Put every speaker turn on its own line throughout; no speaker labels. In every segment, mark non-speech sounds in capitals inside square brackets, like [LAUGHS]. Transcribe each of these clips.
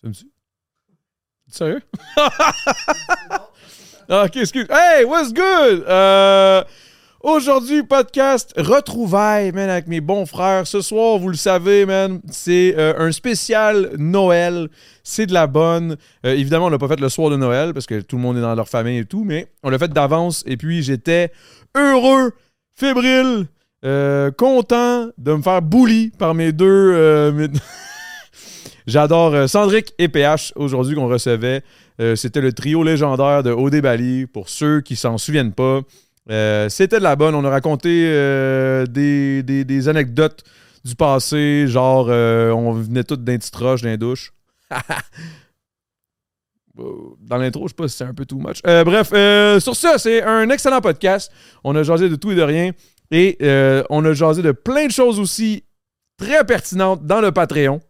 Ça me dit. Sérieux? [LAUGHS] Ah, ok, excuse. Hey, what's good? Euh, Aujourd'hui, podcast Retrouvailles, man, avec mes bons frères. Ce soir, vous le savez, man, c'est euh, un spécial Noël. C'est de la bonne. Euh, évidemment, on l'a pas fait le soir de Noël parce que tout le monde est dans leur famille et tout, mais on l'a fait d'avance. Et puis, j'étais heureux, fébrile, euh, content de me faire bully par mes deux. euh, mes- J'adore euh, Sandrick et PH aujourd'hui qu'on recevait. Euh, c'était le trio légendaire de Odé Bali. Pour ceux qui s'en souviennent pas, euh, c'était de la bonne. On a raconté euh, des, des- des anecdotes du passé, genre euh, on venait tous d'un petit roche, d'un douche. [LAUGHS] Dans l'intro, je sais pas si c'est un peu too much. Euh, bref, euh, sur ça, c'est un excellent podcast. On a jasé de tout et de rien. Et euh, on a jasé de plein de choses aussi très pertinentes dans le Patreon.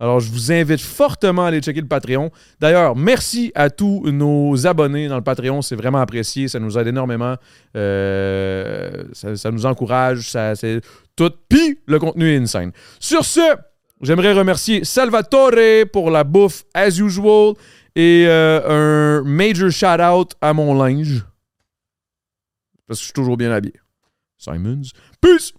Alors, je vous invite fortement à aller checker le Patreon. D'ailleurs, merci à tous nos abonnés dans le Patreon. C'est vraiment apprécié. Ça nous aide énormément. Euh, ça, ça nous encourage. Ça, c'est tout. Puis, le contenu est insane. Sur ce, j'aimerais remercier Salvatore pour la bouffe, as usual. Et euh, un major shout-out à mon linge. Parce que je suis toujours bien habillé. Simons. Peace!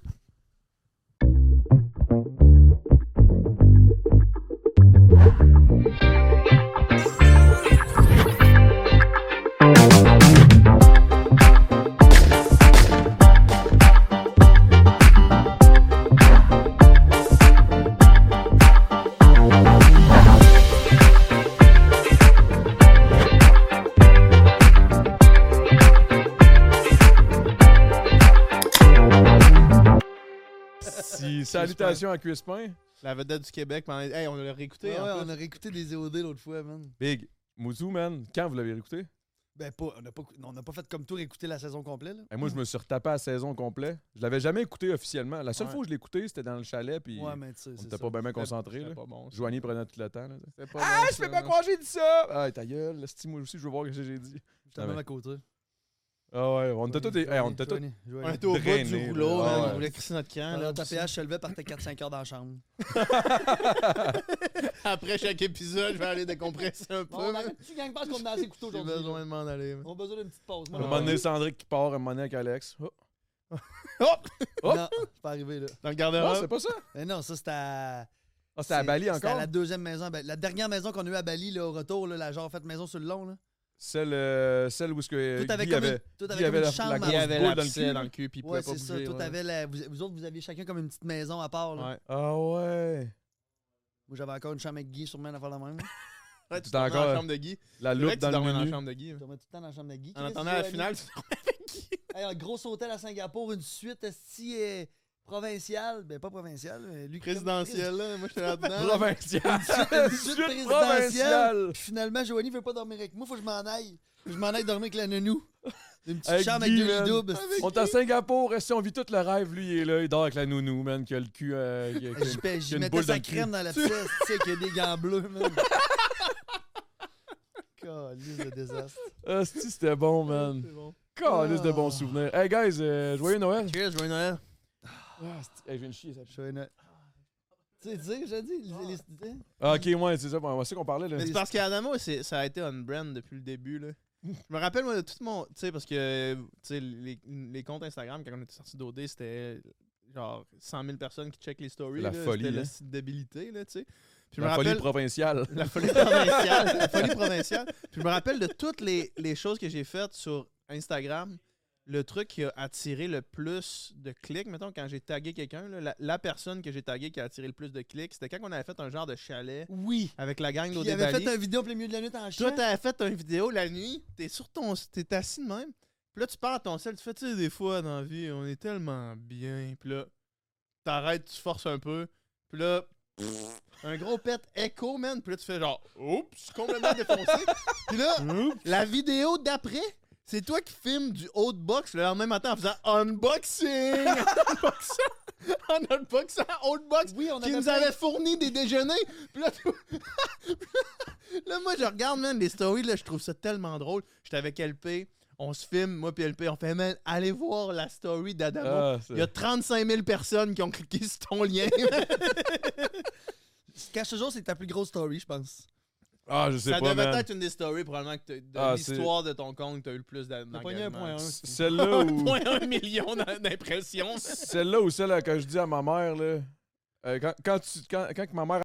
salutations à Crispin.
La vedette du Québec. pendant- Hey, on l'a réécouté.
Ouais,
en
ouais,
plus.
on a réécouté les EOD l'autre fois, man.
Big. Mouzou, man, quand vous l'avez écouté?
Ben, pas, on n'a pas, on n'a pas fait comme tout réécouter la saison complète, là.
Et moi, je me suis retapé à la saison complète. Je l'avais jamais écouté officiellement. La seule
Ouais.
fois où je l'ai écouté, c'était dans le chalet, puis
Ouais, mais tu sais,
on
c'est
n'était
ça.
pas bien concentré.
C'était pas bon. ça.
Joanie prenait tout le temps. là.
C'était pas
Ah,
bon,
je
ça,
peux pas
non.
croire que j'ai dit ça! Ah, ta gueule, esti, moi aussi, je veux voir ce que j'ai dit.
J'étais
Ah,
même
ben.
à côté.
Ah ouais, on était tous... hey, on était tous-
On était au bout
Drainé,
du
là.
rouleau,
Ah
man.
ouais.
On voulait crisser notre camp. là,
Alors, ta
aussi.
PH se levait, partait 4-5 heures dans la
[LAUGHS]
chambre.
Après chaque épisode, je vais aller décompresser un peu.
[LAUGHS]
man.
tu gang pense qu'on a assez couteaux
J'ai besoin de m'en aller. man.
On a besoin d'une petite pause,
À
Ah,
un moment donné,
ouais. Ah
Sandrick qui part, à un moment donné avec Alex. Oh, Hop!
Non, c'est pas arrivé, là.
Non, ah,
Dans le
c'est
garde-robe.
pas ça!
Mais non, ça, c'était à...
Ah, c'était à
c'est-
Bali
C'était à
encore?
la deuxième maison. à Bali. La dernière maison qu'on a eue à Bali, là, au retour, là, la genre faite maison sur le long, là.
Celle, euh, celle où ce que
Tout avait
Guy
comme une-
avait...
tout
Guy
avait comme
avait la-
une
la
chambre
grosse
Il y
à
avait
boule dans le
l'abcès
cul.
dans le cul, puis il pouvait
Ouais,
pas
c'est ça.
bouger.
Tout
ouais.
avait la- vous, vous autres, vous aviez chacun comme une petite maison à part. là.
Ouais.
Ah ouais!
Moi, j'avais encore une chambre avec Guy, sûrement, à faire la même.
Ouais,
T'es
Tu dormais dans
encore-
la chambre de
La
Guy. C'est vrai
loupe
que
dans
tu
le
dormais dans la
menu. [LAUGHS]
chambre de Guy.
Je dormais tout le temps dans la chambre de Guy.
En
Qu'est-ce que
attendant
tu
la
veux,
finale, tu
Hey, un gros hôtel à Singapour, une suite esti euh, provinciale, ben pas provinciale, mais lui-
présidentiel, là. Moi, j'étais
[LAUGHS]
là-dedans.
Provincial!
[LAUGHS]
Une suite
Suite
présidentielle.
provinciale!
Puis finalement, Joanie veut pas dormir avec moi, faut que je m'en aille. Faut que je m'en aille dormir avec la nounou. Une petite
Avec
chambre
Guy,
avec deux
man.
lits doubles. esti.
On est à Singapour, si on vit tout le rêve, lui il est là, il dort avec la nounou, man, qui a le cul. euh,
[LAUGHS]
qui a- qui a-
J'y j'y
une
mettais
boule dans
sa
le cul.
crème dans la pièce, tu sais, qu'il y a des gants bleus, man. Calisse de désastre.
Ah, si c'était bon, man.
C'est bon.
Calice de bons souvenirs. Hey, guys, euh, joyeux Noël.
Cheers, joyeux Noël.
Ah, c'ti- hey, je viens de chier, ça.
Je suis une- Tu sais, tu sais, que j'ai dit, les, les- tu sais?
Ah, ok, ouais, c'est ça, bon, c'est ça qu'on parlait, là.
Mais c'est parce qu'Adamo, c'est- ça a été on-brand depuis le début. Là. Je me rappelle, moi, de tout mon. Tu sais, parce que tu sais, les, les comptes Instagram, quand on était sorti d'OD, c'était genre 100 000 personnes qui checkent les stories.
La
là.
folie,
C'était
hein.
la site d'habilité, là, tu sais. Puis je me
La folie
rappelle.
provinciale.
La folie provinciale. la folie provinciale. Puis je me rappelle de toutes les, les choses que j'ai faites sur Instagram. Le truc qui a attiré le plus de clics, mettons, quand j'ai tagué quelqu'un, là, la, la personne que j'ai tagué qui a attiré le plus de clics, c'était quand on avait fait un genre de chalet
Oui.
avec la gang
Il
d'OD
avait fait un vidéo en plein milieu de la nuit en
toi,
chien.
t'as fait une vidéo la nuit, t'es sur ton. T'es assis de même. Puis là, tu parles à ton sel, tu fais, tu sais, des fois, dans la vie, on est tellement bien. Puis là, t'arrêtes, tu forces un peu. Puis là, un gros pet écho, man. Puis là, tu fais genre, oups, complètement défoncé. Puis là, la vidéo d'après, c'est toi qui filmes du haut de box le lendemain matin en faisant unboxing. unboxing. [LAUGHS] En unboxing, haut de box
Oui, on
qui
avait
nous
plein-
avait fourni des déjeuners. [LAUGHS] Puis là, tout- là, moi, je regarde, man, les stories, là, je trouve ça tellement drôle. J'étais avec LP, on se filme, moi puis LP, on fait, man, allez voir la story d'Adamo.
Ah, c'est-
Il y a 35 000 personnes qui
[LAUGHS]
ont cliqué sur ton lien.
Ce cache toujours, c'est ta plus grosse story, je pense.
Ah, je sais
Ça
pas,
devait
man.
être une des stories, probablement, que t'as- de
Ah, c'est-
l'histoire de ton compte, t'as eu le plus d'a-
T'as pogné un point
d'engagement.
un.
C-
c'est-
Celle-là ou...
[LAUGHS] 1,1 million d'im- d'impressions.
Celle-là ou celle que je dis à ma mère, là. euh, quand, quand, tu, quand, quand que ma mère.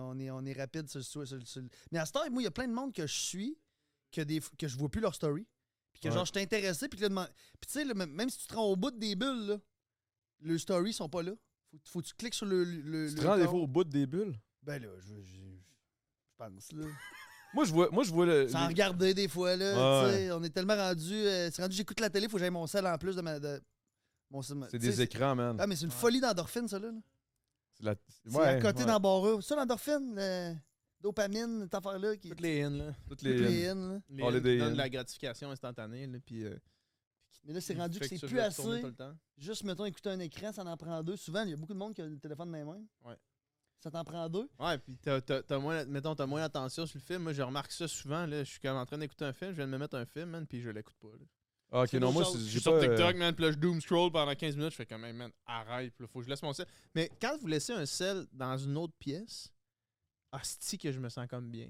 On est, on est rapide sur le, sur- sur- sur le- Mais à ce temps, moi, il y a plein de monde que je suis, que, des, que je vois plus leur story. Puis que
Ouais.
genre, je t'ai intéressé. Puis que là, demand- puis tu sais, là, même- même si tu te rends au bout des bulles, là, leurs stories sont pas là. Faut, faut que tu cliques sur le. le, le-
Tu te
le
rends des
corps.
fois au bout des bulles?
Ben là, je, je, je pense, là.
Moi, je vois, moi, je vois le.
Sans
les-
regarder des fois, là.
Ouais,
tu sais, On est tellement rendu. euh, c'est rendu, j'écoute la télé, faut que j'aille mon sel en plus de ma. de- mon sel-
C'est
tu sais,
des écrans, man.
Ah, mais c'est une
Ouais.
folie d'endorphine, ça, là. là.
C'est la-
C'est
ouais,
à côté
ouais.
d'embarras. Ça, l'endorphine, la dopamine, cette affaire-là. Qui...
[LAUGHS] Toutes les in, là.
Toutes
toutes
les.
les in, là.
Les
Oh, les
in qui
des
donnent
in.
de la gratification instantanée, là, puis... euh,
Mais là, c'est
qui
rendu que
fait
c'est
tu
plus
veux retourner
assez.
tout le temps.
Juste, mettons, écouter un écran, ça en prend deux. Souvent, il y a beaucoup de monde qui a le téléphone dans les mains.
Ouais.
Ça t'en prend deux.
Ouais, puis t'as, t'as- t'as moins, mettons, t'as moins d'attention sur le film. Moi, je remarque ça souvent. Là, je suis comme en train d'écouter un film, je viens de me mettre un film, man, puis je l'écoute pas. Là.
Ah, ok,
C'est
non,
nos
moi, c'est-
choses.
Je
j'ai
suis
pas.
sur
euh,
TikTok, man, puis là, je doom scroll pendant 15 minutes. Je fais comme, hey, man, arrête, puis là, faut que je laisse mon sel. Mais quand vous laissez un sel dans une autre pièce, hostie que je me sens comme bien.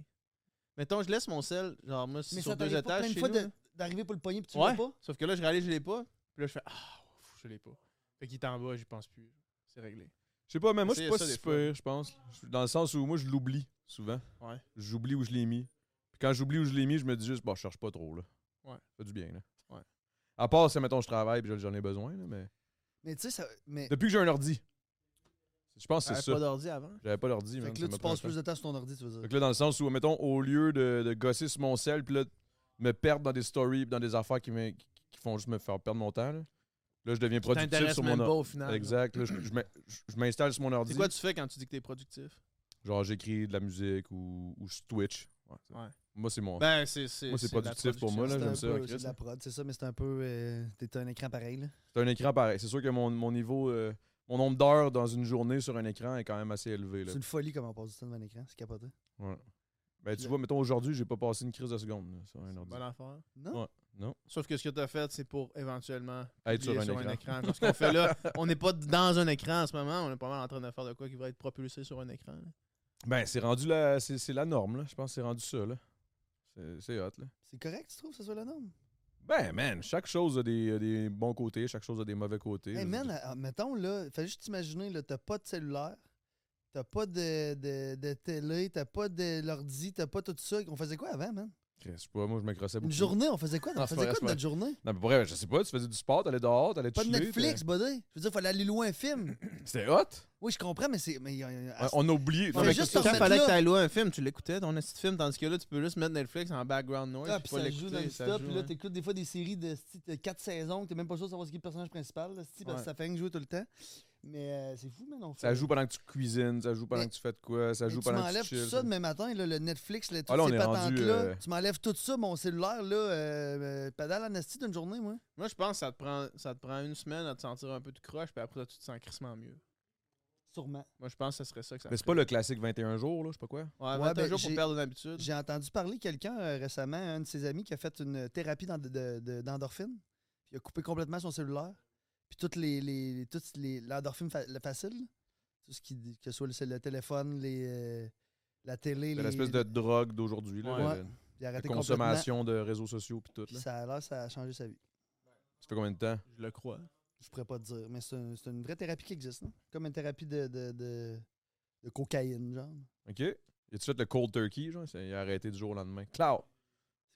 Mettons, je laisse mon sel, genre, moi, c'est
Mais
sur
ça
deux
t'arrive pas
étages.
plein de
chez
fois
nous,
de-
là.
d'arriver pour le pogner puis tu
Ouais.
l'as pas.
Sauf que là, je réalise, je l'ai pas. Puis là, je fais, ah, ouf, je l'ai pas. Fait qu'il est en bas, j'y pense plus. C'est réglé.
Je sais pas, mais moi, je suis
Essayez
pas
ça des
si
fois.
pire, je pense. Je- Dans le sens où moi, je l'oublie souvent.
Ouais.
J'oublie où je l'ai mis. Puis quand j'oublie où je l'ai mis, je me dis juste, bon, je cherche pas trop, là.
Ouais.
Ça fait du bien, là.
Ouais.
À part si, mettons, je travaille puis j'en ai besoin, là, mais.
Mais tu sais, ça. Mais...
Depuis que j'ai un ordi. Je pense que
T'avais
c'est ça.
pas d'ordi avant.
J'avais pas d'ordi,
Fait
man,
que
ça
là,
m'a
tu
pris un
passes
temps.
plus de temps sur ton ordi, tu veux
Fait
dire.
que là, dans le sens où, mettons, au lieu de, de gosser sur mon sel, puis là, me perdre dans des stories, puis dans des affaires qui, me- qui font juste me faire perdre mon temps, là, là je deviens productif
T'intéresses
sur
même
mon
pas
ordi.
au final. là.
Exact. Là, je, je m'in- je- je m'installe sur mon ordi.
C'est quoi tu fais quand tu dis que t'es productif?
Genre, j'écris de la musique ou, ou je Twitch. Ouais.
Ouais.
Moi, c'est mon.
Ben, c'est. c'est
Moi, c'est
de la
productif pour moi,
production,
là, j'aime
un
ça, hein.
peu-
Chris,
c'est de
là.
la prod, c'est ça, mais c'est un peu. euh, T'es un écran pareil, là.
C'est un écran pareil. C'est sûr que mon, mon niveau. euh, mon nombre d'heures dans une journée sur un écran est quand même assez élevé. Là.
C'est une folie comment on passe du temps devant un écran, c'est capoté.
Ben, tu
le-
vois, mettons, aujourd'hui, j'ai pas passé une crise de seconde là, sur un
c'est une
ordi.
Bonne affaire.
Non?
Ouais. Non.
Sauf que ce que t'as fait, c'est pour éventuellement
Être sur
publier
un écran.
Genre, ce qu'on fait [LAUGHS] là, on n'est pas dans un écran en ce moment, on est pas mal en train de faire de quoi qui va être propulsé sur un écran. là.
Ben, c'est rendu la. C'est c'est la norme, là. Je pense que c'est rendu ça, là. C'est- C'est hot, là.
C'est correct, tu trouves, que ce soit la norme?
Ben, man, chaque chose a des, a des bons côtés, chaque chose a des mauvais côtés.
Hey
Je-
man, ah, mettons là, fallait juste t'imaginer, là, t'as pas de cellulaire, t'as pas de, de, de télé, t'as pas de l'ordi, t'as pas tout ça. On faisait quoi avant, man?
Je sais pas, moi, je me crossais beaucoup.
Une journée, on faisait quoi?
Ah,
On
c'est
faisait
pas
quoi
vrai,
de notre journée?
Non, mais bref, je sais pas, tu faisais du sport, t'allais dehors, t'allais
Pas de
chiller,
Netflix, buddy. Je veux dire, fallait aller loin un film.
t'allais- C'était hot.
Oui, je comprends, mais c'est. Mais, euh, à
Ouais,
ce-
on a oublié.
Ouais,
mais
juste
qu'est-ce
quand
que-
en
fallait
fait, là-
que t'ailles louer un film, tu l'écoutais ton petit film, tandis que là, tu peux juste mettre Netflix en background noise.
ah,
puis
puis
pas
ça joue dans
l'écouter,
le
ça
stop,
joue,
puis là,
hein.
t'écoutes des fois des séries de sti, t'as quatre saisons, t'es même pas sûr de savoir ce qui est le personnage principal, là, sti, parce
Ouais.
que ça fait un jouer tout le temps. Mais euh, c'est fou, man. On fait...
Ça joue pendant que tu cuisines, ça joue pendant
Mais-
que tu fais de quoi, ça
Mais
joue
tu
pendant que
m'enlèves
tu
tout
chilles.
ça demain matin, là, le Netflix, le, toutes
Ah, là, on
ces
est rendu,
patentes-là.
euh,
Tu m'enlèves tout ça, mon cellulaire, là, euh, euh, pédale en esti d'une journée, moi.
Moi, je pense que ça te, prend, ça te prend une semaine à te sentir un peu de croche, puis après, ça, tu te sens crissement mieux.
Sûrement.
Moi, je pense que ce serait ça que ça
Mais c'est pas
ferait.
le classique 21 jours, là, je sais pas quoi.
Ouais,
Ouais,
21
ben,
jours pour
j'ai-
perdre une habitude.
J'ai entendu parler quelqu'un euh, récemment, un de ses amis, qui a fait une thérapie d'en- de- de- d'endorphine. Puis il a coupé complètement son cellulaire. Puis toutes les, les, toutes les, l'endorphine fa- le facile, là. tout ce qui dit- que ce soit le, cell- le téléphone, les, euh, la télé,
C'est
les,
l'espèce de drogue d'aujourd'hui, là,
Ouais.
la-
Ouais.
la-
il a
la
arrêté complètement.
consommation de réseaux sociaux puis tout.
Puis
Là.
ça a l'air, ça a changé sa vie.
Ça fait combien de temps?
Je le crois.
Je pourrais pas te dire, mais c'est un- c'est une vraie thérapie qui existe, non? Comme une thérapie de, de, de, de cocaïne, genre.
OK? Et tu fait le cold turkey, genre? c'est- Il a arrêté du jour au lendemain. Cloud!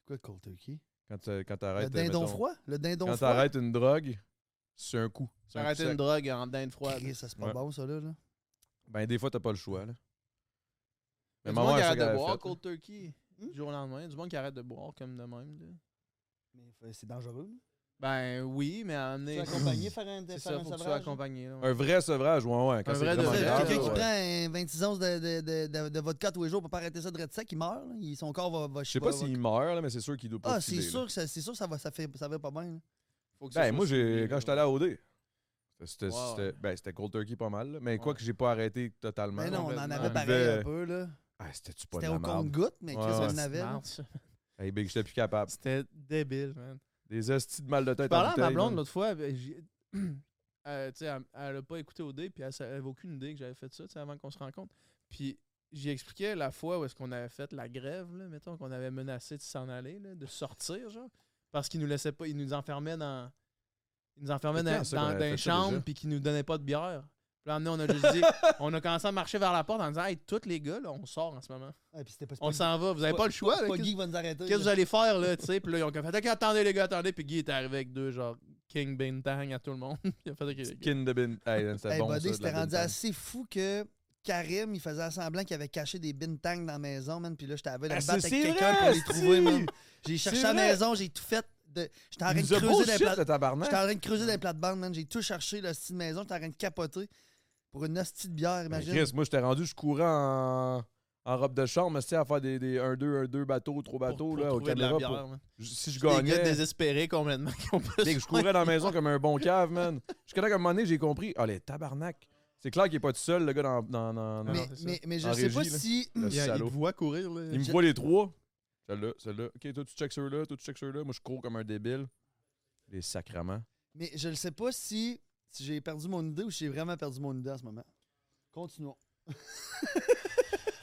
C'est quoi le cold turkey?
Quand t'a- quand
Le
t'arrêtes... euh,
dindon
mettons,
froid? Le dindon
Quand
froid?
t'arrêtes une drogue, c'est un coup. C'est un coup
Arrêter
sec.
une drogue en dinde froide.
Chris, ça c'est pas
Ouais.
bon, ça, là. là.
Ben, des fois, t'as pas le choix, là.
Mais du
maman,
monde qui
elle sait
arrête de
qu'elle a
boire
fait,
cold turkey
Hmm?
du jour au lendemain. Du monde qui arrête de boire comme de même. là.
Mais f- euh, c'est dangereux. là.
Ben oui, mais à
Tu es
amener. [LAUGHS]
[LAUGHS]
accompagné faire un,
C'est
faire
ça,
un
faut que tu sois
sevrage?
accompagné. là, ouais.
Un vrai sevrage, ouais, ouais. Quand
Un
c'est
vrai de
vraiment
vrai.
grave,
Ah, Quelqu'un qui
ouais.
prend un 26 onces de, de, de, de, de vodka tous les jours pour pas arrêter ça de red sec, il meurt. là. Il- son corps va, va
Je sais pas
va-
s'il meurt, là, mais c'est sûr qu'il doit pas
Ah,
filer,
c'est
là.
sûr, que ça, c'est sûr que ça va, ça fait, ça va pas bien. là.
Faut que ça
Ben,
soit
moi, j'ai,
suivi,
quand
là,
j'étais allé à OD, c'était,
Ouais,
c'était-
ouais.
ben, c'était cold turkey pas mal, là, mais quoi
Ouais.
que j'ai pas arrêté totalement.
Mais non, on en
complètement.
avait
On
pareil
buvait-
un peu, là.
Ah, c'était-tu pas de
C'était
la
au
merde?
compte-goutte, mais Chris,
Ouais, ouais.
on en
ouais.
avait. là.
Merde, ça.
Hey, big, j'étais plus capable.
C'était débile, man.
Des hosties de mal de
Je
tête en
parlais à ma
bouteille,
blonde
man.
l'autre fois, ben, j'ai- [CLEARS THROAT] euh, tu sais, elle, elle a pas écouté au dé, puis elle savait- elle avait aucune idée que j'avais fait ça, tu sais, avant qu'on se rencontre. Puis j'y expliquais la fois où est-ce qu'on avait fait la grève, là, mettons, qu'on avait menacé de s'en aller, là, de sortir, genre, parce qu'ils nous laissaient pas, ils nous enfermaient dans, ils nous enfermaient
C'est
dans,
quand ça
dans-
qu'on avait
dans
fait
une
ça
chambre,
déjà?
puis qu'ils nous donnaient pas de bière. Puis là, à un moment donné, on a juste dit, on a commencé à marcher vers la porte en disant, hey, tous les gars, là, on sort en ce moment.
Ouais, Ah, puis c'était pas- c'est
On
pas-
s'en va, vous avez
c'est
pas le choix.
C'est
là,
pas
qu'est-ce-
Guy qui va nous arrêter.
Qu'est-ce que vous
là.
allez faire, là, tu sais? Puis là, ils ont comme fait, OK, attendez, les gars, attendez. Puis Guy était arrivé avec deux, genre, King Bintang à tout le monde. [LAUGHS] il a fait, OK, OK.
Skin de bin. Hey, man, c'était
Hey,
bon. ça,
Buddy,
de la
c'était
bin
rendu
time.
assez fou que Karim, il faisait semblant qu'il avait caché des bintangs dans la maison, man. Puis là, j'étais aveugle de
Ah,
me battre
c'est-
avec
c'est
quelqu'un
vrai,
pour les
asti!
trouver, man. J'ai cherché à la
vrai.
maison, j'ai tout fait. de- J'étais en train
Il
de
nous a
creuser des
bullshit,
plates.
le
J'étais en
tabarnak. Ben,
train de creuser des plates-bandes, man. J'ai tout cherché, le style maison. J'étais en train de capoter pour une hostie de bière,
Ben,
imagine.
Chris, moi, j'étais rendu, je courais en, en robe de chambre, mais à faire des, des 1-2, 1-2 bateaux, 3
Pour-
bateaux,
pour
là, au
trouver de la
caméra.
bière,
pour-
man.
Si je
Des gars
gagnais.
désespérés complètement qui ont pas
Dès que je courais dans la maison comme un bon cave,
[LAUGHS]
man. Jusqu'à là, qu'à un moment donné, j'ai compris. Ah, les tabarnak. C'est clair qu'il est pas tout seul, le gars, dans. dans, dans- dans-
mais,
non, c'est ça.
mais, mais je
En
sais pas
régie, là.
si.
le
Il, y a- il te
salaud.
voit courir, là.
Il me
Je-
voit les trois. Celle-là, celle-là. Ok, toi, tu checks ceux-là, toi, tu checks ceux-là. Moi, je cours comme un débile. Les sacrements.
Mais je ne sais pas si, si j'ai perdu mon idée ou si j'ai vraiment perdu mon idée en ce moment. Continuons.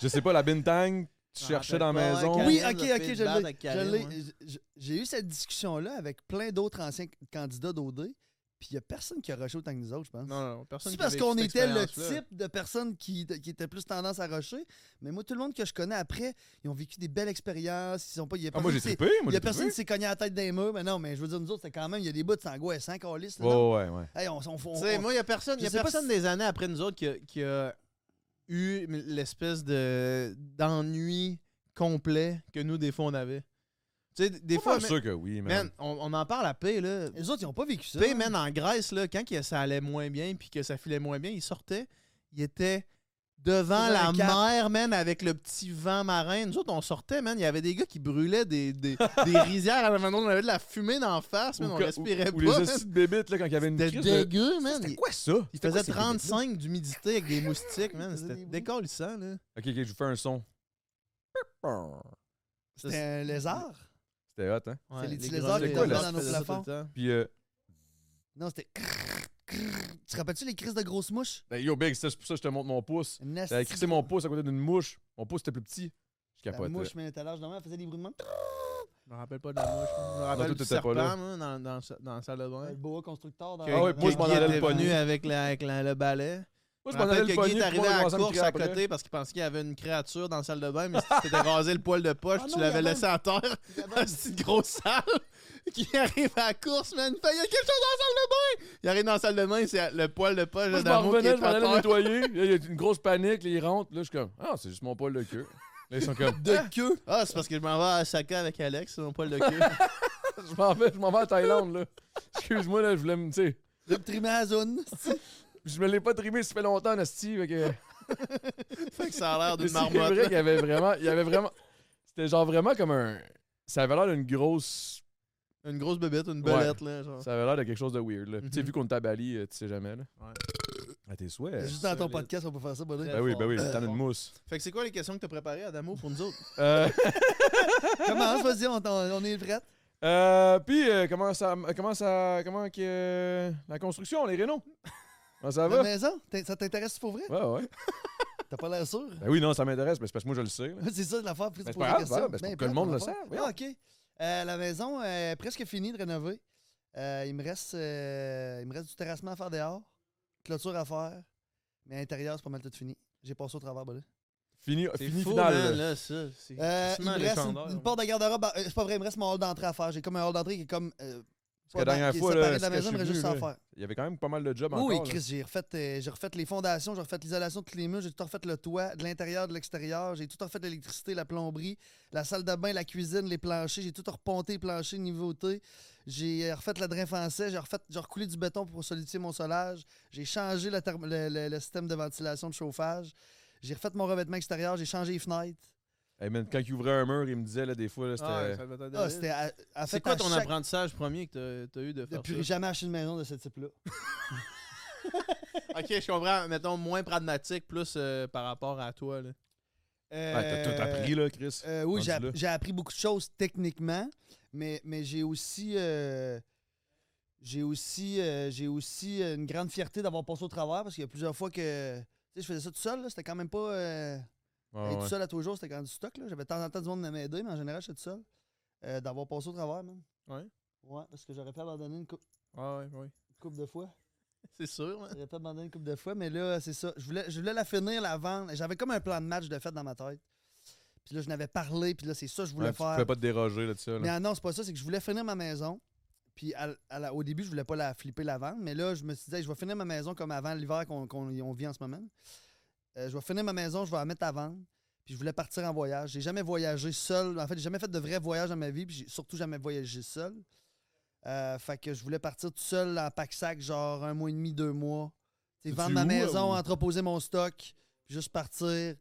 Je sais pas, la bintang, tu
Ah,
cherchais
t'as
dans la
pas,
maison.
Karim,
Oui,
le
ok,
fait
ok,
de
je
battre
l'ai.
avec
je
Karim,
l'ai.
hein.
Je- je- J'ai eu cette discussion-là avec plein d'autres anciens candidats d'OD, puis il n'y a personne qui a rushé autant que nous autres, je pense.
Non, non, non, personne
C'est
qui
parce
vécu
qu'on
cette
était le
expérience-là.
type de personne qui, qui était plus tendance à rusher. Mais moi, tout le monde que je connais après, ils ont vécu des belles expériences. Ils sont pas, il y a
Ah, moi,
personne
j'ai
qui s'est-
trippé. Moi,
il y a
j'ai
personne
trippé.
qui s'est cogné à la tête des murs. Mais non, mais je veux dire, nous autres, c'est quand même, il y a des bouts de sangois sans calice. là, non?
Ouais, ouais, ouais.
Hey, on s'en fout.
Tu sais, moi, il n'y a personne,
Je
y a
sais pas
personne
si-
des années après nous autres qui a, qui a eu l'espèce de d'ennui complet que nous, des fois, on avait. Tu sais, des
Pas
fois,
mal
mais-
sûr que oui, man.
man, on, on en parle à paix, là.
Les autres, ils n'ont pas vécu ça.
Tu sais, man, en Grèce, là, quand que ça allait moins bien puis que ça filait moins bien, il sortait, il était devant
Devant
la
le cap.
mer, man, avec le petit vent marin. Nous autres, on sortait, man, il y avait des gars qui brûlaient
[LAUGHS]
des, des, des rizières à la main, on avait de la fumée d'en face, man, on
que-
respirait
ou
pas.
les
man.
hosties de bébites, là, quand il y avait une
C'était
crise. de- euh,
dégueu,
Ça,
man.
C'était
Il-
quoi ça?
il
C'était quoi
faisait
ces bébites-là?
35 d'humidité
[LAUGHS]
avec des moustiques, man.
Il faisait
C'était
des bruits.
décalissant, là.
Ok, ok, je vous fais un son.
C'était un lézard.
C'était hot, hein?
Ouais,
les petits
grenouilles,
lézards
qui
les
coulent
grenouilles
dans
nos
faisaient ça tout
plafonds.
le temps.
Puis, euh,
Non, c'était. Tu te rappelles-tu les crises de grosses mouches?
ben, yo, Big, c'est pour ça que je te montre mon pouce.
Une
Ah,
J'avais
nasty-
crissé mon pouce à côté d'une mouche. Mon pouce était plus petit. Je
La
capotais.
mouche, mais tout à l'âge normal, elle faisait des bruits de main.
Je me rappelle pas de la mouche. man. Je me rappelle
toi,
du
t'étais pas
serpent,
là.
man, dans, dans, dans la salle de bain.
Le boa constructeur dans
Que-
Ah ouais,
que
moi, je m'en
Guy
allais le
était
pogner.
[LAUGHS]
venu avec, la- avec la- le balai.
Moi, je
Je me
m'en allais
rappelle
le
que Guy
pogner.
est arrivé
pour
à la
commencer me
course
crier
à
après.
côté parce qu'il pensait qu'il y avait une créature dans la salle de bain, mais si
[LAUGHS]
tu t'étais rasé le poil de poche,
Ah
tu
non, il
l'avais
y avait
laissé à terre. [LAUGHS]
Il y avait
Un petit gros sale [LAUGHS] qui arrive à la course, man. Il fait, il y a quelque chose dans la salle de bain! Il arrive dans la salle de bain, c'est le poil de poche
Moi, je m'en
d'Adamo qui
revenais,
est
je m'en allais le
à terre.
nettoyer. Là, Il y a une grosse panique, là, ils rentrent. Là, je suis comme, ah, c'est juste mon poil de queue. Là, ils sont comme,
de queue.
Ah, c'est parce que je m'en vais à Osaka avec Alex, c'est mon poil
[LAUGHS]
de queue.
[LAUGHS] je m'en vais, je m'en vais en Thaïlande, là. Excuse-moi, là, je voulais me, tu sais,
De trimer à
[LAUGHS]
la zone.
je me l'ai pas trimé, ça fait longtemps, Nasty. Fait que,
fait que ça a l'air
Mais [LAUGHS]
d'une
c'est vrai
marmotte.
qu'il y avait vraiment, il y avait vraiment, c'était genre vraiment comme un, ça avait l'air d'une grosse,
Une grosse bébête, une belette, là. Genre.
ça avait l'air de quelque chose de weird, là. Tu sais,
Mhm.
vu qu'on est à Bali, euh, tu sais jamais, là.
Ouais.
À tes souhaits.
Juste dans ton
solide.
podcast, on peut faire ça, buddy.
Ben oui, ben oui, t'en as
fort.
une mousse.
Fait que c'est quoi les questions que t'as préparées, Adamo, pour nous autres?
Euh,
Comment, vas-y, on, t'en- on est prêts.
euh, puis, euh, comment ça, comment ça, comment que, euh, la construction, les
[LAUGHS]
rénaux? Comment ça
La
va?
maison, t'in- ça t'intéresse pour vrai?
Ouais, ouais.
T'as pas l'air sûr?
Ben oui, non, ça m'intéresse, mais c'est parce que moi, je le sais. là.
[LAUGHS] C'est ça l'affaire. Après,
Mais
tu
c'est pas
poses la
grave,
question.
ben, c'est
Ben,
pour que le
plate,
monde le
l'affaire.
sache,
Ah, OK. Euh, la maison est presque finie de rénover. Euh, il, me reste, euh, il me reste du terrassement à faire dehors, clôture à faire, mais à l'intérieur, c'est pas mal tout fini. J'ai passé au travers, buddy.
Fini,
C'est
fini
fou,
final.
man,
là.
là, ça.
Euh, il
C'est quasiment
me reste une-
légendaire.
ben, une, porte de garde-robe. à- euh, c'est pas vrai, il me reste mon hall d'entrée à faire. J'ai comme un hall d'entrée qui est comme euh,
Parce que la dernière fois, là,
de la
ce que
maison,
je
mais
suis
juste
venu,
en
là,
faire.
il y avait quand même pas mal de jobs
Oui,
encore. là.
Chris, j'ai refait, euh, j'ai refait les fondations, j'ai refait l'isolation de tous les murs, j'ai tout refait le toit, de l'intérieur, de l'extérieur, j'ai tout refait l'électricité, la plomberie, la salle de bain, la cuisine, les planchers, j'ai tout reponté les planchers, nouveauté. J'ai euh, refait le drain français, j'ai refait, j'ai recoulé du béton pour solidifier mon solage, j'ai changé la therm- le, le- le système de ventilation de chauffage, j'ai refait mon revêtement extérieur, j'ai changé les fenêtres.
Hey, man, quand il ouvrait un mur, il me disait, là, des fois, là, c'était.
Ah, ça doit être
Ah,
débile.
c'était à- à
C'est
fait,
quoi
à
ton
chaque-
apprentissage premier que t'as- t'as eu de
de
faire
plus
ça?
jamais acheter une maison de ce type-là.
Ok, je comprends. Mettons, moins pragmatique, plus euh, par rapport à toi. Là.
Ah, t'as tout appris, là, Chris.
Euh, oui,
Rendu
j'ai,
là.
app- j'ai appris beaucoup de choses techniquement, mais, mais j'ai aussi, euh, j'ai, aussi euh, j'ai aussi euh, une grande fierté d'avoir passé au travers parce qu'il y a plusieurs fois que tu sais, je faisais ça tout seul. là, c'était quand même pas. euh,
Ouais,
aller
Ah ouais.
tout seul à tous les jours, c'était quand même du stock. là. J'avais de temps en temps du monde à m'aider, mais en général, j'étais tout seul. Euh, d'avoir passé au travers, même.
Ouais.
Ouais, parce que j'aurais pu abandonner une, cou-
Ah, ouais, ouais.
une couple de fois.
[LAUGHS] C'est sûr, hein. man.
J'aurais pu abandonner une couple de fois, mais là, c'est ça. Je voulais, je voulais la finir, la vendre. J'avais comme un plan de match de fait dans ma tête. Puis là, je n'avais parlé, puis là, c'est ça que je voulais
Ouais, Tu
faire.
pouvais pas te déroger, là, de ça. là.
Mais ah non, c'est pas ça, c'est que je voulais finir ma maison. Puis à- à la- au début, je voulais pas la flipper, la vendre. Mais là, je me suis dit, Hey, je vais finir ma maison comme avant l'hiver qu'on qu'on y- on vit en ce moment. Euh, je vais finir ma maison, je vais la mettre à vendre. Puis je voulais partir en voyage. J'ai jamais voyagé seul. En fait, j'ai jamais fait de vrai voyage dans ma vie. Puis j'ai surtout jamais voyagé seul. Euh, fait que je voulais partir tout seul en pack-sac, genre un mois et demi, deux mois. T'sais,
Tu
vendre ma
où,
maison,
ou-
entreposer mon stock, puis juste partir.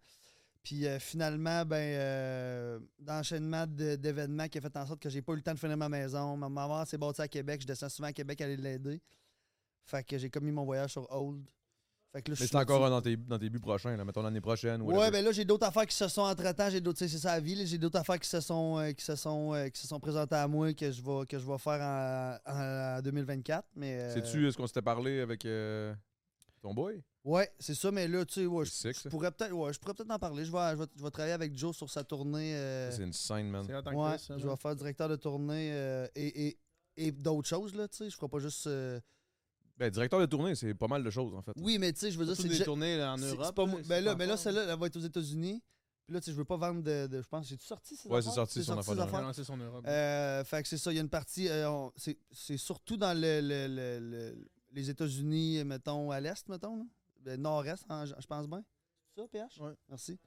Puis euh, finalement, ben, euh, d'enchaînement de- d'événements qui a fait en sorte que j'ai pas eu le temps de finir ma maison. Ma maman s'est bâtie à Québec, je descends souvent à Québec aller l'aider. Fait que j'ai commis mon voyage sur hold. Fait que là, je
Mais
suis
c'est encore
là-dessus.
dans tes, dans tes buts prochains, là, mettons l'année prochaine.
Ouais,
whatever.
ben là, j'ai d'autres affaires qui se sont entre-temps, j'ai d'autres, tu sais, c'est ça la vie, là, j'ai d'autres affaires qui se sont euh, qui se sont euh, qui se sont présentées à moi que je vais que je vais faire en, en 2024, mais euh,
Sais-tu euh, ce qu'on s'était parlé avec euh, ton boy?
Ouais, c'est ça, mais là, tu sais, ouais, je,
C'est sick,
je
ça.
pourrais peut-être ouais, je pourrais peut-être en parler. Je vais, je, vais, je vais travailler avec Joe sur sa tournée. euh,
C'est une scène, man.
C'est en tant que
ouais,
ça,
je
man.
vais faire directeur de tournée euh, et, et, et d'autres choses, là, tu sais. Je ferai pas juste. euh,
Ben, directeur de tournée, c'est pas mal de choses, en fait.
Oui, mais tu sais, je veux dire,
Surtout
c'est
des
déjà-
tournées en
c'est-
Europe.
c'est pas moi- ben là,
pas
mais là,
encore,
celle-là, elle va être aux États-Unis. Puis là, tu sais, je veux pas vendre de. de- je pense, j'ai tout sorti, ces
Ouais, c'est
affaires?
sorti,
C'est
son
sorti,
affaire de
ces
On va
affaires.
lancer son Europe.
Euh, fait que c'est ça, il y a une partie. euh, on- c'est c'est surtout dans le, le- le- le- les États-Unis, mettons, à l'est, mettons. là. Le Nord-est, hein, je je pense bien. C'est ça, PH?
Ouais.
Merci.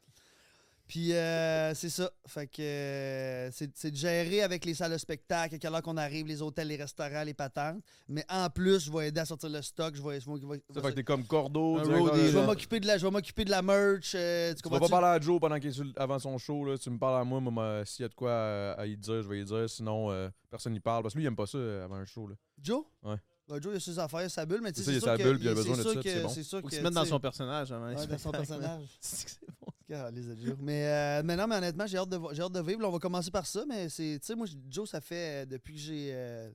Puis euh, c'est ça. Fait que euh, c'est c'est de gérer avec les salles de spectacle, à quelle heure qu'on arrive, les hôtels, les restaurants, les patentes. Mais en plus, je vais aider à sortir le stock. Je vais, je vais- je vais-
Ça fait que t'es comme Cordo,
Un
directeur
roadie,
de-
je vais
là.
m'occuper de la, je vais m'occuper de la merch. euh, tu
Tu vas
comprends
pas parler à Joe pendant qu'il est sur le- avant son show, là. Tu me parles à moi, moi, moi, s'il y a de quoi euh, à, à y dire, je vais y dire. Sinon, euh, personne n'y parle. Parce que lui, il aime pas ça euh, avant un show, là.
Joe?
Ouais.
Ben, Joe, il a ses affaires, sa bulle, mais tu
C'est
sais,
ça, il a
c'est
sa
sûr que-
bulle, puis il a
c'est
besoin de
sûr
ça,
que-
c'est bon.
c'est sûr
Faut
que,
qu'il se mette dans
tu sais,
son personnage avant les
ouais, ben, dans son
spectacles, man.
personnage.
C'est que [LAUGHS] c'est bon.
Calisse de Dieu. Mais euh, mais non, mais honnêtement, j'ai hâte, de vo- j'ai hâte de vivre. Là, on va commencer par ça, mais c'est. Tu sais, moi, j- Joe, ça fait euh, depuis que j'ai euh,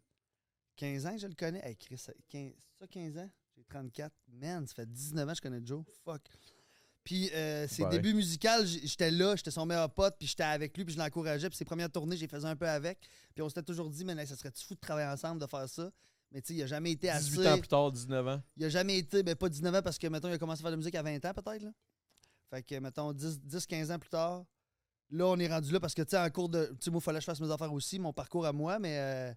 15 ans que je le connais. Hey, Chris, ça- 15, ça, 15 ans? J'ai 34. Man, ça fait 19 ans que je connais Joe. Fuck. Puis euh, ses
Pareil.
débuts musicaux, j- j'étais là, j'étais son meilleur pote, puis j'étais avec lui, puis je l'encourageais, puis ses premières tournées, j'ai faisais un peu avec. Puis on s'était toujours dit, mais là, ça serait-tu fou de travailler ensemble, de faire ça? Mais tu sais, il a jamais été assez.
18 ans plus tard, 19 ans.
Il a jamais été, ben pas 19 ans parce que, mettons, il a commencé à faire de la musique à 20 ans peut-être. là. Fait que, mettons, 10-15 ans plus tard, là, on est rendu là parce que, tu sais, en cours de. Tu sais, moi, il fallait que je fasse mes affaires aussi, mon parcours à moi, mais. euh,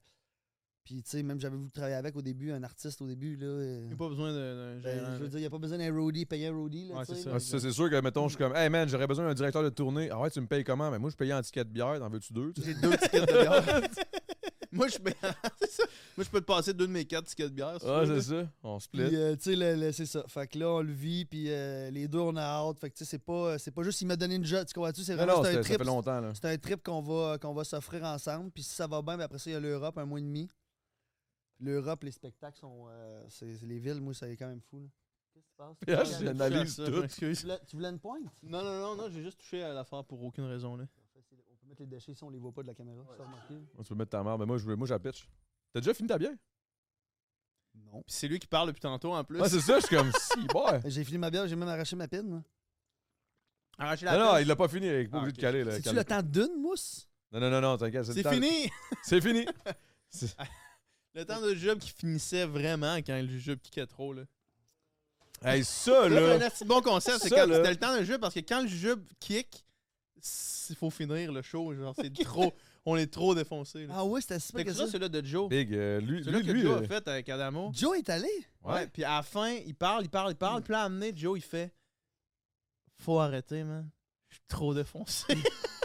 puis, tu sais, même j'avais voulu travailler avec au début, un artiste au début, là. euh,
Il n'y a pas besoin d'un
ben,
gérant.
je veux dire, il n'y a pas besoin d'un roadie, payer un roadie, là.
Ouais,
tu
c'est
sais.
ça.
Ah, c'est ça, c'est sûr que, mettons, je suis comme, hey man, j'aurais besoin d'un directeur de tournée. Ah ouais, tu me payes comment? Ben, moi, je payais en ticket de bière. T'en veux-tu deux? tu sais?
J'ai deux tickets de bière.
[LAUGHS]
[LAUGHS]
Moi, je peux... [LAUGHS] c'est ça. Moi, je peux te passer deux de mes quatre tickets de bière. si tu
Ah,
veux, là.
c'est ça. On
Puis,
split.
euh, tu sais, le- le- c'est ça. Fait que là, on le vit, puis euh, les deux, on a hâte. Fait que, tu sais, c'est pas, c'est pas juste, il m'a donné une job, tu comprends-tu? C'est
Non,
vraiment
non,
c'est un
ça, ça
trip.
fait longtemps, là.
C'est un trip qu'on va, euh, qu'on va s'offrir ensemble. Puis si ça va bien, ben après ça, il y a l'Europe, un mois et demi. L'Europe, les spectacles sont. euh, c'est c'est les villes, moi, ça est quand même fou. là. Qu'est-ce qui se passe?
Pierre,
Tu
je
voulais-
viens J'analyse
Je touche à ça,
tout.
je m'excuse.
tu, voulais, tu voulais une pointe?
Non, non, non, non, j'ai juste touché à l'affaire pour aucune raison. Là.
On peut mettre les déchets si on les voit pas de la caméra. ça, remarqué?
Oh, Tu peux mettre ta mère. Ben, moi, je veux- moi, j'appitch. T'as déjà fini ta bière?
Non.
Puis c'est lui qui parle depuis tantôt en plus.
Ouais, c'est ça, je suis comme, [LAUGHS] si, boy.
J'ai fini ma bière, j'ai même arraché ma pine.
Euh,
moi.
Arrachez la
Non, non,
tête.
il l'a pas fini. Il est pas
Ah,
obligé
ok.
de caler, là.
C'est-tu
calme.
le temps d'une mousse?
Non, non, non, non, t'inquiète. le
C'est
temps-
fini!
C'est
[LAUGHS]
fini.
Le temps de job qui finissait vraiment quand le job piquait trop. Là.
Hey, ça,
Ça, c'est
Ah, là.
un assez bon concept, c'est
Ça,
quand
là.
c'était le temps de jeu parce que quand le jeu kick, il faut finir le show. Genre, c'est trop. on est trop défoncé. là.
Ah oui, c'était super
T'as
que
écouté
ça.
ça, celui-là de Joe.
Big, euh, lui,
Celui-là
lui,
que
lui,
Joe
euh,
a fait avec Adamo.
Joe est allé?
Ouais, puis à la fin, il parle, il parle, il
Mm.
parle. Puis là, à amener, Joe, il fait Faut arrêter, man. Je suis trop défoncé. [LAUGHS]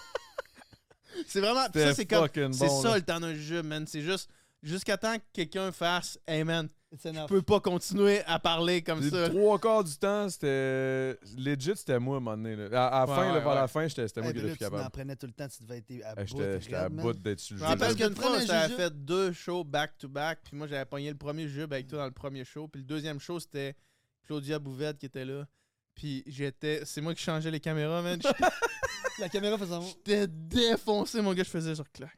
c'est vraiment. puis Ça, c'est
Mm. c'était
comme.
fucking
C'est
bon,
ça
là.
le temps d'un jeu, man. C'est juste. Jusqu'à temps que quelqu'un fasse Hey, man,
C'est
je
enough.
peux pas continuer à parler comme
Puis
ça.
Trois quarts du temps, c'était. Legit, c'était moi à un moment donné. là. À, à la
Ouais,
fin, là,
ouais,
vers la
ouais.
fin, j'étais- c'était
Eh,
moi qui
puis
étais
là,
plus
tu en
capable.
prenais tout le temps, tu devais être à
Eh,
bout.
J'étais j'étais à
raide, man.
bout d'être sur le
Je
jeu.
me
parce
rappelle
là.
que
qu'une
le
fois, on
premier
s'avait
jeu-
fait deux shows back-to-back, puis moi, j'avais pogné le premier jeu avec toi dans le premier show, puis le deuxième show, c'était Claudia Bouvette qui était là. Puis j'étais... C'est moi qui changeais les caméras, man.
La
[LAUGHS]
caméra faisait un-
J'étais défoncé, mon gars, je faisais genre clac.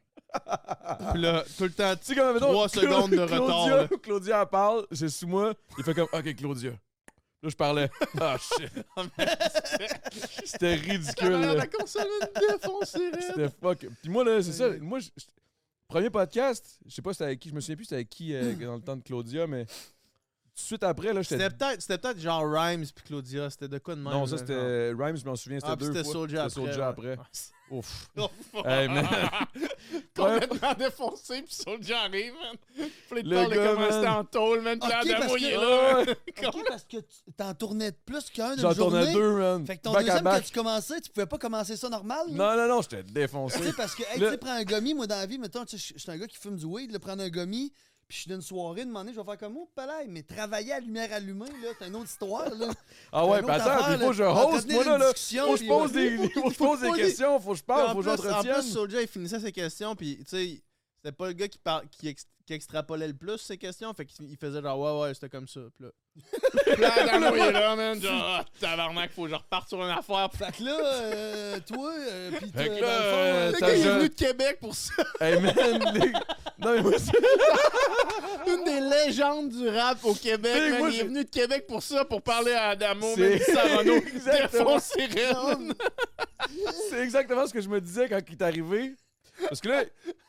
Puis là, tout le temps,
Tu sais, comme, mettons,
Trois
Cla-
secondes de retard,
Claudia,
là.
Claudia, elle parle, c'est sous moi. Il fait comme, OK, Claudia. Là, je
[LAUGHS]
parlais. Ah, shit.
Oh,
[LAUGHS] C'était ridicule. là.
derrière la console, man, défoncé, raide.
C'était fuck. Puis moi, là, c'est ça. Moi, je- je- premier podcast, je sais pas c'était avec qui, je me souviens plus c'était avec qui
[LAUGHS]
euh, dans le temps de Claudia, mais tout de suite après, là, j'étais.
C'était peut-être c'était peut-être genre Rhymes puis Claudia, c'était de quoi de même?
Non, ça,
là, genre.
c'était Rhymes, je m'en souviens, c'était
Ah, puis
deux
c'était
fois.
Soulja après.
Soulja [LAUGHS]
ouais.
après.
Ouais, [LAUGHS] c'est-
Ouf.
Oh,
Hey, man.
Ah,
[LAUGHS]
Complètement défoncé, puis Soulja arrive, man. Puis là, il
Le
parle de
gars,
comment
man.
c'était en tôle, man. Puis
Ok,
là, Adamo,
parce
il
que-
est là.
ah,
Ouais,
Ok, parce que tu- t'en tournais plus qu'un d'une
J'en
journée.
tournais deux, man.
Fait que ton
Back à
deuxième
back.
que tu commençais, tu pouvais pas commencer ça normal. là.
Non, non, non, j'étais
Tu
défoncé.
sais, parce que, hey,
Le-
tu sais, prends un gommi, moi, dans la vie, mettons, tu sais, je je suis un gars qui fume du weed, là, prendre un gommi, puis je suis d'une soirée, demander, je vais faire comme, oh, palais, mais travailler à lumière allumée, là, c'est une autre histoire,
[LAUGHS]
là.
Ah ouais,
Une
puis
autre
attends,
affaire,
il faut que je
là.
host,
Entretenir
moi, là,
une
là.
discussion,
Faut que je
puis,
pose
ouais.
des, [LAUGHS] faut que je
[LAUGHS]
pose des
Faut pas-
questions, faut que je
Puis
parle,
en
Ah, faut que
plus- En plus,
j'entretienne.
Soulja, il finissait ses questions, puis, tu sais, c'était pas le gars qui, par- qui, ex- qui extrapolait le plus ses questions, fait qu'il il faisait genre, ouais, ouais, c'était comme ça, puis là. Puis là, [LAUGHS] Adamo, il est là, man, genre, ah, tabarnak, faut que je reparte sur une affaire.
Fait que là, euh, toi, euh, puis toi,
Fait
dans
que
le
là,
fond,
euh,
euh,
Le
t'as
gars, il est
jeune.
venu de Québec pour ça.
Hey, man, [LAUGHS] les- Non, mais moi, c'est-
[LAUGHS] Une des légendes du rap au Québec,
Hey,
man,
moi,
il
j'ai-
est venu de Québec pour ça, pour parler à Adamo,
C'est-
même [LAUGHS] Sarano.
Exactement.
Défoncé, raide.
c'est exactement ce que je me disais quand il est arrivé. Parce que là,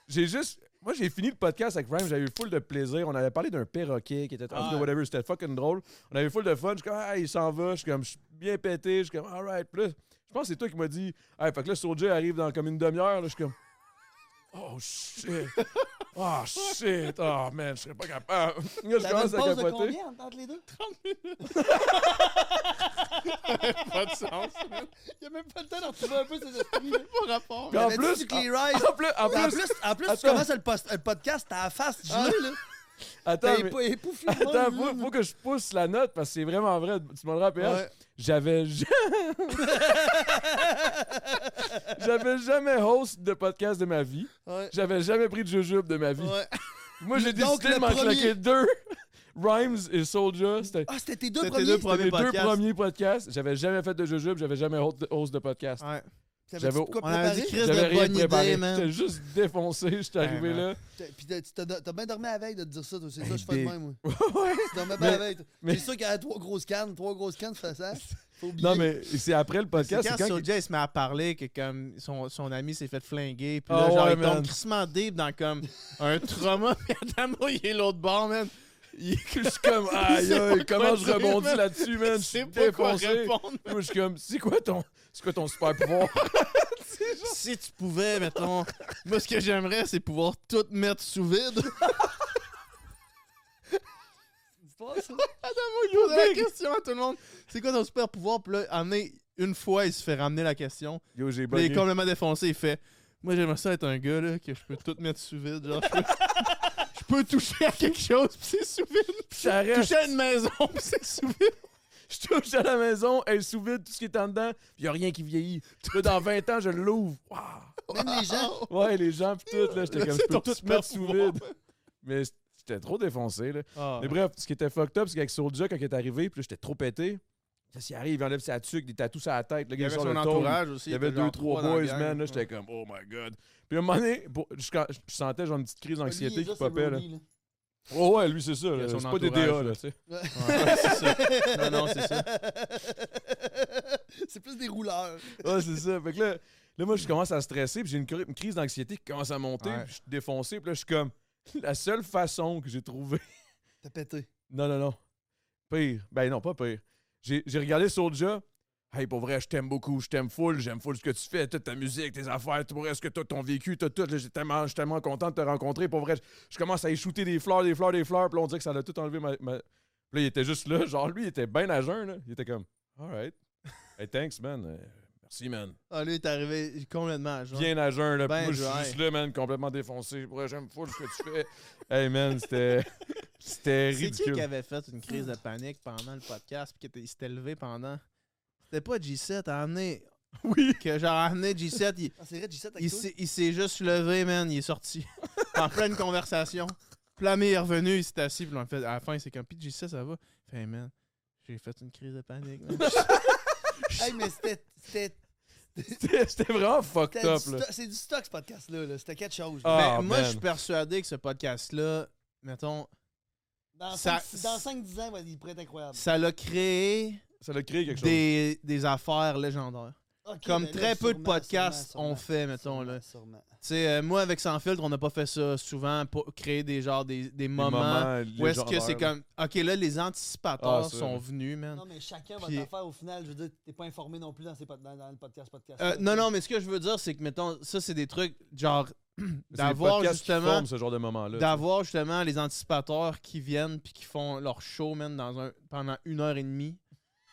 j'ai juste. Moi, j'ai fini le podcast avec Rhyme, j'avais eu full de plaisir. On avait parlé d'un perroquet qui était. en tout cas,
Ouais.
whatever, c'était fucking drôle. On avait full de fun. Je suis comme, ah, il s'en va. Je suis comme, je suis bien pété. Je suis comme, alright. Puis là, je pense que c'est toi qui m'as dit, ah, fait que là, Soulja arrive dans comme une demi-heure. là. Je suis comme, oh shit. Oh shit. Oh man, je serais pas capable. Là, je
T'avais une
commence à
pause de
capoter.
combien entre les deux?
Pas de sens, man.
[LAUGHS] Il y a même pas le temps de retrouver un peu ses esprits.
Pas rapport.
Puis en
T'avais-tu
plus-
du Clear Eyes?
En plus, en
En
plus,
plus, en plus, tu
Attends.
commences le, post- le podcast, t'as la face gelée, là.
attends,
T'es
mais-
épo-
[LAUGHS]
époufflé.
attends,
là.
faut, faut que je pousse la note parce que c'est vraiment vrai. Tu me le rappelles? J'avais [LAUGHS] ja- J'avais jamais host de podcast de ma vie.
Ouais.
J'avais jamais pris de jujube de ma vie.
Ouais.
Moi, j'ai
Donc,
décidé de
le
m'en
premier-
claquer deux. [LAUGHS] Rhymes et Soulja, c'était
Ah, c'était tes deux
C'était tes
premiers?
deux
c'était
Premier
mes deux
podcast.
premiers podcasts. J'avais jamais fait de jujube, j'avais jamais host de, host de podcast.
Ouais.
T'avais-tu
J'avais-
de quoi
On avait
préparer?
dit Ah, Chris
J'avais
de
rien
bonne
préparé.
idée,
J'étais
man.
juste défoncé, j'étais
Ouais,
arrivé
man.
là.
T'as- Puis t'as- tu t'as t'as bien dormi la veille de te dire ça, toi. C'est
Hey,
ça, je fais de
big.
même, moi.
Ouais.
Tu dormais
Mais-
pas la veille. toi.
mais-
C'est sûr qu'il y a trois grosses cannes. Trois grosses cannes, tu fais ça. Faut oublier.
Non, mais c'est après le
C'est
podcast.
quand,
C'est quand.
Soulja il se met à parler que comme son, son ami s'est fait flinguer puis là
Ah
genre
ouais,
il
man.
tombe crissement deep dans comme [LAUGHS] un trauma puis Adamo il est l'autre bord man il
Je suis
[LAUGHS]
comme, aïe,
sais pas
aïe, comment
quoi
je
dire,
rebondis
man.
là-dessus, man? Je suis
sait pas quoi
défoncé.
répondre
Moi, je suis comme, c'est quoi ton, c'est quoi ton super pouvoir?
si tu pouvais [LAUGHS] mettons moi ce que j'aimerais c'est pouvoir tout mettre sous vide
C'est pas ça.
il pose la question à tout le monde c'est quoi ton super pouvoir puis là amener une fois il se fait ramener la question
Yo, j'ai
puis il est
bugné.
complètement défoncé il fait moi j'aimerais ça être un gars là que je peux tout mettre sous vide genre [LAUGHS] je peux, je peux toucher à quelque chose puis c'est sous vide
J'arrête,
toucher à une maison, [LAUGHS] pis c'est souvent
je touche à la maison, elle est sous vide, tout ce qui est en dedans, il y a rien qui vieillit. Là, dans 20 ans, je l'ouvre. Waouh!
Même les gens.
Ouais, les gens pis tout, là, j'étais
Là,
comme,
c'est
je peux
ton
tout
super
mettre sous
pouvoir.
vide. Mais j'étais trop défoncé, là. Mais bref, ce qui était fucked up, c'est qu'avec Soulja, quand il est arrivé, puis là, j'étais trop pété. Ça s'y arrive, il enlève sa tuque, des tatous sur la tête, le
il y
gars
avait
sur
son
le tour.
entourage aussi.
Il y avait
était genre
deux, trois
dans la
boys,
gang.
man. Là, j'étais comme, oh my god. Puis à un moment donné, pour- je, quand- je sentais genre une petite crise d'anxiété qui
Olivier, ça, c'est
popait, là.
Ronnie, là.
Oh ouais, lui, c'est ça.
Il y
là.
a son
C'est pas des
entourage,
DA,
là.
là, tu sais.
Ouais, c'est ça. Non, non, c'est ça.
[LAUGHS] C'est plus des rouleurs.
Ouais, c'est ça. Fait que là, là, moi, je commence à stresser, puis j'ai une, cri- une crise d'anxiété qui commence à monter,
Ouais.
puis je suis défoncé, puis là, je suis comme, la seule façon que j'ai trouvé.
T'as pété.
Non, non, non. Pire. Ben non, pas pire. J'ai j'ai regardé Soulja, Hey, pour vrai, je t'aime beaucoup, je t'aime full, j'aime full ce que tu fais, toute ta musique, tes affaires, tout pour vrai, ce que t'as, ton vécu, t'as tout. là, J'ai tellement, je suis tellement content de te rencontrer. Pour vrai, je, je commence à y shooter des fleurs, des fleurs, des fleurs. Puis là, on dirait que ça l'a tout enlevé. Ma, ma- Puis là, il était juste là. [LAUGHS] Genre, lui, il était bien à jeun. Là. Il était comme, alright. Hey, thanks, man. Euh, merci, man.
[LAUGHS] Ah, lui, il est arrivé complètement à jour.
Bien à jeun, là.
Ben
Moi, je suis
dry.
juste là, man, complètement défoncé. Pour vrai, j'aime full ce que tu fais. hey, man, c'était. [LAUGHS] C'était
C'est qui qui
ridicule.
avait fait une crise de panique pendant le podcast puis qui était- il s'était levé pendant C'était pas G7 à amener.
[LAUGHS] Oui.
Que genre, à amener G7,
[LAUGHS]
il,
Ah, c'est vrai, G7 avec
il
toi?
s'est- il s'est juste levé, man, il est sorti. [LAUGHS] en pleine conversation. Plamé est revenu, il s'est assis, puis on fait, à la fin, c'est comme, puis G7, ça va. Il fait, Hey, man, j'ai fait une crise de panique. man.
Hey, mais c'était- c'était.
C'était [LAUGHS] c'était vraiment fucked
c'était
up,
du
là.
sto- C'est du stock, ce podcast-là. là. C'était quelque chose.
Ah,
là.
Mais Ben, moi,
man.
je suis persuadé que ce podcast-là, mettons,
Dans
ça-
5-10 ans, ouais, il pourrait être incroyable.
ça l'a créé
Ça l'a créé quelque chose.
des, des affaires légendaires.
Ok,
Comme
ben là,
très peu de
sûrement,
podcasts
sûrement,
ont fait, mettons,
sûrement,
là.
sûrement.
Tu sais, euh, moi, avec Sans Filtre, on n'a pas fait ça souvent pour créer des genres, des, des
Des
moments, où est-ce que
légendaires,
c'est
là.
comme, OK, là, les anticipateurs
Ah, ça,
sont
oui.
venus, man.
Non, mais chacun
Puis-
va t'en faire au final. Je veux dire, t'es pas informé non plus dans, ces pod- dans, dans le podcast. podcast
Euh, non, non, mais ce que je veux dire, c'est que, mettons, ça, c'est des trucs, genre, [CLEARS THROAT]
C'est les
d'avoir
podcasts qui
justement...
forment ce genre de moment-là.
D'avoir justement les anticipateurs qui viennent puis qui font leur show, man, dans un, pendant une heure et demie.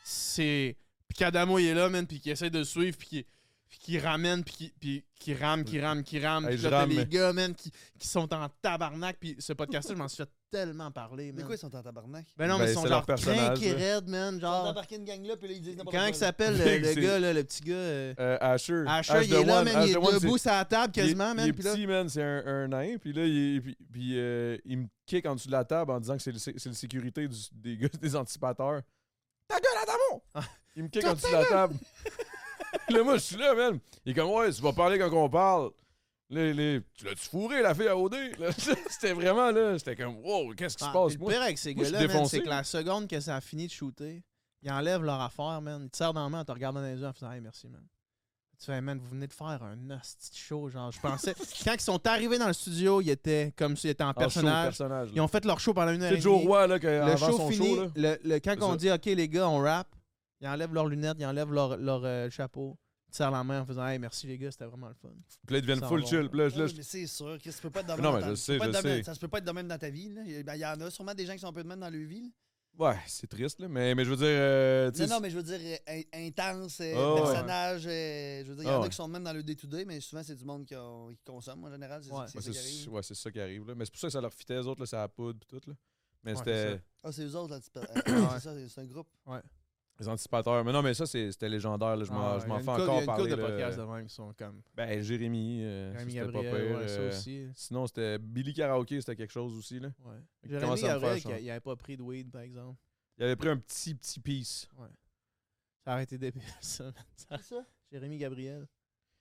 C'est. Puis qu'Adamo il est là, man, puis qui essaie de suivre, puis qui, puis qui ramène, puis qui, puis qui rame, qui rame, qui rame.
Hey,
Puis
je
là, t'as
rame,
les
mais-
gars, man, qui, qui sont en tabarnak. Puis ce podcast-là, je m'en suis fait tellement parler,
Mais
man.
quoi, ils sont en tabarnak?
ben non,
Ben,
mais ils sont
c'est leur
genre
personnage,
crinqués
là.
raides, man.
Ils ont
Genre.
embarqué une gang là, puis là, ils disent n'importe
Comment
quoi.
il s'appelle le, le
C'est-
gars, là, le petit gars euh,
Euh, Asher.
Asher,
Ash
il
the
est là,
One.
man,
Ash
il
the
est
E One,
debout sur la table
c'est-
quasiment,
Il
man.
est
Puis là,
petit, man, c'est un, un nain. Puis là, il, puis, puis, euh, il me kick en dessous de la table en disant que c'est le, sé- c'est le sécurité du- des gars, des anticipateurs. Ta gueule, Adamo!
Ah.
Il me kick en dessous de la
[LAUGHS]
table. là, moi, je suis là, man. Il est comme, ouais, tu vas parler quand on parle. Là, il est, tu l'as-tu fourré, la fille à OD? Là, [LAUGHS] C'était vraiment, là, c'était comme, wow, qu'est-ce qui
Ah,
se passe?
puis
Moi,
Le pire avec ces
moi, je suis
gars-là, man,
défoncé,
c'est que
là.
la seconde que ça a fini de shooter, ils enlèvent leur affaire, man. Ils te serrent dans la main en te regardant dans les yeux en faisant Hey, merci, man. Tu fais, man, vous venez de faire un hostie de show. Genre,
[LAUGHS]
je pensais. quand ils sont arrivés dans le studio, ils étaient comme ça, ils étaient en
en Ah, show,
personnage.
personnage, là.
Ils ont fait leur show pendant une heure.
C'est
et
Joe
demie.
Roy, là, que-
Le
avant
show
son
fini.
show, là.
le- le- quand
C'est
on
ça.
dit OK, les gars, on rap, ils enlèvent leurs lunettes, ils enlèvent leur, leur euh, chapeau. Ils te serrent la main en faisant Hey, merci, les gars, c'était vraiment le fun.
Puis là, ils deviennent
Ça
full
va.
chill. Puis là, je-
Ah
là,
oui,
je-
mais c'est sûr que ça peut pas être de même.
Non,
dans
mais
ta-
je
ça
sais,
peut pas
je
être de même-
sais.
Ça se peut pas être de même dans ta vie. là. Il y a- ben, il y en a sûrement des gens qui sont un peu de même dans leur vie. là.
Ouais, c'est triste, là. Mais, mais je veux dire. euh, tu sais,
Non, non, mais je veux dire, euh, in- intense, euh,
Ah ouais.
personnage. euh, je veux dire, il y
Ah
en
ouais.
a qui sont de même dans le day-to-day, mais souvent, c'est du monde qui, ont- qui consomme en général. C'est
Ouais.
c'est
ouais,
ça qui
c'est
arrive.
ouais, c'est ça qui arrive, là. Mais c'est pour ça que ça leur fitait, les autres, là, ça la poudre, puis tout, là. Mais
Ouais, c'est
c'était
ça.
Ah, c'est eux autres, là. tu
[COUGHS]
peux-
Ouais.
C'est ça, c'est un groupe.
les anticipateurs. Mais non, mais ça, c'est- c'était légendaire, là. Je m'en
Ah,
je
il y
m'en
a une
fais
couple- il y a
encore
une
parler.
couple de
là.
podcasts de même qui sont comme.
Ben, Jérémy, euh, ça,
Jérémy
c'était pas
Gabriel,
pire.
ouais, ça
euh,
aussi.
Sinon, c'était Billy Karaoke, c'était quelque chose aussi, là.
Ouais.
Fait que
Jérémy
commence à me
Gabriel,
faire
qui-
chanter.
il avait pas pris de weed, par exemple.
Il avait pris un petit, petit piece.
Ça aurait été débile, [LAUGHS] ça.
C'est ça?
Jérémy Gabriel.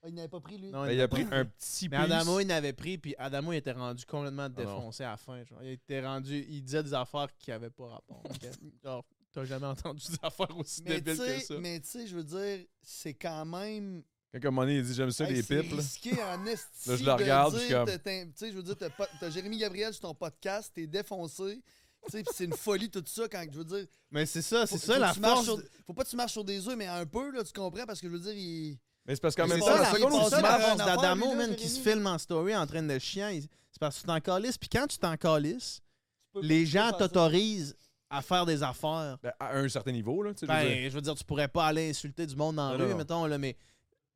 Ah, il n'avait pas pris, lui.
Non,
Ben, il
l'a
a pris
pas
un petit
Mais
piece.
Adamo, il Ah n'avait pris, puis Adamo, il était rendu complètement
non.
défoncé à la fin. genre. Il était rendu. Il disait des affaires qui n'avaient pas rapport. ok? [LAUGHS] genre, t'as jamais entendu des affaires aussi
mais tu
débiles que ça.
sais, mais tu sais, je veux dire, c'est quand même.
Quand, à un moment donné, il dit J'aime ça,
Hey,
les
c'est
pipes, là. [LAUGHS]
risqué en esti.
Là, je
de
le regarde, je suis
dire,
comme-
t'as- t'as- Tu sais, je veux dire, t'as pas- t'as Jérémy Gabriel sur ton podcast, t'es défoncé. Tu sais, pis c'est une folie tout ça quand je veux dire.
Mais c'est ça,
faut-
c'est ça
faut
la
que tu marches
force.
sur-
de-
Faut pas que tu marches sur des œufs, mais un peu, là, tu comprends, parce que je veux dire, il.
Mais c'est parce qu'en
Mais
même
C'est
temps,
ça la
la seconde où
force
ça
il passe-
marche.
marche,
de- d'Adamo,
lui, là,
man, qui se
Jérémy.
filme en story en train de chien. il- C'est parce que tu t'en calisses, puis quand tu t'en calisses,
tu peux-
les
tu peux
gens
faire ça.
t'autorisent à faire des affaires.
Ben, à un certain niveau, là. tu sais, je veux dire.
Ben, je veux dire, tu pourrais pas aller insulter du monde dans la
Non, non,
rue,
non.
mettons, là, mais,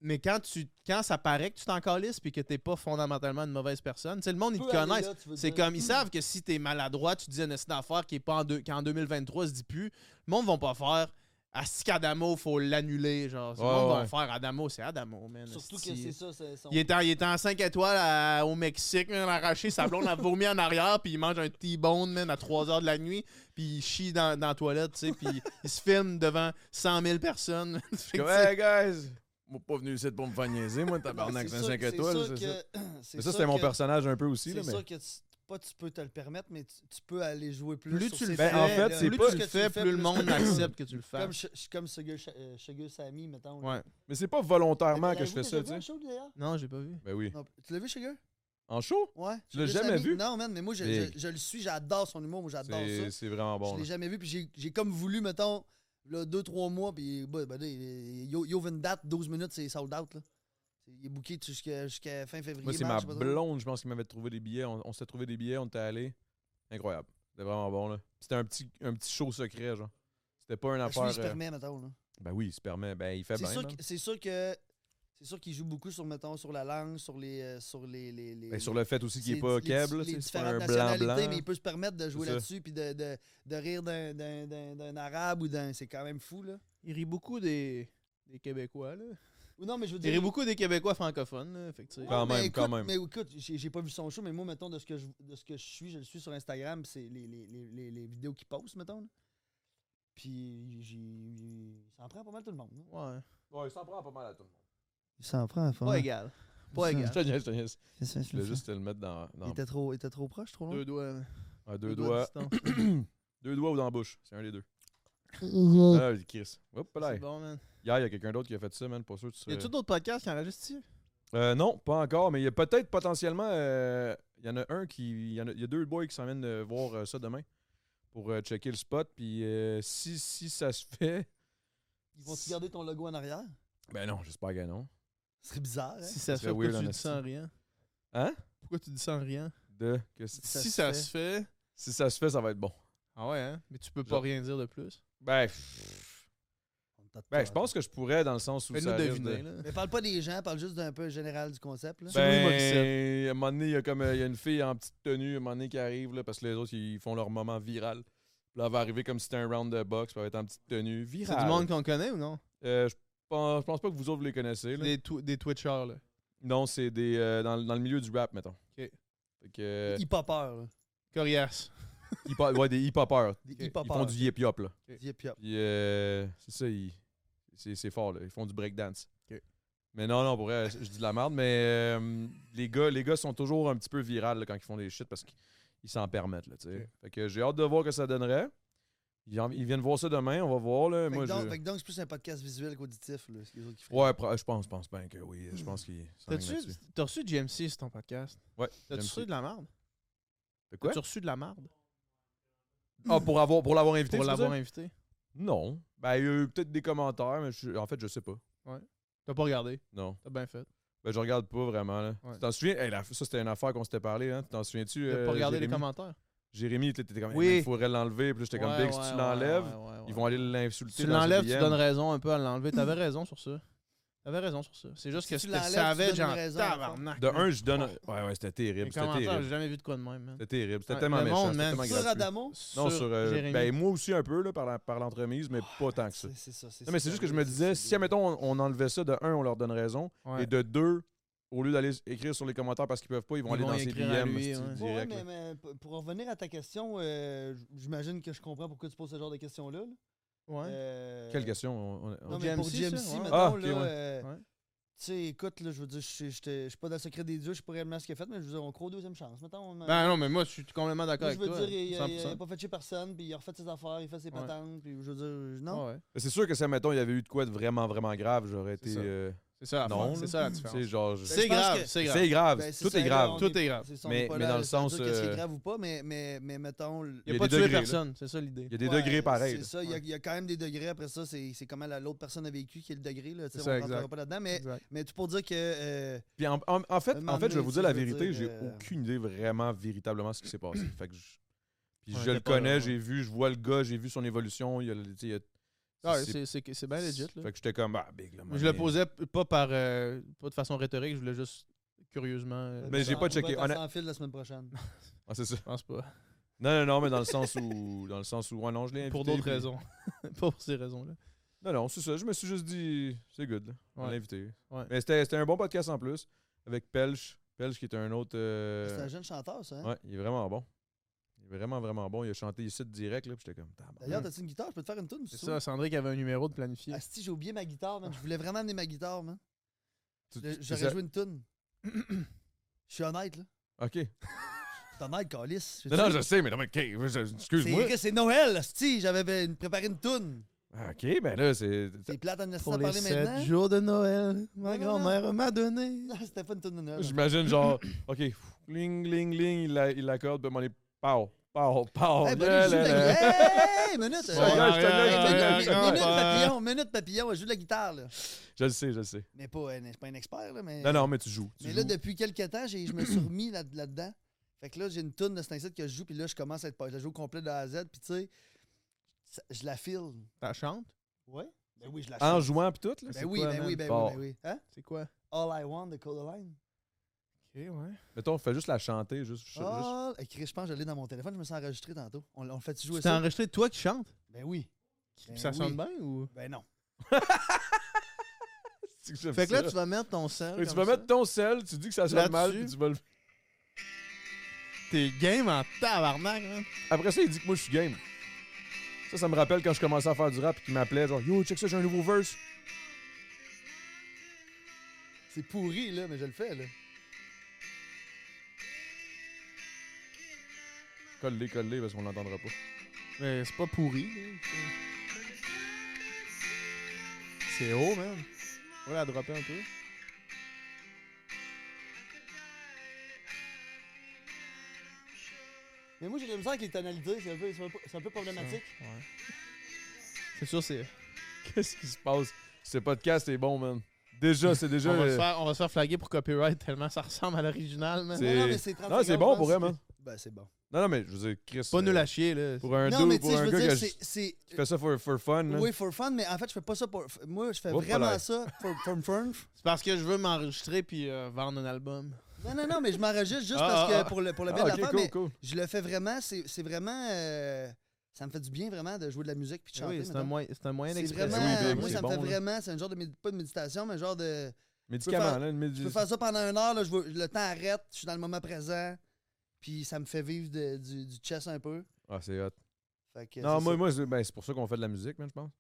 mais quand, tu, quand ça paraît que tu t'en calisses puis que t'es pas fondamentalement une mauvaise personne, tu sais, le monde,
Tu
ils te
peux aller
connaissent.
là, tu veux
C'est
dire.
comme, ils savent que si t'es maladroit, tu dis une essai d'affaires qui est pas en, deux, qui en 2023 se dit plus, le monde va pas faire. Asti qu'Adamo, faut l'annuler. Genre, le
Ouais,
monde va
ouais.
faire Adamo, c'est Adamo, man.
Surtout
asti.
que c'est ça, c'est son.
Il est, en, il est en 5 étoiles à- au Mexique, man, arraché, sa blonde a vomi en arrière, puis il mange un T-bone, man, à 3 heures de la nuit, puis il chie dans, dans la toilette, tu sais, puis il se filme devant 100 000 personnes. [LAUGHS] Fait que, tu sais,
Ouais, guys! Moi, pas venu ici pour me faire niaiser, moi, tabarnak,
C'est
5
sûr- c'est
étoiles,
sûr
c'est ça.
que-
Mais ça, c'était mon
que-
personnage un peu aussi, là.
C'est
mais-
sûr que tu, pas tu peux te le permettre, mais tu, tu peux aller jouer plus.
plus
sur
tu
ces
le fais,
Ben, en fait,
là.
c'est
plus
pas-
tu le
que
fais, plus le monde
que-
accepte que tu le
Ben,
Comme,
fasses.
Sh- sh- comme Sugar, Sh- euh, Sugar Sammy, mettons. là.
Ouais.
Mais c'est pas volontairement
Mais
que je fais
l'avez-vous
ça,
déjà
tu
vu un
sais.
show, d'ailleurs?
Non, j'ai pas vu.
Ben oui.
Non, Tu l'as vu, Sugar?
En show?
Ouais.
Tu l'as
Sugar
jamais
Sammy?
vu?
Non, man, mais moi, je,
Big.
je- je le suis, j'adore son humour, moi, j'adore ça.
C'est c'est vraiment
je
bon.
l'ai
là.
jamais vu, puis j'ai- j'ai comme voulu, mettons, Là, deux, trois mois, puis bah, bah, là, il il- il ouvre une date, 12 minutes, c'est sold out. Là. C'est- Il est booké jusqu'à jusqu'à fin février.
Moi, c'est ma
mars, je sais pas trop.
blonde, je pense, qui m'avait trouvé des billets. On, on s'était trouvé des billets, on était allés. Incroyable. C'était vraiment bon, là. C'était un petit, un petit show secret, genre. C'était pas une
Parce que lui, il se
affaire. euh,
permet, mettons. là.
Ben oui, il se permet. Ben, il fait
C'est
bien.
sûr,
man.
que- c'est sûr que. C'est sûr qu'il joue beaucoup sur, mettons, sur la langue, sur les. euh, sur les, les, les-
Ben, sur le fait aussi qu'il
les-
est pas
les-
keb, là,
les
tu sais, c'est pas
différentes
un blanc
nationalités,
blanc.
mais il peut se permettre de jouer
ça.
là-dessus puis de, de, de rire d'un, d'un, d'un, d'un arabe ou d'un. C'est quand même fou, là.
Il rit beaucoup des, des Québécois, là.
Ou non, mais je veux
Il
dire.
rit beaucoup des Québécois francophones, là, fait que, tu sais.
Ouais,
Quand
mais
même,
écoute-
quand même.
Mais écoute, j'ai, j'ai pas vu son show, mais moi, mettons, de ce que je, de ce que je suis, je le suis sur Instagram, puis c'est les, les, les, les, les vidéos qu'il poste, mettons. là. Puis, j'ai, ça en prend pas mal tout le monde. là.
Ouais.
Ouais, il s'en prend pas mal à tout le monde.
Il s'en prend,
Pas égal.
[LAUGHS]
Pas
Je
égal.
te niaise, je te niaise. Je voulais juste te le mettre dans. dans-
Il était trop, il était trop proche, trop loin.
Deux doigts. là.
Ah, deux, doigts.
de distance.
deux doigts ou dans la bouche. C'est un des deux.
Deux.
Ah, Chris. Hop là.
Oh. [COUGHS] C'est bon, man.
Hier, il y a quelqu'un d'autre qui a fait ça, man. Pas sûr que tu
Y
serais...
a tout d'autres podcasts qui enregistrent ici?
Euh, non, pas encore, mais il y a peut-être potentiellement. euh, Il y en a un qui. Il y, en a, il y a deux boys qui s'en viennent euh, voir euh, ça demain pour euh, checker le spot. Puis euh, si, si ça se fait. [LAUGHS]
Ils vont-tu garder ton logo en arrière?
Ben non, j'espère que non.
Ce serait bizarre, hein?
Si ça se
serait
fait, pourquoi
weird,
tu dis
honesty.
sans rien?
Hein?
Pourquoi tu dis sans rien?
De, que si,
Ça
si
se
ça
fait.
se fait.
si ça se fait, ça va être bon.
Ah ouais, hein? Mais tu peux pas
Genre-
rien dire de plus.
Ben, pff, ben je pense que je pourrais dans le sens où
Fais-nous
ça risque
deviner,
de-
là.
Mais parle pas des gens, parle juste d'un peu général du concept. Là.
C'est Louis
Ben,
Morissette.
à un moment donné, il y a comme euh, il y a une fille en petite tenue, à un moment donné qui arrive là, parce que les autres ils font leur moment viral. Puis là, elle va arriver comme si c'était un round de boxe, puis elle va être en petite tenue.
C'est
Viral.
du monde qu'on connaît ou non?
Euh, je pense, je pense pas que vous autres vous les connaissez. là.
Des, tw- des Twitchers, là.
Non, c'est des euh, dans, le- dans le milieu du rap, mettons.
Ok.
Fait que,
Hip hopper, là.
Corias.
hip hop- ouais, des hip-hoppers.
Des hip
Ok.
Ils font
hoppers.
du yip-yop, là.
Hip hop.
Puis euh, c'est ça, ils- c'est, c'est fort, là. Ils font du breakdance.
Ok.
Mais non, non, pour vrai, je dis de la merde, mais euh, les, gars, les gars sont toujours un petit peu virales là, quand ils font des shit parce qu'ils ils s'en permettent, là, tu sais.
Ok.
Fait que j'ai hâte de voir que ça donnerait. Ils, en- ils viennent voir ça demain, on va voir, là.
Fait que
Moi,
donc,
je...
fait que donc, c'est plus un podcast visuel qu'auditif, là. ce que les autres qui font.
Ouais, pro- je pense, je pense bien que oui. Je pense qu'ils s'en
T'as-tu
là-dessus.
t'as reçu GMC sur ton podcast?
Ouais, j'aime
T'as-tu
ça.
reçu de la merde?
De quoi?
T'as reçu de la merde?
Ah, pour, avoir, pour l'avoir invité,
Pour
tu veux
l'avoir
dire?
invité?
Non. Ben, il y a eu peut-être des commentaires, mais je- en fait, je sais pas.
T'as pas regardé?
Non.
T'as bien fait.
Ben, je regarde pas vraiment, là.
Ouais.
Tu t'en souviens? Hey, la- ça, c'était une affaire qu'on s'était parlé, hein. Tu t'en souviens-tu?
T'as
euh,
pas regardé les
Jérémy?
commentaires?
Jérémy, t'étais comme,
Oui.
il faudrait l'enlever. Puis là, j'étais comme,
Ouais,
Big, si
ouais,
tu
ouais,
l'enlèves,
ouais, ouais, ouais.
ils vont aller l'insulter.
Tu
dans ses
l'enlèves, tu
DM.
donnes raison un peu à
[LAUGHS]
l'enlever. T'avais raison sur ça. T'avais raison sur ça. C'est juste
Si
que
tu
c'était
l'enlèves, tu
savage
donnes
genre
raison,
tabarnak.
De
man.
un, je donne. Ouais, ouais, c'était terrible.
Les
C'était
commentaires,
terrible.
j'ai jamais vu de quoi de même, man.
C'était terrible. C'était
Ouais,
tellement
le
méchant.
monde,
C'était
man,
tellement
Sur
gratuit.
Adamo?
Non, sur. euh,
Jérémy.
ben, moi aussi, un peu, là, par la- par l'entremise, mais pas tant que ça.
C'est c'est ça.
Non, mais c'est juste que je me disais, si, admettons, on, on enlevait ça, de un, on leur donne raison.
Ouais.
Et de deux, au lieu d'aller écrire sur les commentaires parce qu'ils peuvent pas, ils vont
Ils
aller
vont
dans
y
ses
écrire à
DM
lui,
c'est-tu,
ouais.
Ouais,
direct. là.
mais, mais p- pour en revenir à ta question, euh, j- j'imagine que je comprends pourquoi tu poses ce genre de questions-là. là.
Ouais.
Euh,
Quelle question on- on- on-
Non, mais pour
GMC, ça,
GMC,
ouais.
mettons,
Ah, ok,
là,
ouais.
euh,
Ouais.
tu sais, écoute, là, je veux dire, je suis- j'étais- je suis pas dans le secret des dieux, je sais pas réellement ce qu'il a fait, mais je veux dire, on croit aux deuxième chance. Mettons, on-
Ben non, mais moi, je suis complètement d'accord
Moi,
avec
je veux
toi.
dire, il, il- il a
100%.
pas fait chez personne, puis il a refait ses affaires, il fait ses
Ouais.
patentes, puis je veux dire, non.
Ah Ouais, ouais.
C'est sûr que si, admettons, il y avait eu de quoi de vraiment, vraiment grave, j'aurais
C'est
été.
ça.
euh,
C'est ça, la
Non,
force,
là.
c'est ça la
tu
différence.
sais, genre. je-
C'est
je pense
grave,
que-
c'est grave.
C'est grave.
Ben, c'est
Tout
ça,
est grave.
là, on
Tout est grave.
C'est ça, on
Mais-
est pas
mais
là
dans
à
le
se dire
sens,
Qu'est-ce qui
euh,
est grave ou pas, mais, mais, mais mettons. le-
Il
Il
y
n'y
a
a pas
des
tué
degrés, là.
personne, c'est ça l'idée.
Il y a des
Ouais,
degrés pareils.
C'est
là.
ça, il y a-
Ouais.
il y, a quand même des degrés. Après ça, c'est c'est comment la- l'autre personne a vécu qui est le degré. Là, tu sais, on
C'est ça,
ne
exact.
rentrera pas là-dedans. Mais,
Exact.
mais tout pour dire que. euh,
Puis en, en- en fait,
Un moment
en fait, je vais
donné,
vous
tu sais,
dire la
je veux
vérité,
dire,
j'ai
euh,
aucune idée vraiment véritablement ce qui s'est passé. Fait que je, puis
On
je le
était pas là,
connais,
ouais.
j'ai vu, je vois le gars, j'ai vu son évolution. Il y a, le- tu sais, il y a-
Ah Ouais, c'est- C'est c'est bien legit. là.
Fait que hein. j'étais comme ah big là.
Je
man.
le posais p- pas par euh, pas de façon rhétorique, je voulais juste curieusement. euh,
Mais j'ai
on
pas
va
checké,
être
honnête-
sans fil la semaine prochaine.
Ah, c'est ça.
Je pense pas.
Non non non, mais dans le sens où dans le sens où ouais, non, je l'ai [LAUGHS]
Pour
invité,
d'autres
puis-
raisons. [LAUGHS] pas pour ces raisons-là.
Non non, c'est ça, je me suis juste dit c'est good là. On
Ouais.
l'a invité.
Ouais.
Mais c'était c'était un bon podcast en plus avec Pelch, Pelch qui est un autre euh,
C'est un jeune chanteur, ça. hein?
Ouais, il est vraiment bon. Il est vraiment vraiment bon, il a chanté ici direct là, puis j'étais comme tabarnak.
D'ailleurs, t'as-tu une guitare Je peux te faire une tune
C'est ça, Sandrick avait un numéro de planifié.
Asti, j'ai oublié ma guitare, man. Je voulais vraiment amener ma guitare, man.
Tu-
Le-
tu-
J'aurais
ça-
joué une tune. [CLEARS THROAT] Je suis honnête, là.
OK.
T'es honnête, Calis.
Non non, je sais mais non mais OK, je- excuse-moi.
C'est c'est Noël, Asti. J'avais ben, préparé une tune.
Ah, OK, ben là c'est
C'est plate à me laisser
Pour
en
les
parler maintenant.
sept jours de Noël, ma
Non, non, non.
grand-mère m'a donné.
Non, C'était pas une tune de Noël. man.
J'imagine genre, [COUGHS] ok, ling, ling, ling, il la- il l'accorde, puis on est pow, pow, pow.
Hey,
la,
bonne
la,
Eh, ben, joue, la
la.
guitare. hey, minute!
Bon,
euh,
non,
hey,
je te
arrête,
l'ai-
minute,
arrête,
minute, minute,
arrête.
papillon, minute, papillon, elle joue de la guitare, là.
Je le sais, je le sais.
Mais pas, euh, je suis pas un expert, là, mais...
Non, non, mais tu joues. tu
Mais là,
joues.
depuis quelques temps, j'ai- je me suis remis là- là-dedans. fait que là, j'ai une toune de Stinset que je joue, puis là, je commence à être pas. Je la joue au complet de A à Z, puis tu sais, ça- je la file.
T'as chante?
Ouais? Ben oui, je la
En
file.
jouant pis tout, là.
Ben
c'est
oui,
quoi,
ben
man?
oui, ben
Bon.
oui, ben oui. Hein?
C'est quoi?
All I want, the color line.
Ok, ouais.
Mettons, fais juste la chanter, juste. juste-
All... Eh, Chris, je pense que je l'ai dans mon téléphone, je me suis enregistré tantôt. On, on le fait jouer
T'as
ça?
enregistré toi qui chante?
Ben oui. Ben
ça
oui.
sonne bien ou?
Ben non.
C'est que [LAUGHS] j'aime
Fait que là,
ça.
tu vas mettre ton sel.
Fait que tu vas mettre ton sel, tu dis que ça sonne mal,
Là-dessus.
puis tu vas le.
tes games en tabarnak, hein?
Après ça, il dit que moi je suis game. Ça, ça me rappelle quand je commençais à faire du rap et qu'il m'appelait genre Yo, check ça, j'ai un nouveau verse.
C'est pourri, là, mais je le fais, là.
Colle-les, colle-les parce qu'on l'entendra pas.
Mais c'est pas pourri. là. C'est haut, man. On la dropper
[LAUGHS]
un peu.
Mais moi, j'ai de la misère avec les tonalités, c'est un peu, c'est un peu- c'est un peu problématique.
Ouais. C'est sûr, c'est.
Qu'est-ce qui se passe? Ce podcast est bon, man. Déjà, c'est déjà.
On, va se
euh,
faire- on va se faire flaguer pour copyright tellement ça ressemble à l'original, man.
C'est-
Non, non, mais c'est 30
Non, c'est
secondes,
bon
je
pour hein.
pense.
vrai, man.
Ben, c'est bon.
Non, non, mais je veux dire, Chris.
Pas
euh,
nul à chier, là.
Pour un,
non,
dude,
mais tu
pour
sais,
un
je
gars
veux
qui a
dire,
juste
c'est- c'est...
fait ça for, for fun, man.
Oui, for fun, mais en fait, je fais pas ça pour. Moi, je fais
Oh,
vraiment
voilà.
ça for, for fun.
C'est parce que je veux m'enregistrer puis euh, vendre un album.
Non, non, non, mais je m'enregistre juste
Ah,
parce
ah, ah.
que pour le, pour le bien de
ah, ok,
l'affaire,
cool,
mais
cool.
je le fais vraiment. C'est c'est vraiment. euh, ça me fait du bien vraiment de jouer de la musique puis de chanter.
oui, c'est un,
mettons.
moyen- c'est un moyen
C'est
d'expression.
vraiment.
Oui, ben,
moi,
c'est
ça me
bon,
fait
là.
vraiment. C'est un genre de. méd- Pas de méditation, mais un genre de.
Médicament,
faire-
là. une médi-
Je peux faire ça pendant une heure, là, je vois- le temps arrête, je suis dans le moment présent, puis ça me fait vivre de- du, du chess un peu.
Ah, c'est hot.
Fait que
Non,
c'est
moi,
ça.
moi c'est ben, c'est pour ça qu'on fait de la musique, man, je pense.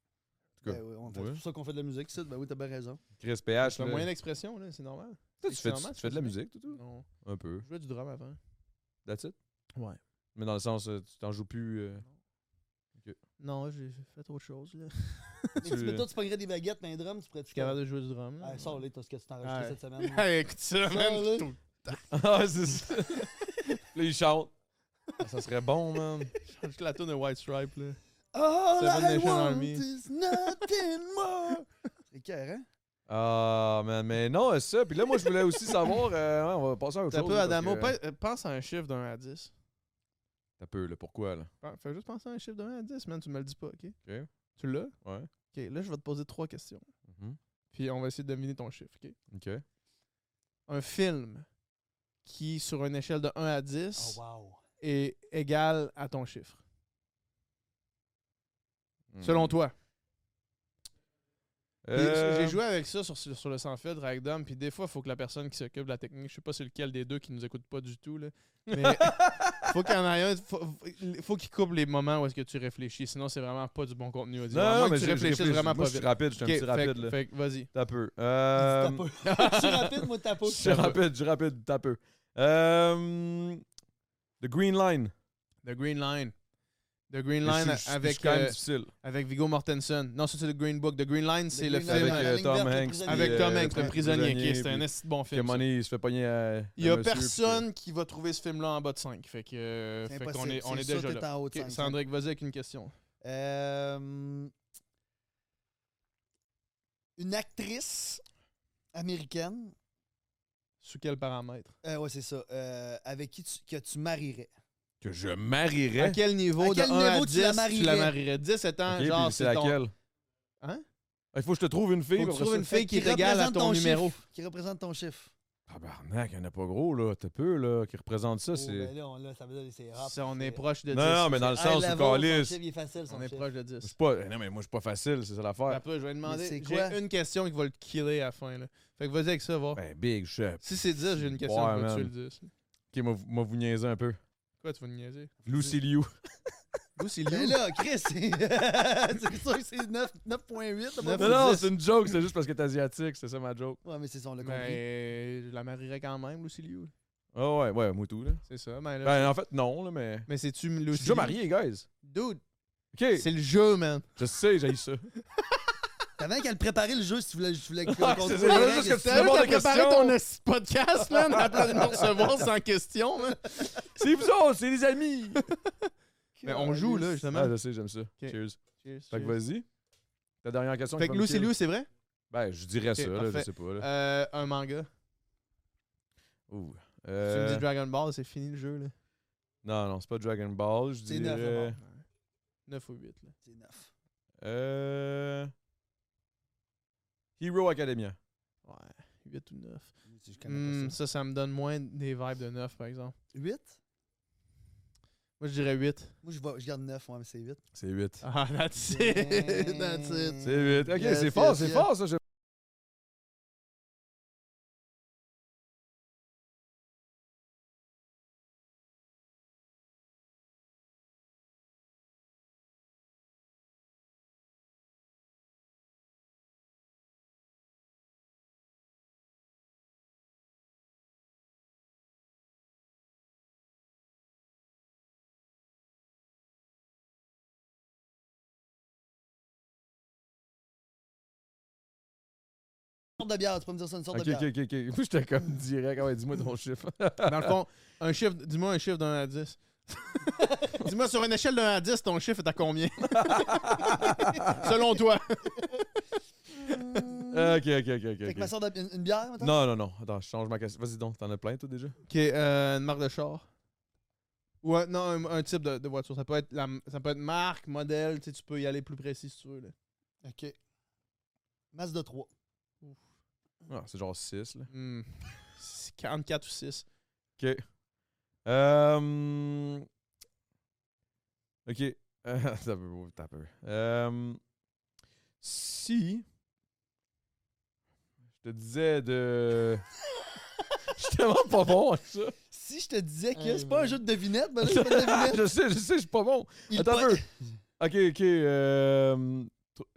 Ben oui, on fait-
Ouais.
C'est pour ça qu'on fait de la musique, ça. Ben oui, t'as bien raison.
Chris PH,
C'est
là.
un moyen d'expression, là, c'est normal.
Toi, tu fais,
normal,
tu fais de la musique, tout, tout?
Non.
Un peu.
Je jouais du drum avant.
That's it?
Ouais.
Mais dans le sens, euh, tu t'en joues plus. euh,
Non, j'ai fait autre chose, là.
Mais tu-
Tu-
mais toi, tu pognerais des baguettes, mais un drum, tu pourrais
Je suis capable de jouer du drum. là.
Ah,
[LAUGHS]
sors les, t'as ce que tu t'es enregistré
Ouais.
cette semaine.
[LAUGHS] Hey, écoute ça,
Ça,
man.
là.
Tout-
[LAUGHS] Ah, c'est ça. là, il chante. Ah, ça serait bon, man.
Change la tourne de White Stripe, là.
[LAUGHS] All
Seven
I
Nation
want
Army.
is nothing more. C'est cœur, hein?
Ah, man, mais non, c'est ça. Puis là, moi, je voulais aussi savoir. euh, ouais, on va passer à autre
Ça
chose.
peut,
là, parce
Adamo,
que-
pe- euh, pense à un chiffre d'un à 10.
T'as peu, là. Pourquoi, là?
Pen- Fais juste penser à un chiffre d'un à 10, man. Tu me le dis pas, OK? Tu l'as?
Ouais.
OK, là, je vais te poser trois questions.
Mhm.
Puis on va essayer de deviner ton chiffre, OK?
OK.
Un film qui, sur une échelle de 1 à 10,
Oh, wow.
est égal à ton chiffre. Selon
Hmm.
toi. Puis,
Euh,
J'ai joué avec ça sur, sur sur le sans fil Ragdom, puis des fois, il faut que la personne qui s'occupe de la technique, je sais pas c'est lequel des deux qui nous écoute pas du tout, [LAUGHS] là,
[LAUGHS]
mais faut qu'il y en ait un, faut, faut qu'il coupe les moments où est-ce que tu réfléchis, sinon c'est vraiment pas du bon contenu audio.
Non,
à
non,
moins que
mais
tu
je- je
réfléchisses
réfléchis.
vraiment
Moi,
pas
je
vite.
suis rapide, je suis un
Ok,
petit rapide,
fait,
là.
fait que vas-y.
T'as
[LAUGHS]
peu. [LAUGHS] Euh,
Je suis rapide, moi, t'as pas. [LAUGHS]
je suis rapide, je suis rapide, t'as peu. Euh, The Green Line.
The Green Line. The Green
Mais
Line
je suis- je suis
avec,
quand même
euh,
difficile.
avec Viggo Mortensen. Non, ça c'est le Green Book. The Green Line, c'est le
Green
film
Line,
Avec
la
euh,
ligne verte,
Tom
le
Hanks.
prisonnier.
puis,
avec
euh,
Tom Hanks, le prisonnier.
puis
qui c'est un esti de bon
Que
film. ça.
Money, il se fait pogner à.
Il y
à
a
monsieur, puis-
personne qui va trouver ce film-là en bas de 5. Fait que. euh,
C'est
fait
impossible.
qu'on est, on est
sûr,
déjà
t'es
là.
en haut de
Ok,
cinq.
Sandrick, vas-y avec une question.
Euh, Une actrice américaine.
Sous quel paramètre
Euh, ouais, c'est ça. Euh, avec qui tu, que tu marierais.
Que je
À
marierais.
quel niveau
À quel
de 1
niveau
à
tu
10
la
tu la
marierais?
marierais 10 étant
Ok,
genre
puis c'est
c'est ton.
laquelle? Ah,
Hein?
Il faut que je te trouve une fille. puis
Faut que tu
après
trouves
ça-
une fille qui
Qui
régale à
représente
ton
ton
numéro.
Qui représente ton chiffre.
Tabarnak, il n'y en a pas gros, là. T'as peu, là, qui représente ça.
Oh,
c'est...
ben là, on- là, ça veut dire c'est rap,
Ça, on est
c'est-
proche de 10.
non, non, mais dans le
high
sens où
level, son
Calis.
chiffre, il est facile, son
On est
chiffre.
proche de
Je
10.
suis pas. ben Non, mais moi, je suis pas facile, c'est ça l'affaire.
Après, je vais demander.
c'est quoi?
J'ai une question qui va le killer à la fin. Là. Fait que vas-y avec ça, va.
Ben, big, je sais.
Si c'est 10, j'ai une question
Ouais,
qui va
man.
tuer le 10.
Ok, moi, vous- moi, vous niaisez un peu.
Quoi, tu vas
[LAUGHS]
nous niaiser
Lucy Liu.
Vous, c'est
Ben
Lou.
là, Chris, c'est c'est [LAUGHS] sûr que c'est 9 9.8. t'as pas
Neuf.
Non,
fait-
non,
dix.
c'est une joke, c'est juste parce que t'es asiatique, c'est ça ma joke.
Ouais, mais c'est ça, on l'a compris.
Mais ben, je la marierais quand même, Lucy Liu.
Ah ouais, ouais, Moutou, là.
C'est ça. Ben, là,
Ben, en fait, non, là, mais.
Mais c'est-tu Lucy
Je suis déjà
Liu?
marié, guys.
Dude,
Ok,
c'est le jeu, man.
je sais, j'ai ça.
T'avais qu'à le préparer le jeu si tu voulais tu voulais
Ah,
qu'on
c'est ça, là, juste que tu réponds à la
préparé
question.
ton esti de
[LAUGHS]
podcast, man, à la place de nous recevoir sans question, man.
C'est vous autres, c'est les amis.
Mais on joue, là, justement.
Ah, je sais, j'aime ça. Cheers.
Cheers,
Fait que
cheers.
vas-y. Ta dernière question.
Fait
qui
que
va me
Lou, c'est
kill.
Lou, c'est vrai?
Ben, je dirais ça, là, je
parfait.
sais pas. Là.
Euh, un manga.
Ouh.
Tu me
Euh,
dis Dragon Ball, c'est fini le jeu, là.
Non, non, c'est pas Dragon Ball. Je
C'est neuf,
hein.
dirais.
9 ou 8, là.
C'est neuf.
Euh... Hero Academia.
Ouais, 8 ou 9.
Je connais pas ça.
ça, ça me donne moins des vibes de 9, par exemple.
Huit?
Moi, je dirais 8.
Moi, je, vais- je garde neuf, moi, mais c'est huit.
C'est 8.
Ah, [LAUGHS] that's it! that's it!
C'est 8. Ok,
Yes,
c'est fort,
yes,
c'est
yes.
fort, ça. je-
Une sorte de bière, tu peux me dire ça, une sorte
Ok,
de
ok,
bière.
ok, ok. [LAUGHS] Moi, j'étais comme direct. Ah Ouais, dis-moi ton chiffre.
Dans le fond, un chiffre, dis-moi un chiffre d'un à 10. [LAUGHS] dis-moi sur une échelle d'un à 10, ton chiffre est à combien? Selon toi.
Mmh.
ok, ok, ok,
Fait
ok.
que ma
ok.
sorte de- une, une bière,
Non,
maintenant?
non, non. Attends, je change ma question. Vas-y donc, t'en as plein, toi, déjà?
Ok, euh, une marque de char. Ou un, non, un, un type de, de voiture. Ça peut être, la, ça peut être marque, modèle. Tu, sais, tu peux y aller plus précis si tu veux. Là.
OK. Masse de 3.
Ah, c'est genre 6, là.
Hmm. [LAUGHS] C'est 44 ou 6.
Euh... Ok. [LAUGHS] Euh, T'as peu, oh, t'as peu. Euh... Si... Je te disais de...
[LAUGHS]
Je suis tellement pas bon à ça.
Si je te disais que
Hey,
c'est pas un
man.
jeu de devinette, ben là, c'est pas
[LAUGHS]
de devinette.
je sais, je sais, je suis pas bon.
Il
Attends un
pogne-
peu. Ok, ok. Euh... tro-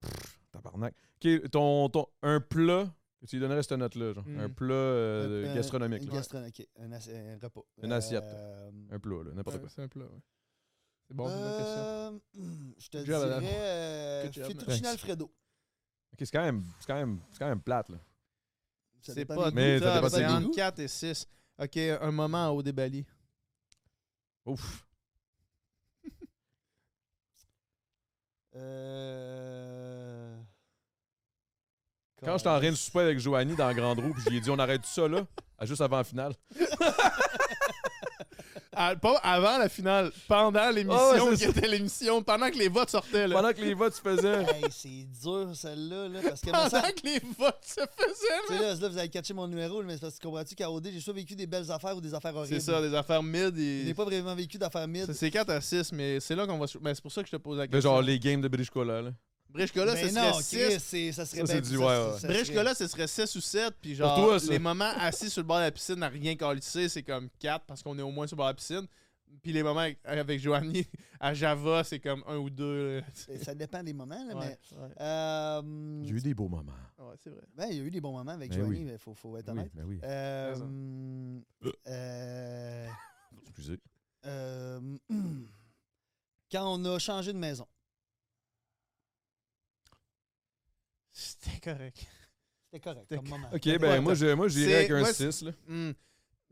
Pff, tabarnak. Ok, ton, ton, un plat. Tu lui donnerais cette note-là, genre.
Hmm.
Un plat euh,
Un- un-
gastronomique.
Une
là.
gastronomie, ok. Un, ass- un repas.
Une assiette.
Euh,
Un plat, là, n'importe
Ouais,
quoi.
C'est un plat, ouais. C'est bon, c'est une bonne question.
euh, hmm, je te
Good job, madame.
dirais euh,
Good job,
fettuccine
madame.
alfredo.
Ok, c'est quand même, c'est quand même, c'est quand même plate, là.
Ça
C'est
dépend
pas
des
Mais
mais
goûts.
ça
top,
dépend
c'est
des
entre
goûts.
4 et 6. Ok, un moment au débali.
Ouf.
Euh...
Quand j'étais en train de souper avec Joanie dans la grande roue, puis j'ai dit on arrête ça là, à- juste avant la finale.
[LAUGHS] Ah, pas avant la finale, pendant
Ah
l'émission,
ouais,
qui
c'est
était l'émission, pendant que les votes sortaient. Là. [LAUGHS]
Pendant que les votes se faisaient.
[LAUGHS] Hey, c'est dur celle-là, là, parce que
Pendant,
me semble-
que les votes se faisaient.
tu sais, là, là, vous avez catché mon numéro, là, mais c'est parce que comprends-tu qu'à OD, j'ai soit vécu des belles affaires ou des affaires
là.
horribles.
C'est ça, des affaires mid.
Je
Et...
n'ai pas vraiment vécu d'affaires mid.
Ça, C'est 4 à 6, mais c'est là qu'on va. se- Mais c'est pour ça que je te pose la
Mais
question.
genre les games de Brichkola là.
Brichkola,
Ben
ce
non,
serait 6.
Chris, c'est- ça serait
Ça, c'est
bien-
du-
ça-
ouais,
ça-
ouais.
ça serait-
Brichkola, ce serait 6 ou 7. Puis genre,
toi, ça.
les moments assis sur le bord de la piscine à rien calisser, c'est comme 4 parce qu'on est au moins sur le bord de la piscine. Puis les moments avec, avec Joanie à Java, c'est comme 1 ou 2.
Ben, Ça dépend des moments, là, mais.
Ouais, ouais.
Euh,
Il y a eu des beaux moments.
Ouais, c'est vrai.
ben, il y a eu des bons moments avec
Ben
Joanie,
oui.
mais faut, faut être
Oui,
honnête.
ben oui.
Euh,
Raison.
hum, euh,
Excusez.
euh, [CLEARS THROAT] hum, quand on a changé de maison,
C'était correct.
c'était correct
C'était
comme moment.
Ok,
C'était
ben
correct.
moi je, moi j'irai
C'est-
avec un
moi,
6 là.
Hum.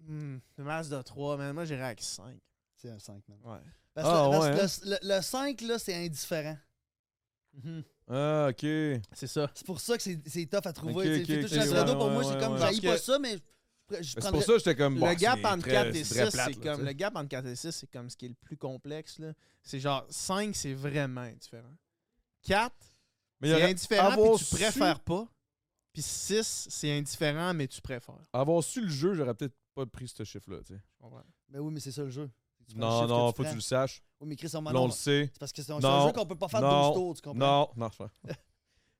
Hum. Le masse de 3, man. Moi, j'irais avec 5.
C'est un 5, man.
Ouais.
Parce
Ah,
que le-
ouais,
le, le- le 5, là, c'est indifférent.
Ah ok.
Hum, C'est ça.
C'est pour ça que c'est c'est tough à trouver.
Ok,
tu sais.
ok,
Fait que
ok,
tout Alfredo,
ouais,
pour
ouais,
moi, c'est
ouais,
comme,
ouais.
j'haïs pas
Parce que-
ça, mais je, je
Ben, C'est
prendrais-
pour ça que j'étais comme bon,
le
c'est
gap entre
très-
4 et
c'est très
6,
plate,
c'est
là,
comme
tu
le
sais.
gap entre 4 et 6, c'est comme ce qui est le plus complexe là. C'est genre 5, c'est vraiment différent. 4,
Mais il y
c'est
aurait-
indifférent
avoir
mais tu
su-
préfères pas. Puis 6, c'est indifférent mais tu préfères.
avoir su le jeu, j'aurais peut-être pas pris ce chiffre là, tu sais.
Je comprends.
Mais oui, mais c'est ça le jeu. Tu prends le
Non
chiffre
non,
tu
faut que tu
prends.
le saches.
Oui, mais Chris, on m'en
Là on le sait.
C'est parce que c'est un, c'est
Non.
un jeu qu'on peut pas faire
Non.
12 tours, tu comprends?
Non, non, je
[LAUGHS]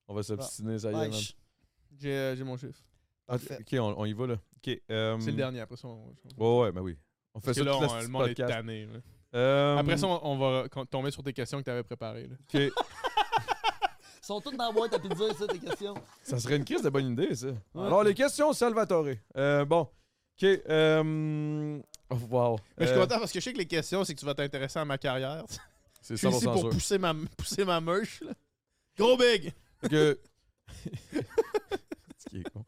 On va s'obstiner, ça y est.
Ouais,
man.
je-
J'ai euh, j'ai mon chiffre.
Ok,
parfait.
ok, on, on y va là. Ok. euh,
C'est le dernier après ça. On... on-
Ouais ouais, ben oui. On fait
Parce
ça
que là,
tout
on- le monde est
podcast.
tanné. là.
Euh,
Après ça, on, on va con- tomber sur tes questions que t'avais préparées. là.
ok.
Ils sont tous dans la boîte à pizza, ça, tes questions.
Ça serait une crise de bonne idée, ça. Alors, les questions, Salvatore. Euh, bon. OK. Euh... oh, wow.
Mais je
Euh,
suis content parce que je sais que les questions, c'est que tu vas t'intéresser à ma carrière.
C'est
Je suis ici
100%
pour
sûr.
pousser ma, [LAUGHS] pousser ma merch. là. Gros big! [LAUGHS]
Fait que- Ce qui est con. OK.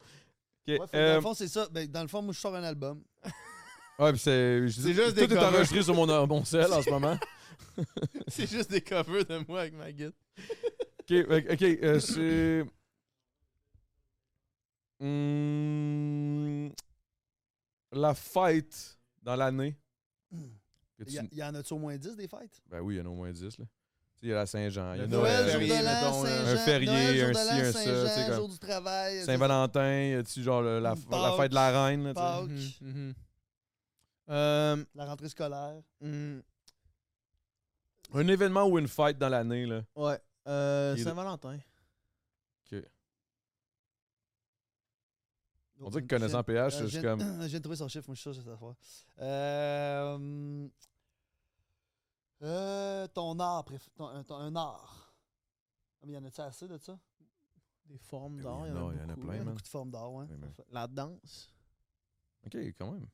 Ouais, fait que Dans
euh,
le fond, c'est ça. Ben, dans le fond, moi, je sors un album.
ouais, puis c'est... je dis-
juste des
Tout est
covers. [LAUGHS]
enregistré sur mon, mon euh, cell en ce moment.
C'est juste des covers de moi avec ma guide.
Ok, ok, ok, euh, c'est. Hmm, la fête dans l'année.
Hmm.
Que
Il y,
tu-
a- il y en a-tu au moins 10 des fêtes?
Ben oui, il y en a au moins 10. Là. Tu sais, Il y a la Saint-Jean, il y a
Le
Noël,
Noël,
euh,
férié, mettons,
un férié, un ci, un ça, tu sais,
Saint-Jean,
comme-
jour du travail.
Saint-Valentin, tu sais, genre le- la,
Pâques.
la fête de la reine. là, tu sais.
Pâques. Ok.
Mhm, mhm. Euh,
La rentrée scolaire.
mm,
un événement ou une fête dans l'année. là.
ouais. Euh,
Il-
Saint-Valentin.
On dirait que connaissant PH,
Euh,
je
je
suis
viens-
comme.
[COUGHS] Je viens de trouver son chiffre, moi je suis sûr que c'est ça. va. Euh, hum, euh, ton art, préf- ton, un, ton- un art. Ah, mais y en a-tu assez de ça?
Des formes
Ben oui, il
d'art.
y en a- il y en a
beaucoup,
plein,
là.
man.
Beaucoup de formes d'art, ouais.
Oui,
[COUGHS]
mais-
La danse.
Ok, quand même.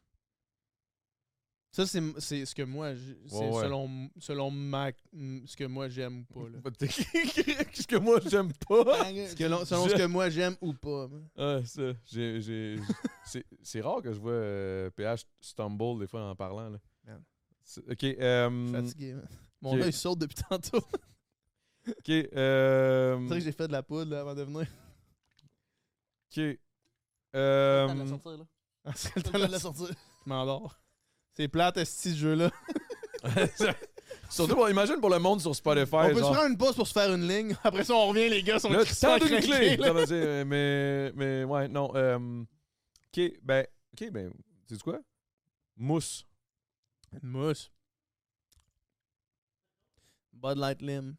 Ça, c'est c'est ce que moi, j'ai- c'est
Ouais, ouais.
selon, selon ma, mm, ce que moi j'aime
[LAUGHS]
ou pas. Là.
Qu'est-ce que moi, j'aime pas.
Ce que l'on- selon ce
Je-
que moi j'aime ou pas. moi.
Ah, ça. J'ai- j'ai- c'est- C'est rare que je vois euh, PH stumble des fois en parlant. Là.
Man.
C'est- Ok. euh,
Je suis fatigué. man. Mon
ok.
œil saute depuis tantôt. [LAUGHS]
ok. euh,
C'est vrai que j'ai fait de la poudre là, avant
[LAUGHS]
de venir.
ok. euh,
T'as de la sortir, là.
Ah, c'est le temps
T'as de
de
la
la- [LAUGHS]
sortir.
Je m'endors. C'est plate, ce jeu-là.
[LAUGHS] Surtout, bon, imagine pour le monde sur Spotify.
on peut
genre,
se prendre une pause pour se faire une ligne. [LAUGHS] Après ça, on revient, les gars. Sont
Là,
crissement
tant d'une clé!
craqués, là.
Ça veut dire, euh, mais, mais ouais, non. euh, ok, ben, ok, ben, sais quoi? Mousse.
Une mousse. Bud Light Lim.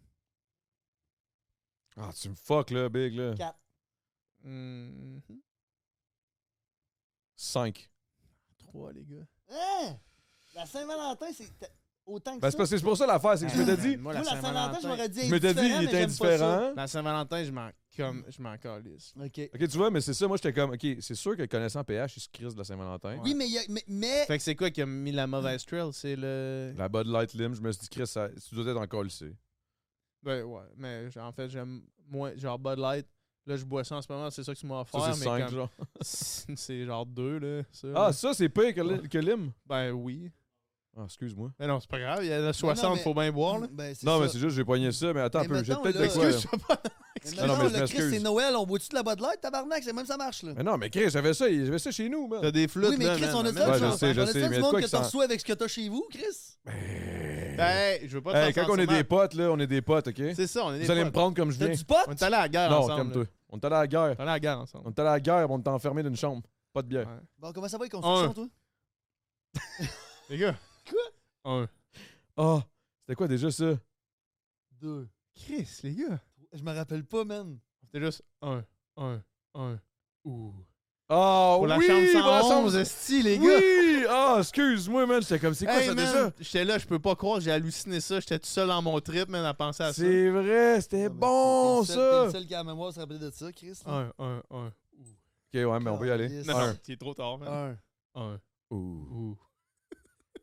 Ah, tu me fuck, là, Big, là.
Quatre.
Mhm.
5.
Trois, les gars.
Hein? La Saint-Valentin, c'est t- autant que
Ben, c'est
ça.
parce que c'est pour ça l'affaire, c'est que je m'étais dit,
Ah, Moi,
Moi, la Saint-Valentin, je m'aurais dit.
je m'étais dit,
indifférent,
il
mais
était
j'aime pas ça.
indifférent.
La Saint-Valentin, je m'en comme, je m'en calisse.
OK.
Ok, tu vois, mais c'est ça, moi, j'étais comme, ok, c'est sûr que connaissant PH, il se crisse de la Saint-Valentin.
Oui, mais, il y a- mais, mais
Fait que c'est quoi qui a mis la mauvaise trail? C'est le.
La Bud Light Lim, je me suis dit, Chris, ça, tu dois être encore lycée.
Ben ouais, mais j- en fait, j'aime moins. Genre Bud Light. Là, je bois ça en ce moment, c'est ça que tu m'as offert.
Ça,
mais
c'est 5,
comme-
genre.
[LAUGHS] c'est genre deux, là. ça, là.
Ah, ça, c'est pire que, li- que Lim?
Ben oui.
Ah, excuse-moi.
Mais non, c'est pas grave, il y en a 60,
mais-
faut bien boire, là.
Ben, c'est
Non,
ça.
mais c'est juste, j'ai poigné ça, mais attends un
Mais
peu, j'ai
mettons,
peut-être
là-
de quoi. là.
Excuse-moi, pas.
Mais
Ah non,
non,
mais je
le Christ,
m'excuse.
c'est Noël, on boit-tu de la Bud Light, tabarnak? C'est même ça marche, là.
Mais non, mais Chris, j'avais ça, j'avais ça chez nous, man.
T'as des flûtes,
Oui, mais
là,
Chris,
man,
on a
man.
dit ça,
Ouais,
tu
je
vois,
sais,
on
je
a dit
sais,
ça
mais
du
de
monde
quoi
que
que ça-
t'en reçois avec ce que t'as chez vous, Chris?
Ben, hey, je veux pas te
Hey,
faire
quand on est
sentiment.
des potes, là, on est des potes, ok?
C'est ça, on est des
Vous allez me
potes.
prendre comme je
T'as
viens.
du pot?
On est allé à la guerre
Non,
ensemble. là.
calme-toi. On est allé à la guerre.
On est allé à la guerre
On
ensemble.
est allé à la guerre, on t'a enfermé d'une chambre. Pas de bière.
Ouais.
Bon, comment ça va les constructions, toi?
Les gars. Quoi? Un.
Ah, c'était quoi déjà ça?
Deux.
Chris, les gars.
Je me rappelle pas, man.
C'était juste un, un, un. Ouh.
Ah,
Pour la
Oh oui,
chambre
pour la
111, esti, les gars.
Oui! Ah, excuse-moi, man, j'étais comme, c'est quoi
Hey,
ça
man,
déjà?
J'étais là, je peux pas croire, j'ai halluciné ça. J'étais tout seul dans mon trip, man, à penser à ça.
C'est vrai, c'était
Ah, ben,
bon,
t'es le seul- T'es
ça!
le seul qui a la mémoire se rappeler de ça, Chris. là.
Un, un, un.
Ok, ouais, mais on peut y aller.
Yes.
Non,
Un.
non, c'est trop tard, man.
Un.
Un.
Ouh.
Ouh.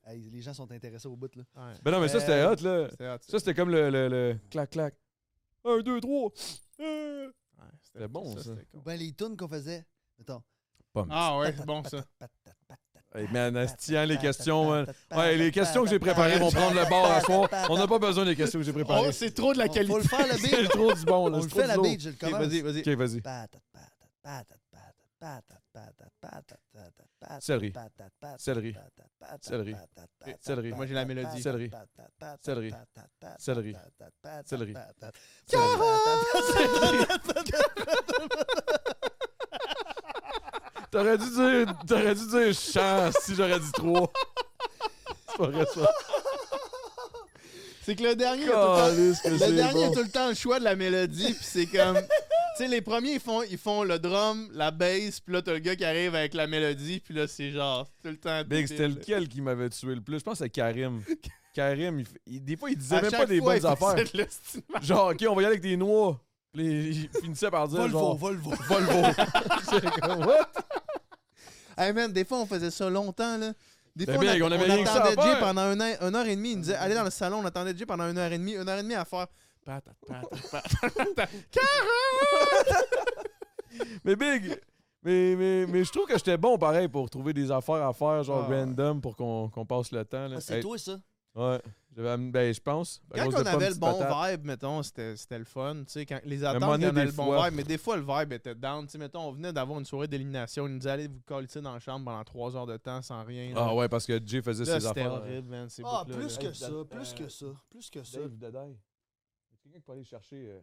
Hey, les gens sont intéressés au bout, là.
Ouais.
Ben non, mais ça, c'était
Euh,
hot, là.
C'était hot,
Ça, c'était comme le, le, le clac, clac. Un, deux, trois. Euh.
Ouais,
C'était bon, ça.
c'était
Ou
con.
ben les tunes qu'on faisait. Mettons.
Pomme.
Ah ouais, c'est bon, ça.
Hey, man, asti, hein, les questions, man. Ouais, les questions que j'ai préparées vont prendre le bord à soir. On n'a pas besoin des questions que j'ai
Oh,
préparées.
c'est trop de la
On-
qualité.
Faut le faire,
[LAUGHS]
la
C'est
beat.
trop du bon, là.
On
c'est
le
trop
fait,
du
la
lourd.
beat, je le
Ok,
commence.
vas-y, vas-y.
Ok, vas-y.
Patate, patate, patate, patate, patate, patate, patate, patate, patate,
Céleri.
patate, patate,
Céleri.
patate, patate,
Céleri. Eh,
patate, patate,
Céleri.
patate,
Moi, j'ai la mélodie.
patate,
Céleri.
patate, patate,
Céleri.
patate, patate,
Céleri.
patate, patate,
Céleri.
patate,
Céleri.
[LAUGHS] patate, patate,
T'aurais dû dire, t'aurais dû dire chant si j'aurais dit
[LAUGHS]
trois. C'est pas vrai ça.
C'est que le dernier, a tout
Calisse que
le temps-
c'est
le dernier a
bon.
tout le temps le choix de la mélodie, puis c'est comme. Tu sais, les premiers, ils font, ils font le drum, la bass, puis là, t'as le gars qui arrive avec la mélodie, puis là, c'est genre, tout le temps.
Big, c'était lequel qui m'avait tué le plus? Je pense que c'est
[LAUGHS]
Karim. Karim, il f- il- des fois, il disait
À
même pas
chaque
des
fois,
bonnes
il faisait
affaires.
[LAUGHS] le style.
Genre, OK, on va y aller avec des noix. Les, il finissait par dire,
Volvo,
genre...
Volvo.
Volvo.
[LAUGHS]
[LAUGHS] J'étais comme, what?
Hey man, des fois on faisait ça longtemps là. Des
Ben
fois,
bien,
on,
on avait
on
rien que ça à
attendait Jay
faire.
pendant une heure, une heure et demie. Il nous disait, allez dans le salon, on attendait Jay pendant une heure et demie. Une heure et demie à faire. Patate, patate, patate, patate.
Mais Big, mais, mais, mais je trouve que j'étais bon, pareil, pour trouver des affaires à faire, genre
Ah.
random, pour qu'on qu'on passe le temps. là.
Ah, C'est
Hey,
toi, ça.
Ouais. J'avais amené- Ben, je pense. à
Quand
cause
on
de pommes,
avait le
petites
bon
patates.
vibe, mettons, c'était c'était le fun. Tu sais, quand les
moment
attentes,
donné,
on avait
des
le bon
fois-
vibe, mais des fois, le vibe était down. Tu sais, mettons, on venait d'avoir une soirée d'élimination. Ils nous disaient, allez vous coller dans la chambre pendant trois heures de temps sans rien.
Ah ouais, parce que Jay faisait
Là,
ses
c'était
affaires. hein.
horrible, man. ces
Ah,
bouts-là,
plus
là.
Hey,
que
Dan-
ça,
euh,
plus que ça, plus que ça.
Dave Dadaille. Est-ce quelqu'un qui peut aller chercher euh,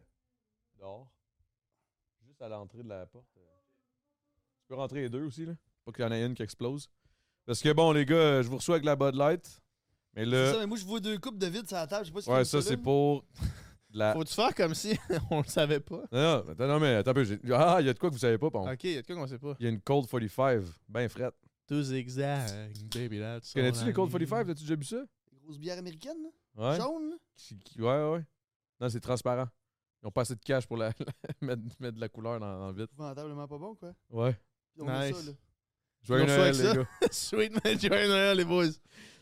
dehors? Juste à l'entrée de la porte. euh. Tu peux rentrer les deux aussi, là. Pas qu'il y en ait une qui explose. Parce que bon, les gars, euh, je vous reçois avec la Bud Light. Mais
C'est
là,
ça, mais moi, je vois deux coupes de vide sur la table. Je sais pas ce
ouais,
qu'ils
ça
font,
c'est
là.
pour [LAUGHS] de la.
Faut-tu faire comme si [LAUGHS] on le savait pas?
Non, non, attends, non, mais attends un peu. j'ai- Ah, il y a de quoi que vous savez pas, pardon.
Ok, y a de quoi qu'on sait pas.
Il y a une Cold 45, ben frette.
Deux zigzags, baby là.
Tu Connais-tu les Cold 45? T'as-tu déjà bu ça?
Les grosses bières américaines, là,
Ouais.
jaunes. là.
Qui- qui- Ouais, ouais. Non, c'est transparent. Ils ont pas assez de cash pour la, [LAUGHS] mettre, mettre de la couleur dans, dans le vitre.
Épouvantablement pas bon, quoi.
Ouais.
Puis on a
Nice.
ça, là.
Joyeux
Ils ont
Noël,
ça
les
avec ça?
gars.
[LAUGHS] Sweet, man. Joyeux Noël, les boys.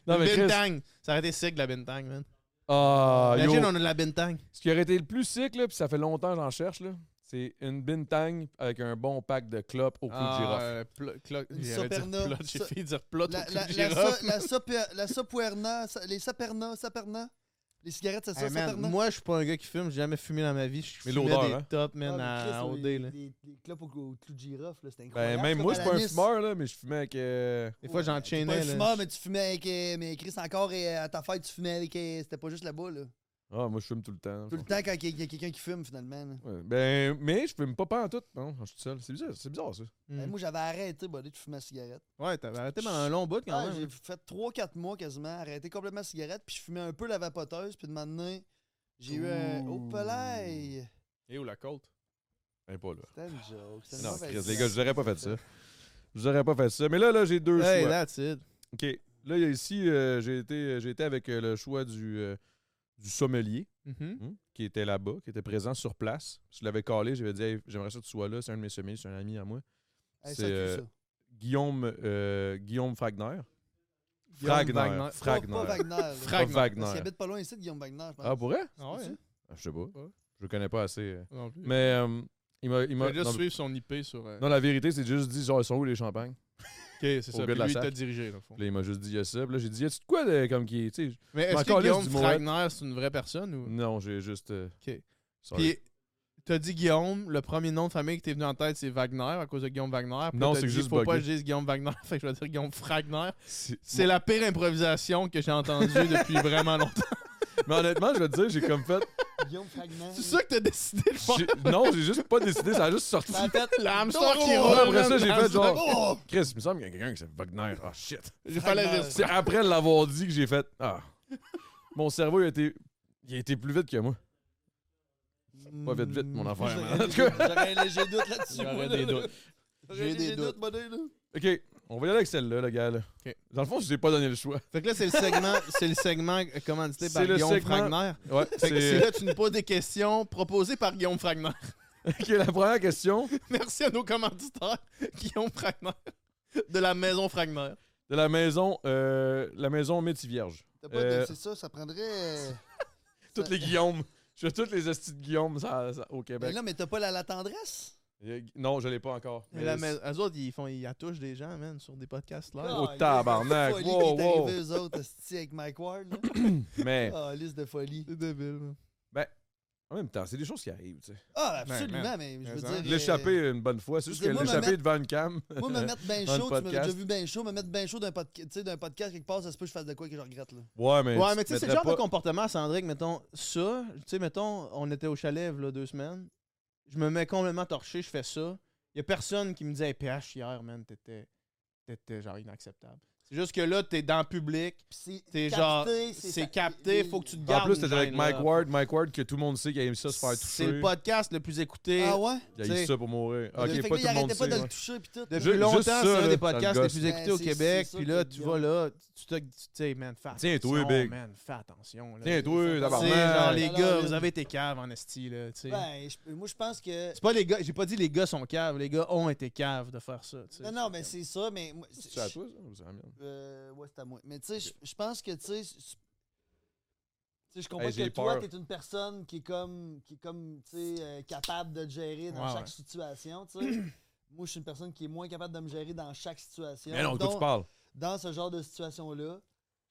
Non, mais Chris,
Bintang. Ça aurait été sick, la Bintang, man.
Ah, yo.
Imagine, on a de la Bintang.
Ce qui aurait été le plus sick, là, puis ça fait longtemps que j'en cherche, là, c'est une bintang avec un bon pack de clopes au clou de girofle.
euh, plo- clo-
Une
j'allais dire
Saperna.
plot, J'ai
Sa-
fait dire plot
La,
au clou
la,
de
la,
girofle.
so- la, sope- la sopuerna, sa- les saperna, saperna. Les cigarettes, c'est ça,
Hey, man,
saperna.
moi, je suis pas un gars qui fume. J'ai jamais fumé dans ma vie. Je
Mais
fumais
l'odeur,
des
hein?
tops,
Ah,
man,
mais Chris,
à
les-
OD. là.
Les, les clopes au, au clou de girofle, là, c'était incroyable.
Ben, même moi, je suis
C'est
pas
comme
un
à
fumeur, là, mais je fumais avec. euh,
Des fois, j'en
T'es pas un
chaînais.
fumeur, mais tu fumais avec. euh, Mais Chris, encore, et à ta fête, tu fumais avec. euh, C'était pas juste là-bas, là.
Ah, moi, je fume tout le temps.
Tout le temps, quand il y a quelqu'un qui fume, finalement. là.
Ouais. Ben, mais je fume pas pas en tout. Non, je suis tout seul. C'est bizarre, c'est bizarre, ça.
Ben, moi, j'avais arrêté, buddy, de fumer la cigarette.
Hmm. Ouais, t'avais arrêté pendant un long bout quand
Ah,
même.
j'ai
hein.
fait 3-4 mois quasiment, arrêté complètement la cigarette, puis je fumais un peu la vapoteuse, puis de maintenant, j'ai eu un. Oh,
Ouh.
pelaille!
Et où la côte? Ben, pas là.
C'était une joke. c'était une
Non,
mauvaise
Chris, les
blague.
gars, je n'aurais pas fait ça. Je n'aurais pas fait ça. Mais là, là, j'ai deux
Hey,
choix.
that's it.
OK. Là, il y a ici, euh, j'ai été, j'ai été avec euh, le choix du, euh, du sommelier.
Mhm.
Hmm, qui était là-bas, qui était présent sur place. Je l'avais callé, j'avais dit Hey, j'aimerais ça que tu sois là, c'est un de mes sommeliers, c'est un ami à moi. c'est,
Hey, ça, cul,
euh,
ça.
Guillaume euh, Guillaume Fragner.
Guillaume Wagner.
Fragner.
Pas-
Fragner.
Pas, pas Wagner. là.
Pas
Fragner.
Parce qu'il
Wagner.
habite pas loin ici de Guillaume Wagner, je pense.
Ah, pour vrai?
Ah ouais?
C'est-tu?
hein?
Je sais pas.
Ouais.
Je le connais pas assez. euh.
Non plus.
Mais euh, il m'a. il
Il
m'a-
va juste
non,
suivre son IP sur. euh,
non, la vérité, c'est juste dit genre, ils sont où les champagnes
Ok, c'est
Au
ça.
gars
Puis
de la
lui, il t'a
sac.
dirigé, dans le fond.
Puis là, il m'a juste dit, il y a ça. Puis là, j'ai dit, y a-tu de quoi de- comme qui. Tu sais, je-
Mais
Ma
est-ce que
calisse
Guillaume
du Mourette.
Fragner, c'est une vraie personne ou.
non, j'ai juste. euh,
Ok.
sorry.
Puis, t'as dit Guillaume, le premier nom de famille qui t'est venu en tête, c'est Wagner, à cause de Guillaume Wagner. Puis
Non,
t'as
c'est
dit,
juste
Faut pas
buggé.
que je dise Guillaume Wagner, [LAUGHS] fait que je vais dire Guillaume Fragner.
C'est-
C'est la pire improvisation que j'ai entendue
[LAUGHS]
depuis vraiment longtemps.
Mais honnêtement, je veux te dire, j'ai comme
[LAUGHS]
fait.
Guillaume Fragner.
C'est ça que t'as décidé de faire.
j'ai- Non, j'ai juste pas décidé, ça a juste sorti.
La tête.
Le hamster qui
Oh,
roule.
après ça,
man,
j'ai
le
fait
hamster-
genre-
Oh!
Chris, il me semble qu'il y a quelqu'un qui s'appelle Wagner. Ah, shit.
J'ai fallu
Fragner.
dire ça.
C'est après l'avoir dit que j'ai fait Ah. Mon cerveau il a été. Il a été plus vite que moi. Pas vite, vite, mon affaire,
Mm. J'aurais
man. En
des-
tout cas.
J'aurais un léger doute là-dessus.
J'aurais
moi,
[LAUGHS]
des
là.
doutes.
J'aurais
J'ai
un
des
léger doute,
doutes.
buddy, là.
OK, on va y aller avec celle-là, le gars. Là.
OK.
Dans le fond, je t'ai pas donné le choix.
Fait que là, c'est le segment, c'est le segment euh, commandité
C'est
par
le
Guillaume
segment-
Fragner.
Ouais,
Fait que
c'est-
c'est là, tu nous poses des questions proposées par Guillaume Fragner.
[LAUGHS]
[LAUGHS]
OK, la première question
Merci à nos commanditaires, [LAUGHS] Guillaume Fragner, de la maison Fragner.
de la maison euh, la maison Métis Vierge.
T'as pas
Euh,
de. C'est ça, ça prendrait. euh,
Toutes les Guillaumes. Je fais toutes les estis de Guillaume ça- ça- au
Mais
Québec.
ben là, mais t'as pas la, la tendresse?
Euh, Non, je l'ai pas encore.
Mais la mais, eux autres, ils font, ils attouchent des gens, man, sur des podcasts là.
Ah,
Oh, tabarnak,
Folie
wow,
qui est
wow.
arrivée aux autres, hostie, avec Mike
[COUGHS]
Ward. là.
mais
Ah, liste de folie.
C'est débile, man.
en même temps, c'est des choses qui arrivent. tu sais.
Ah,
Ben,
absolument,
man.
mais je
Mais
veux
hein.
dire. euh,
L'échapper une bonne fois. C'est juste que
Excusez, moi,
l'échapper
ma-
devant une cam.
Moi, me mettre bien
Dans le
chaud, tu m'as déjà
podcast.
vu bien chaud, me mettre bien chaud d'un podca- tu sais, d'un podcast quelque part, ça se peut que je fasse de quoi que je regrette, là.
[LAUGHS] Ouais, mais.
Ouais,
Ben, tu
mais
te
tu sais, c'est le
mettrais
genre
pas-
de comportement, Sandrick, mettons, ça, tu sais, mettons, on était au chalet, là, deux semaines, je me mets complètement torché, je fais ça. Il y a personne qui me dit, hey, PH, hier, man, t'étais, t'étais, genre, inacceptable. C'est juste que là, t'es dans le public,
Puis c'est
T'es
capté,
genre,
c'est
c'est
ça- les-
capté, faut que tu te
En
gardes.
plus,
une
t'étais avec
gêne,
Mike
là.
Ward. Mike Ward, que tout le monde sait qu'il aime ça se faire toucher.
C'est le podcast le plus écouté.
Ah ouais?
Il a eu
T'sais,
ça pour mourir. Ok, pas
Fait que là,
tout
il
le monde
arrêtait pas
sait.
de
ouais.
le toucher, puis tout. là.
Depuis
Ju-
longtemps,
juste ça,
c'est
là,
un
ça
des
me
podcasts les
gosse.
plus
Ben,
écoutés au
c'est-
Québec.
c'est sûr
Puis là,
que
tu vois, là, tu te tu sais, man, fais attention.
Tiens-toi, big.
man, fais attention. là.
Tiens, toi,
Tu sais,
tabarnak.
genre, les
Alors,
gars,
là-
vous avez été caves en esti, là, tu sais.
Ben, je- moi, je pense que.
C'est pas les gars, j'ai pas dit les gars sont caves, les gars ont été caves de faire ça, tu sais.
Non, non, mais c'est ça, mais. moi,
C'est à toi, ça? ou c'est à la mienne?
Euh, ouais, c'est à moi. Mais tu sais, je- je pense que, tu sais, je- je- tu sais, je comprends
Hey, j'ai
que toi,
peur.
t'es une personne qui est comme, qui est comme tu sais, euh, capable de te gérer dans
Ouais,
chaque
ouais.
situation, tu sais. Moi, je suis une personne qui est moins capable de me gérer dans chaque situation.
Mais non, de quoi tu
Donc,
parles?
dans ce genre de situation-là, je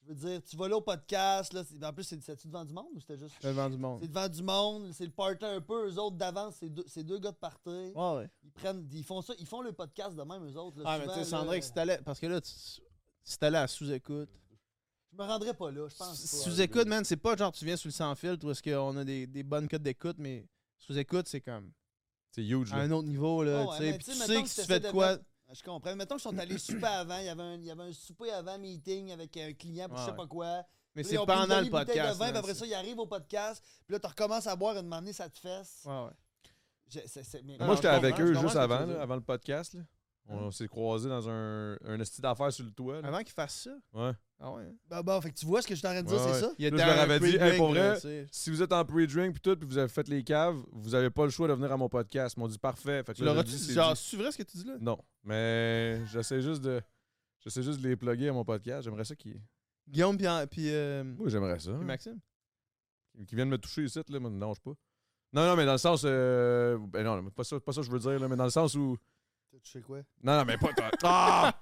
Je veux dire, tu vas là au podcast, là, c'est- en plus, c'est c'était-tu devant du monde ou c'était juste.
Le vent du monde.
C'est devant du monde, c'est le party un peu, eux autres d'avance, c'est deux, c'est deux gars de party.
Ouais, ouais.
Ils prennent, ils font ça, ils font le podcast de même, eux autres. là,
Ah, mais tu
souvent,
sais,
là.
Sandrick, si t'allais. Parce que là, tu- si t'allais à sous-écoute.
Je me rendrais pas là, je pense. pas.
Sous-écoute, man, c'est pas genre tu viens sous le sans-filtre où est-ce qu'on a des, des bonnes cotes d'écoute, mais sous-écoute, c'est comme
C'est huge.
à
là.
un autre niveau, là.
Oh, ouais,
tu sais,
mais
puis
tu
tu
sais,
sais
mettons
que
que
si tu
t'essaies
fais de
de
quoi.
mettre- Je comprends. Mettons qu'ils sont allés souper avant, il y, avait un, il y avait un souper avant, meeting avec un client, puis je
Ouais,
sais pas quoi.
Mais
Là,
c'est
ils ont pris une
pendant le
jolie bouteille
podcast.
De vin,
man,
puis après
c'est-
ça, ils arrivent au podcast, puis là, tu recommences à boire une matinée, ça te fesse.
Ouais, ouais.
Je- c'est- c'est- mais-
Moi,
Non,
j'étais
je
avec
comprends, je
eux juste
comprends ce que tu
avant,
veux
là,
dire. Ah.
avant le podcast. là. On s'est croisés dans un, un esti d'affaires sur le toit. là.
Avant qu'ils fassent ça.
Ouais.
Ah ouais. hein.
Bah, bah, fait que tu vois ce que je suis en train de dire,
Ouais, ouais.
c'est ça?
Il était
je leur
à un
avais dit,
pre-drink,
hey, pour
là,
vrai,
tu sais.
Si vous êtes en pre-drink puis tout, puis vous avez fait les caves, vous avez pas le choix de venir à mon podcast. Ils m'ont dit parfait. Fait que
Tu
là,
leur
j'ai
as-tu
dit,
dit,
c'est
genre,
dit.
c'est vrai ce que tu dis là?
Non, mais j'essaie juste de j'essaie juste de les plugger à mon podcast. J'aimerais ça qu'ils
Guillaume puis, en- puis, euh,
Oui, j'aimerais ça.
puis Maxime.
Qui viennent me toucher ici là, mais non, je pas. Non non, mais dans le sens euh, ben non, mais pas ça pas ça que je veux dire là, mais dans le sens où
Tu sais quoi?
Non, non, mais pas toi.
[LAUGHS]
Ah!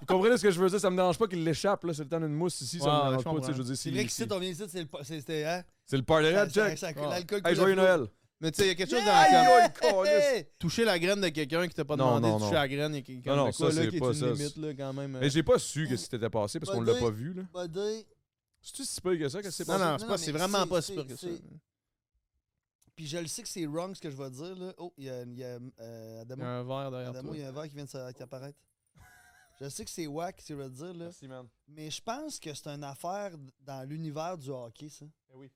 Vous comprenez ce que je veux dire? Ça me dérange pas qu'il l'échappe, là. C'est le temps d'une mousse ici,
Ouais,
ça me
je
dérange pas.
comprends.
tu sais, Je veux dire,
C'est
si-
vrai
si-
qu'ici, on vient ici, c'est le. pa- c'est- C'était. Hein?
C'est le party
Ça-
red,
ça-
check.
ça-
Ouais.
L'alcool.
Hey,
coule à
joyeux
flot.
Noël.
Mais tu sais, il y a quelque chose
Yeah!
dans le
Aïe,
cadre.
aïe, câlisse.
Hey!
Toucher la graine de quelqu'un qui t'a pas
Non,
demandé
non,
de toucher
non.
la graine, il y a quelqu'un
Non, non,
de quoi,
ça,
là,
c'est
qui est
pas
une
ça,
limite, là, quand même. euh.
Mais j'ai pas su que c'était passé parce qu'on l'a pas vu, là.
Buddy.
C'est-tu si peu que ça? Qu'est-ce qui s'est
Non,
passé?
non,
Non,
c'est
non,
pas- c'est
mais
vraiment
c'est-
pas
c'est-
super que ça.
c'est- Puis je le sais que c'est wrong ce que je vais dire, là. Oh, il y a, il y a, euh,
Il y
Adamo.
a un verre derrière
Adamo,
toi.
il y a un verre qui vient de se- qui apparaître. je sais que c'est whack, tu vas dire, là.
Merci, man.
Mais je pense que c'est une affaire d- dans l'univers du hockey, ça.
Eh oui.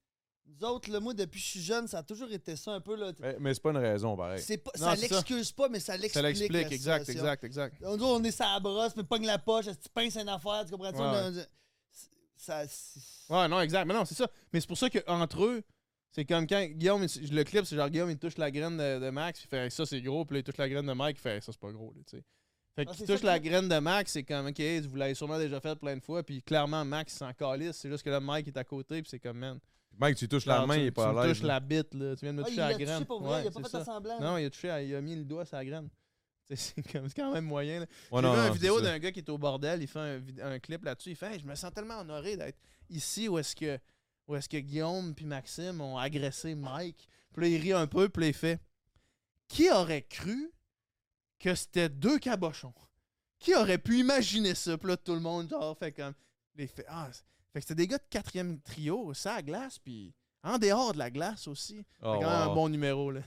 Nous autres, là, moi, depuis que je suis jeune, ça a toujours été ça un peu, là.
Mais, mais c'est pas une raison, pareil.
C'est pas,
Non,
ça
c'est ça.
l'excuse pas, mais ça l'explique.
Ça l'explique,
la
exact,
situation.
exact, exact.
On dit, on est sa brosse, mais pogne la poche, est-ce que tu pinces une affaire, tu comprends-tu?
Ouais,
On a- c'est- Ça. c'est-
Ouais, non, exact. Mais non, c'est ça. Mais c'est pour ça qu'entre eux, c'est comme quand Guillaume, il- le clip, c'est genre Guillaume, il touche la graine de, de Max, puis il fait ça, c'est gros, puis là, il touche la graine de Mike, il fait ça, c'est pas gros, là, tu sais. Fait
Ah,
qu'il
c'est
touche
ça
la
que-
graine de Max, c'est comme, ok, vous l'avez sûrement déjà fait plein de fois, puis clairement, Max il s'en calisse, c'est juste que là, Mike est à côté, puis c'est comme, man.
Mike, tu touches la
genre,
main,
tu-
il est pas
tu me
à l'aise.
touches
là.
la bite, là, tu viens de me
Ah,
toucher
il l'a
la
touché
graine.
pour vrai, il
Ouais,
a pas
c'est
fait de
ça.
semblant.
Non, il a touché, à- il a mis le doigt sur la graine. [LAUGHS] Tu sais, C'est comme- c'est quand même moyen, là.
Ouais, non,
J'ai vu
non,
une
c'est
vidéo
ça.
d'un gars qui est au bordel, il fait un, vid- un clip là-dessus, il fait Hey, je me sens tellement honoré d'être ici où est-ce que où est-ce que Guillaume puis Maxime ont agressé Mike." Puis là, il rit un peu, puis là, il fait "Qui aurait cru que c'était deux cabochons Qui aurait pu imaginer ça Puis là, tout le monde genre fait comme les fait ah, c'est- fait que c'était des gars de quatrième trio, ça à glace puis en dehors de la glace aussi.
Oh,
C'est quand même un
wow.
bon numéro là.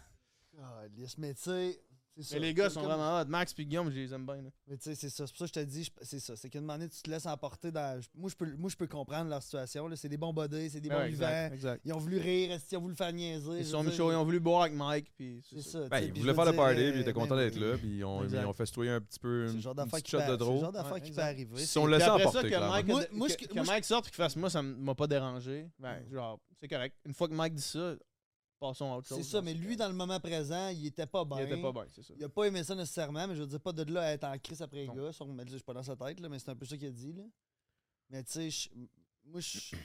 Calisse, mais tu sais. c'est ça.
Mais les gars
Comme-
sont vraiment hot, Max puis Guillaume, je les aime bien. là.
Mais tu sais, c'est ça. C'est pour ça que je te dis, je- c'est ça. C'est qu'à un moment donné, tu te laisses emporter dans. je- Moi, je peux, moi, je peux comprendre leur situation. là. C'est des bons bodies, c'est des bons
Ben Ouais,
vivants.
exact, exact.
Ils ont voulu rire, esti, ils ont voulu faire niaiser.
Ils
je
sont
veux
mis
dire,
chaud, ils ont voulu boire avec Mike puis
C'est
ça.
ça. tu sais,
Ben,
puis
il
je
voulait
veux
faire le
dire,
party,
euh,
puis il était
ben
content
oui.
d'être là, puis on,
Exact.
ils ont festoyé un petit peu,
C'est
une,
le genre d'affaire
petite
qui,
shot
peut,
de
c'est le
drôle.
genre d'affaire
Ouais,
qui peut
exact.
arriver.
Ils
c'est-
sont
Puis
laissés
après ça,
emporter,
que
clairement.
Mike,
Moi-
que-
moi, ce
que,
que- moi, ce-
Mike sorte et qu'il fasse moi, ça m- m'a pas dérangé. Ben, genre, c'est correct. Une fois que Mike dit ça, passons à autre chose.
C'est ça, mais lui, dans le moment présent, il était pas bien.
Il était pas bien, c'est ça.
Il a pas aimé ça nécessairement, mais je veux dire, pas de là à être en crise après les
Non.
gars. sûrement, mais là, Je suis pas dans sa tête, là, mais c'est un peu ça qu'il a dit. Là. Mais tu sais, je- moi, je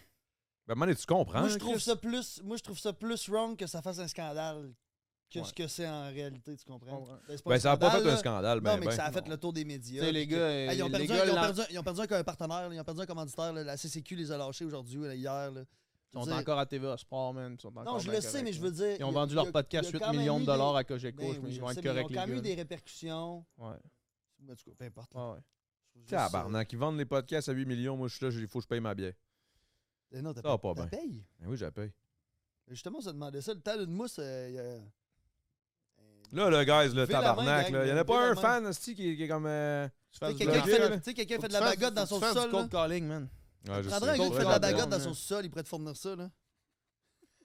Ben, man, tu comprends?
Moi,
hein,
je trouve
Chris?
ça plus, moi, je trouve ça plus wrong que ça fasse un scandale que
Ouais.
ce que c'est en réalité, tu comprends?
Ouais.
Ben, c'est pas
Ben, ça a pas fait
là.
un scandale,
Non,
ben, ben.
mais que ça a fait
non.
le tour des médias.
Tu sais, les
puis que-
gars,
Hey, ils, ont
les
perdu,
gars,
un- ils, ont
l'en-
perdu, un- ils ont perdu un- un partenaire, là, ils ont perdu un commanditaire. là, la CCQ les a lâchés aujourd'hui ou là, hier. là.
ils sont
Je veux dire-
encore à TVA Sport, man. ils sont encore
Non, je
bien
le sais,
corrects,
mais je
là.
veux dire.
Ils ont
il y a-
vendu
il y
leur
a-
podcast
il y a
8
quand même
millions
eu
de
des-
dollars à Cogeco.
Ben oui,
je pense
je
qu'ils vont
sais,
être
mais
corrects,
Ils ont quand même eu des
les gars.
répercussions.
Ouais,
En tout cas, peu importe.
ouais, ouais.
Je trouve juste ça.
Tabarnak, ils vendent les podcasts à 8 millions. Moi, je suis là, il faut que je paye ma bière.
Eh Non, t'as
Ça va
pas,
pas
t'as
bien.
payé.
Ben oui, je la paye.
Justement, on se demandait ça. Le tas d'une mousse. euh, il y a- euh,
Là, le guys, le
Levez la main,
tabarnak,
gang,
là. Il y en a
levez
pas
la
un
main.
fan, esti, qui, qui est comme. euh,
Tu
Tu fais
sais,
du
quelqu'un qui fait
blagueur,
de-
là.
tu sais, quelqu'un qui fait de la
Faut que tu fasses-
bagotte dans
faut
son
que tu fasses
sol.
du
là.
cold calling, man.
Ouais, je
Prendrais un
sais.
gars qui fait de
Faudrait
la bagotte
apprendre,
dans son
là.
sol, il pourrait te fournir ça, là.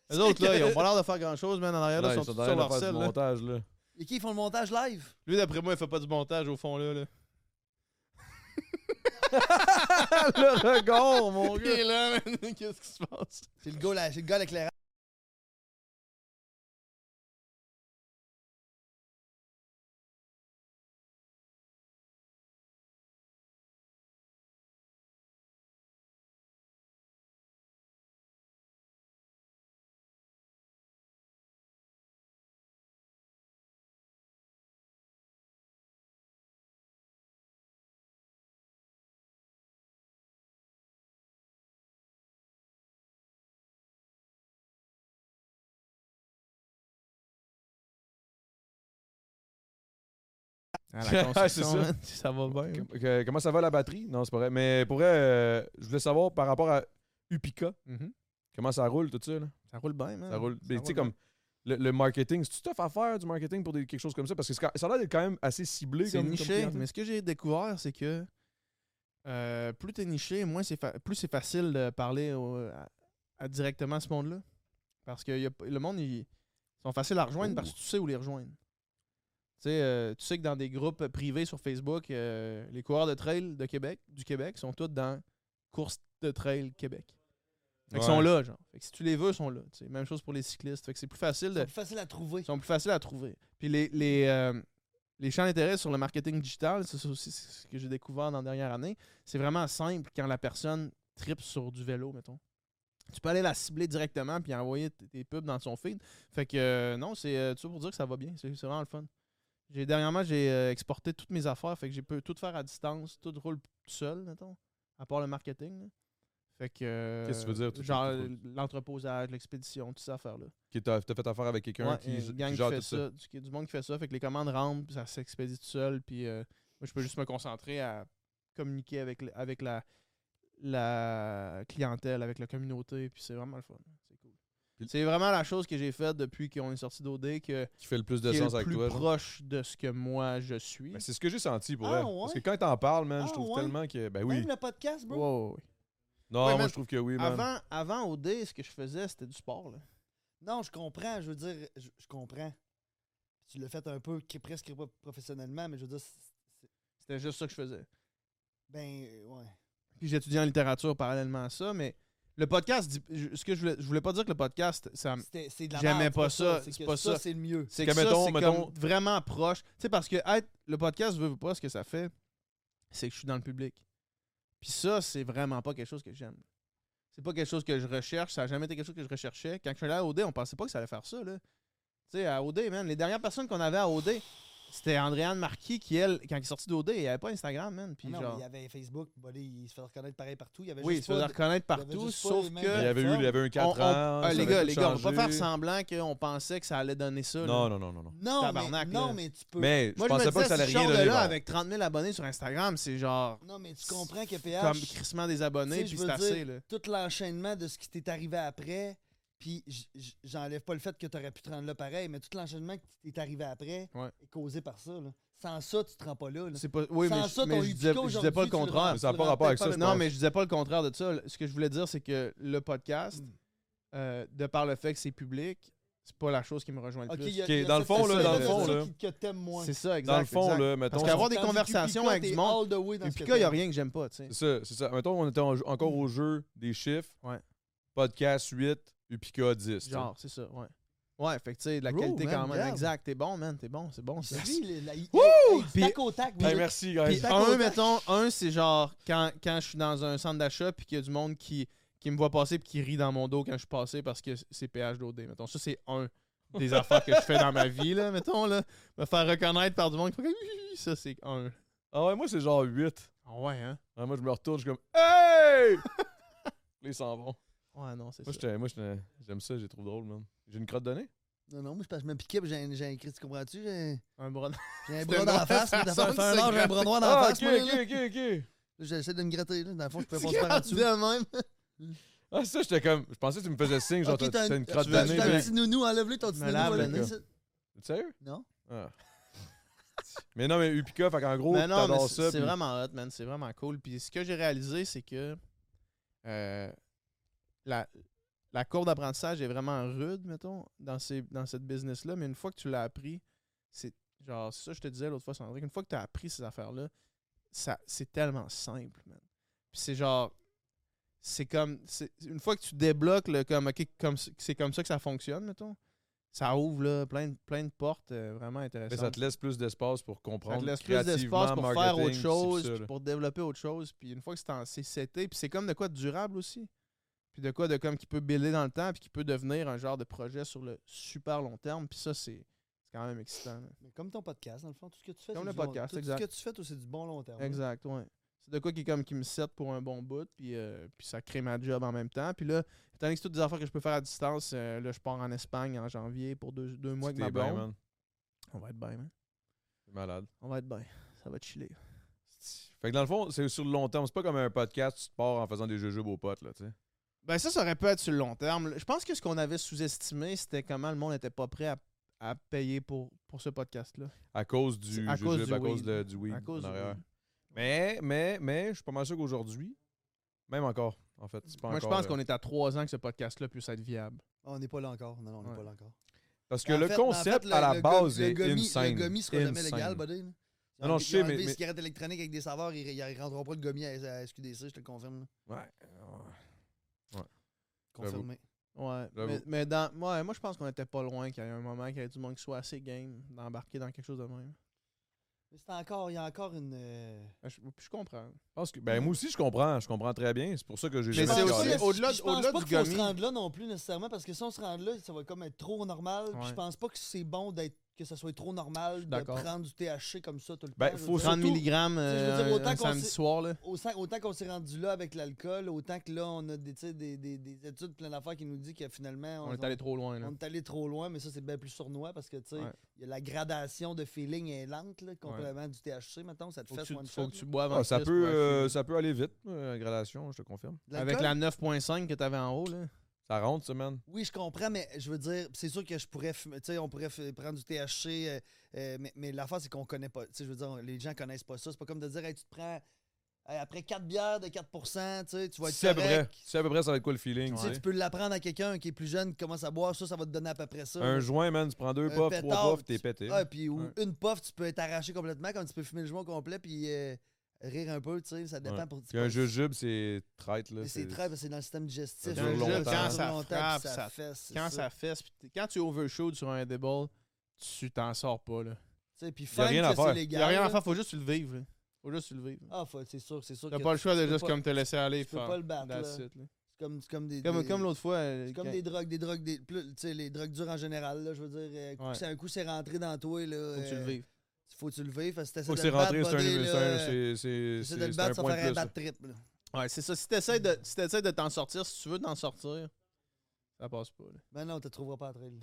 Les
[LAUGHS]
autres, là, ils ont pas l'air de faire grand chose, man. En arrière, là,
Là,
ils
ils
sont
sont
tous
dans
sur leur
la faire
selle,
du
là.
montage, là.
Et qui ils font le montage live?
Lui, d'après moi, il fait pas du montage au fond, [LAUGHS] là. là.
le regard, mon
Il est là, man. [LAUGHS] Qu'est-ce qui se passe?
C'est le gars, là- c'est le gars à l'éclairage.
[LAUGHS] Ah, la
Ah, c'est
construction,
ça.
man, ça va bien. oui.
Que- que- comment ça va la batterie? Non, c'est pas vrai. Mais pour vrai, euh, je voulais savoir par rapport à Upica,
Mhm.
comment ça roule tout ça. Là?
Ça roule bien, man.
Ça roule.
Ça
Mais tu sais,
roule
comme le, le marketing, c'est-tu tough à faire du marketing pour des, quelque chose comme ça? Parce que c'est quand- ça a l'air d'être quand même assez ciblé.
C'est
comme- comme
niché,
clientèle.
mais ce que j'ai découvert, c'est que euh, plus t'es niché, moins c'est fa- plus c'est facile de parler au- à- à directement à ce monde-là. Parce que y a p- le monde, ils sont faciles à rejoindre parce
Ouh.
que tu sais où les rejoindre. Tu sais, euh, tu sais que dans des groupes privés sur Facebook, euh, les coureurs de trail de Québec, du Québec sont tous dans course de trail Québec. Fait qu'ils sont
Ouais.
là, genre. Fait que si tu les veux, ils sont là. tu sais. Même chose pour les cyclistes. Fait que c'est plus facile de
C'est plus facile à trouver.
ils sont plus faciles à trouver. Puis les, les, euh, les champs d'intérêt sur le marketing digital, c'est ça aussi c'est ce que j'ai découvert dans la dernière année, c'est vraiment simple quand la personne tripe sur du vélo, mettons. Tu peux aller la cibler directement puis envoyer t- tes pubs dans son feed. Fait que euh, non, c'est euh, tout ça pour dire que ça va bien. C'est c'est vraiment le fun. J'ai, dernièrement, j'ai euh, exporté toutes mes affaires. Fait que j'ai pu tout faire à distance. Tout roule tout seul, mettons. À part le marketing. là. Fait que. euh,
Qu'est-ce que tu veux dire, tout-
Genre
tout roule?
l'entreposage, l'expédition, toutes ces affaires-là.
Qui t'a t'as fait affaire avec quelqu'un
Ouais,
qui,
une
qui
gang qui
gère
fait
tout ça.
ça. Du, qui- du monde qui fait ça. Fait que les commandes rentrent, puis ça s'expédie tout seul. Puis euh, moi, je peux juste me concentrer à communiquer avec, le- avec la, la clientèle, avec la communauté. Puis c'est vraiment le fun. C'est cool.
Puis-
C'est vraiment la chose que j'ai faite depuis qu'on est sorti d'OD que,
Qui fait le plus
qui
de
est
sens
le
avec
plus
toi. genre.
proche de ce que moi je suis.
Ben, c'est ce que j'ai senti pour
Ah,
elle.
ouais?
Parce que quand t'en parles, man,
Ah,
je trouve
ouais?
tellement que. Ben oui.
Même le podcast, bro.
Wow, ouais.
Non,
Ouais,
moi
man.
je trouve que oui, man.
Avant, avant OD, ce que je faisais, c'était du sport. là.
Non, je comprends. Je veux dire, je, je comprends. Tu l'as fait un peu qui- presque pas professionnellement, mais je veux dire, c'est-
C'était juste ça que je faisais.
ben, euh, ouais.
Puis j'étudiais en littérature parallèlement à ça. Mais le podcast, dit- je- ce que je voulais, je voulais pas dire que le podcast, ça,
C'était- C'est de la
J'aimais
merde,
pas
c'est
ça,
C'est que
c'est pas
ça,
ça.
c'est le mieux.
C'est
Que
que ça,
mettons-
c'est
mettons-
comme vraiment proche. Tu sais, parce que être le podcast, veut, veut pas, ce que ça fait, c'est que je suis dans le public. Puis ça, c'est vraiment pas quelque chose que j'aime. C'est pas quelque chose que je recherche. Ça a jamais été quelque chose que je recherchais. Quand je suis allé à OD, on pensait pas que ça allait faire ça, là. Tu sais, à OD, man, les dernières personnes qu'on avait à OD, c'était Andréane Marquis qui, elle, quand elle est sortie d'OD, il n'y avait pas Instagram, man. Puis
Ah non, mais
genre,
il y avait Facebook, buddy, il se faisait reconnaître pareil partout. Il y avait
oui, il
juste
se faisait
pas de-
reconnaître
il y avait
partout,
juste pas
sauf
les mêmes-
que.
Il y avait eu, il y avait eu
on-
4
on-
ans.
ah,
ça
les
avait
gars,
tout
les gars, on va
changé.
pas faire semblant qu'on pensait que ça allait donner ça. là.
Non, non, non, non. non.
Non,
Tabarnak,
mais, non
là.
mais tu peux.
Mais je
Moi, je,
pensais
me
pas que ça allait
disais, si
rien
je sors de
donner.
là
genre.
avec 30 000 abonnés sur Instagram, c'est genre
Non, mais tu comprends que PH,
comme crissement des
Tu
abonnés,
sais,
puis
je
c'est
veux
assez, là.
tout l'enchaînement de ce qui t'est arrivé après, puis j- j- j'enlève pas le fait que t'aurais pu te rendre là pareil, mais tout l'enchaînement qui t'est arrivé après
Ouais.
est causé par ça. là. Sans ça, tu te rends pas là. là.
C'est pas... Oui,
Sans
mais,
ça,
je, mais
ton
je
Utica
disais, je disais pas le
aujourd'hui, tu
contraire.
rends-
Ça a
tu
pas
rends
rapport avec
peut-être
ça, je
pas
Non,
pense.
mais je disais pas le contraire de ça. Ce que je voulais dire, c'est que le podcast,
Mm.
euh, de par le fait que c'est public, c'est pas la chose qui me rejoint le
Ok, il
plus.
y a-
Ok,
il y a
dans le
cette
fond, là,
personne-là
dans le fond,
là.
qui- que t'aimes moins.
C'est ça, exact.
Dans le fond,
exact.
là, mettons.
Parce qu'avoir des
Tandis que
conversations
Utica,
avec du
t'es
monde-
all the way dans
Et
ce
puis
que
là, il y a
t'aimes.
rien que j'aime pas, tu sais.
C'est ça, c'est ça. Mettons, on était en- encore au jeu des chiffres.
Ouais.
Podcast 8, Upica 10.
Genre, c'est ça, ouais. Ouais, fait que tu sais, de la
Bro,
qualité
man,
quand même.
regarde.
Exact, t'es bon, man, t'es bon, c'est bon. ça.
Lui, le- la- il-
Wouh!
hey, du
Puis-
tac au tac,
Hey,
oui.
merci, guys.
Puis
Tac au
un,
tac.
mettons, un, c'est genre quand, quand je suis dans un centre d'achat puis qu'il y a du monde qui, qui me voit passer puis qui rit dans mon dos quand je suis passé parce que c'est PH d'OD. Mettons, ça, c'est un [LAUGHS] des affaires que je fais dans ma vie, là, mettons, là. Me faire reconnaître par du monde qui fait comme, ça, c'est un.
Ah ouais, moi, c'est genre 8.
Ah ouais, hein?
Ah, moi, je me retourne, je suis comme
[LAUGHS]
Hey! Ils s'en vont.
Ouais, non, c'est ça.
Moi, j'étais- moi, j'étais- j'aime ça, j'ai trouve drôle, man. J'ai une crotte de nez?
Non, non, moi, je, pense que je me piquais, puis j'ai un- j'ai un cri, tu comprends-tu? J'ai
Un bras
j'ai un
un
bras dans la
bras-
face, puis t'as fait
ça
un
sonne
large, j'ai un bras noir dans la
Ah,
face,
ok,
moi, là.
ok, ok, ok.
Là, J'essaie de me gratter, là. Dans le fond, je peux
Tu
passer par en
grattes
dessous.
de même.
Ah, ça, j'étais comme. Je pensais que tu me faisais signe, genre,
Ok,
t'as-
t'as
t'as
un-
une crotte
tu
de
veux-
t'as-
nez.
tu veux un
mais-
petit nounou, enlève-le ton petit
Je me
nounou,
lave le
enlève-le.
nez.
c'est-
T'es Sérieux?
Non?
Ah. [LAUGHS] mais non, mais Upica, fait qu'en gros,
Mais non, mais
t'adores
c'est
ça.
c'est
puis-
vraiment hot, man. C'est vraiment cool. Puis ce que j'ai réalisé, c'est que euh, la, la courbe d'apprentissage est vraiment rude, mettons, dans, ces, dans cette business-là. Mais une fois que tu l'as appris, c'est genre, c'est ça que je te disais l'autre fois, Sandrine. Une fois que tu as appris ces affaires-là, ça c'est tellement simple, man. Puis c'est genre, c'est comme, c'est- une fois que tu débloques le comme, ok, comme c'est comme ça que ça fonctionne, mettons, ça ouvre là, plein, de- plein de portes euh, vraiment intéressantes.
Mais ça te laisse plus d'espace pour
Ça
comprendre.
te laisse plus d'espace pour
créativement,
faire
marketing,
autre
ci,
chose,
puis ça,
puis
là.
pour développer autre chose. Puis une fois que c'est en- c'est seté, puis c'est comme de quoi de durable aussi. Puis de quoi de comme qui peut builder dans le temps, puis qui peut devenir un genre de projet sur le super long terme. Puis ça, c'est c'est quand même excitant. là.
Mais comme ton podcast, dans le fond, tout ce que tu fais,
Comme
c'est
le
du long-
podcast,
tout
exact.
ce que tu fais, toi, c'est du bon long terme.
Exact, ouais. C'est de quoi qui est comme qui me set pour un bon bout, puis, euh, puis ça crée ma job en même temps. Puis là, étant donné que c'est toutes des affaires que je peux faire à distance, euh, là, je pars en Espagne en janvier pour deux, deux mois avec
C'était
ma
bien,
blonde.
man.
On va être bien, man.
C'est malade.
On va être bien. Ça va chiller.
Fait que dans le fond, c'est sur le long terme. C'est pas comme un podcast, tu te pars en faisant des jujubes aux potes, là, tu sais.
Ben ça, ça aurait pu être sur le long terme. Je pense que ce qu'on avait sous-estimé, c'était comment le monde n'était pas prêt à, à payer pour, pour ce podcast-là.
À cause du
C'est à cause
jujube,
du
à cause
weed.
de- du weed.
À cause
en
du
arrière.
weed.
Mais, mais, mais, je suis pas mal sûr qu'aujourd'hui, même encore, en fait. c'est pas
Moi, je
encore,
pense
euh,
qu'on est à trois ans que ce podcast-là puisse être viable.
On n'est pas là encore. Non, non, on n'est
Ouais.
pas là encore.
Parce que
En
le
fait- ben,
concept
en fait,
à
le-
la
le go-
base
le
est
gummy-
insane.
Le gommi sera jamais
Insane.
légal, buddy. là. Ils ont
non,
enlevé-
je
ils
sais,
ont enlevé
mais-
les
mais-
cigarettes électroniques avec des saveurs, ils, ils rendront pas le gommi à, à SQDC, je te le confirme. là.
Ouais. J'avoue.
Confirmé.
Ouais.
J'avoue.
Mais, mais dans, ouais, moi, je pense qu'on était pas loin qu'il y ait un moment qu'il y ait du monde qui soit assez game d'embarquer dans quelque chose de même. Ben,
Mais c'est encore, il y a encore une. euh,
Je, puis je comprends.
Je pense que,
Mm.
ben, moi aussi, je comprends. Je comprends très bien. C'est pour ça que j'ai
Mais
jamais
c'est
pense
aussi-
regardé.
pas-
au-delà-
je pense
au-delà
pas
du
qu'il faut se
gummy.
rendre là non plus nécessairement parce que si on se rend là, ça va comme être trop normal. Puis
Ouais.
je pense pas que c'est bon d'être que ça soit trop normal de
D'accord.
prendre du THC comme ça tout le
Ben,
temps. je
faut
veux dire.
30 mg
veux dire,
euh, un-
autant
un
qu'on
samedi
sait-
soir, là.
Au sein- autant qu'on s'est rendu là avec l'alcool, autant que là on a des, tu sais, des, des, des études plein d'affaires qui nous disent que finalement
On est allé trop loin, là.
on est allé trop loin, mais ça c'est bien plus sournois parce que tu sais,
Ouais.
y a la gradation de feeling est lente là, complément du THC maintenant, ça te
Faut
fait
que, tu,
one
faut
shot,
que tu boives en
Ah, ça,
crise
peut,
pour
euh,
être-
ça peut aller vite, euh, en gradation, je te confirme.
là.
Avec
L'alcool,
la 9.5 que t'avais en haut, là.
Ça rentre, ça, man.
Oui, je comprends, mais je veux dire, c'est sûr que je pourrais fumer, tu sais, on pourrait f- prendre du THC, euh, euh, mais, mais l'affaire, c'est qu'on connaît pas, tu sais, je veux dire, on- les gens connaissent pas ça. C'est pas comme de dire, hey, tu te prends, hey, après 4 bières de 4 tu sais, tu vas être
C'est à peu près.
correct. Tu
C'est à peu près, ça va être quoi le feeling,
sais,
tu
tu
sais.
peux l'apprendre à quelqu'un qui est plus jeune, qui commence à boire, ça, ça va te donner à peu près ça.
Un joint, man, tu prends deux
Un
puffs,
pétard,
trois puffs, t'es
tu-
pété.
Ah, puis ou
Ouais.
une puff, tu peux t'arracher complètement, comme tu peux fumer le joint au complet, puis euh, rire un peu, tu sais, ça dépend
Ouais.
pour...
Puis un jujube, c'est traite, là.
Mais c'est très, parce que c'est dans le système digestif.
dure longtemps. Quand
ça
longtemps, puis
frappe,
ça
ça-
fesse, c'est
Quand
ça.
ça fesse, pis t'es- quand tu overshoot sur un edible, tu t'en sors pas, là.
Tu sais, puis
Y a
fun
rien à
que
faire.
c'est
Il
légal.
n'y a rien à
là.
faire, faut juste le vivre. là. Faut juste le vivre.
Ah, faut- c'est sûr, c'est sûr.
T'as
que
pas le choix
tu
de
peux
juste
pas-
comme te laisser aller.
tu peux
faire
pas le battre,
that's
là.
it, là.
c'est comme, c'est comme des.
Comme,
des-
comme l'autre fois. euh,
c'est comme
quand-
des drogues, des drogues, des, plus- tu sais, les drogues dures en général, là, je veux dire, euh,
Ouais.
c'est un coup c'est rentré dans toi, là.
Faut que tu le
euh,
vives.
Faut que tu le vives, parce que
Faut que
t'essaies
c'est
de
rentré,
le battre,
c'est un-
buddy,
c'est
là,
un-
euh,
c'est- c'est-
T'essaies de le
c'est un
battre, ça
point de
faire un
plus. là.
bad trip, là.
Ouais, c'est ça. Si t'essayes de, si t'essayes de t'en sortir, si tu veux t'en sortir, ça passe
[LAUGHS]
pas. là.
Ben non, tu te trouveras pas à trail.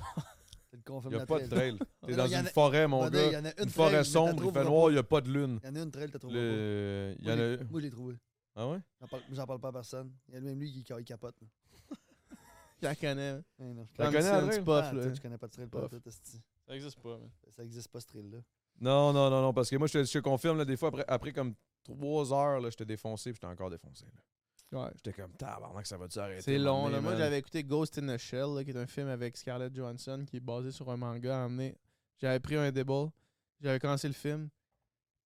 Tu le confirmes
Y a
la
pas de
trail.
trail. T'es
Non,
dans
y en
une
a-
forêt, mon
Buddy,
gars.
y en a une
Une
trail, mais
forêt
t'as
sombre, il
trouveras
fait
pas.
noir, il a pas de lune.
Y en a une trail, t'as trouvé.
Le... Il y en a...
Moi, je l'ai trouvé.
Ah ouais?
J'en parle, j'en parle pas à personne. Il y a même lui qui, qui capote. là.
Je la connais.
Eh non, je
La
Comme
connais,
si un
Adrien?
petit
Ah,
puff,
tu
là.
sais, je connais pas de trail, pas
Puff.
tout, esti.
Ça existe pas. man.
Ça existe pas, ce trail-là.
Non, non, non, non, parce que moi, je te, je te confirme, là, des fois, après, après comme trois heures, là, j'étais défoncé, puis j'étais encore défoncé. là. J'étais comme, tabarnak, ça va-tu arrêter?
C'est
un moment
long.
donné,
Là. Moi,
man?
j'avais écouté Ghost in a Shell, là, qui est un film avec Scarlett Johansson, qui est basé sur un manga emmené. J'avais pris un edible, j'avais commencé le film,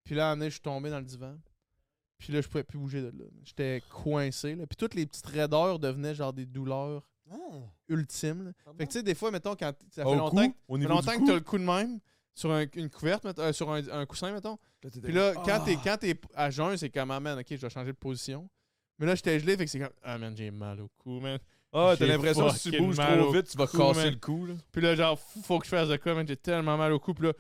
puis là, emmené, je suis tombé dans le divan. Puis là, je pouvais plus bouger de là. J'étais coincé. Là. Puis toutes les petites raideurs devenaient genre des douleurs
Ah,
ultimes. là.
pardon.
Fait que tu sais, des fois, mettons, quand t- ça fait
Au cou,
longtemps, que-
au
ça fait
niveau
longtemps
du
que t'as
cou.
le coup de même sur un- une couverte, mettons, euh, sur un, un coussin, mettons.
t'étais
Puis là,
comme,
quand
ah!
t'es quand t'es à jeun, c'est comme, ah man, ok, je dois changer de position. Mais là, j'étais gelé, fait que c'est comme, ah man, j'ai mal au cou, man.
Ah, t'as
j'ai
l'impression que si tu
fucking
bouges
mal
trop
au
vite, tu vas
cou,
casser
man.
le cou, là.
Puis là, genre, f- faut que je fasse de quoi, man, j'ai tellement mal au cou. Puis là,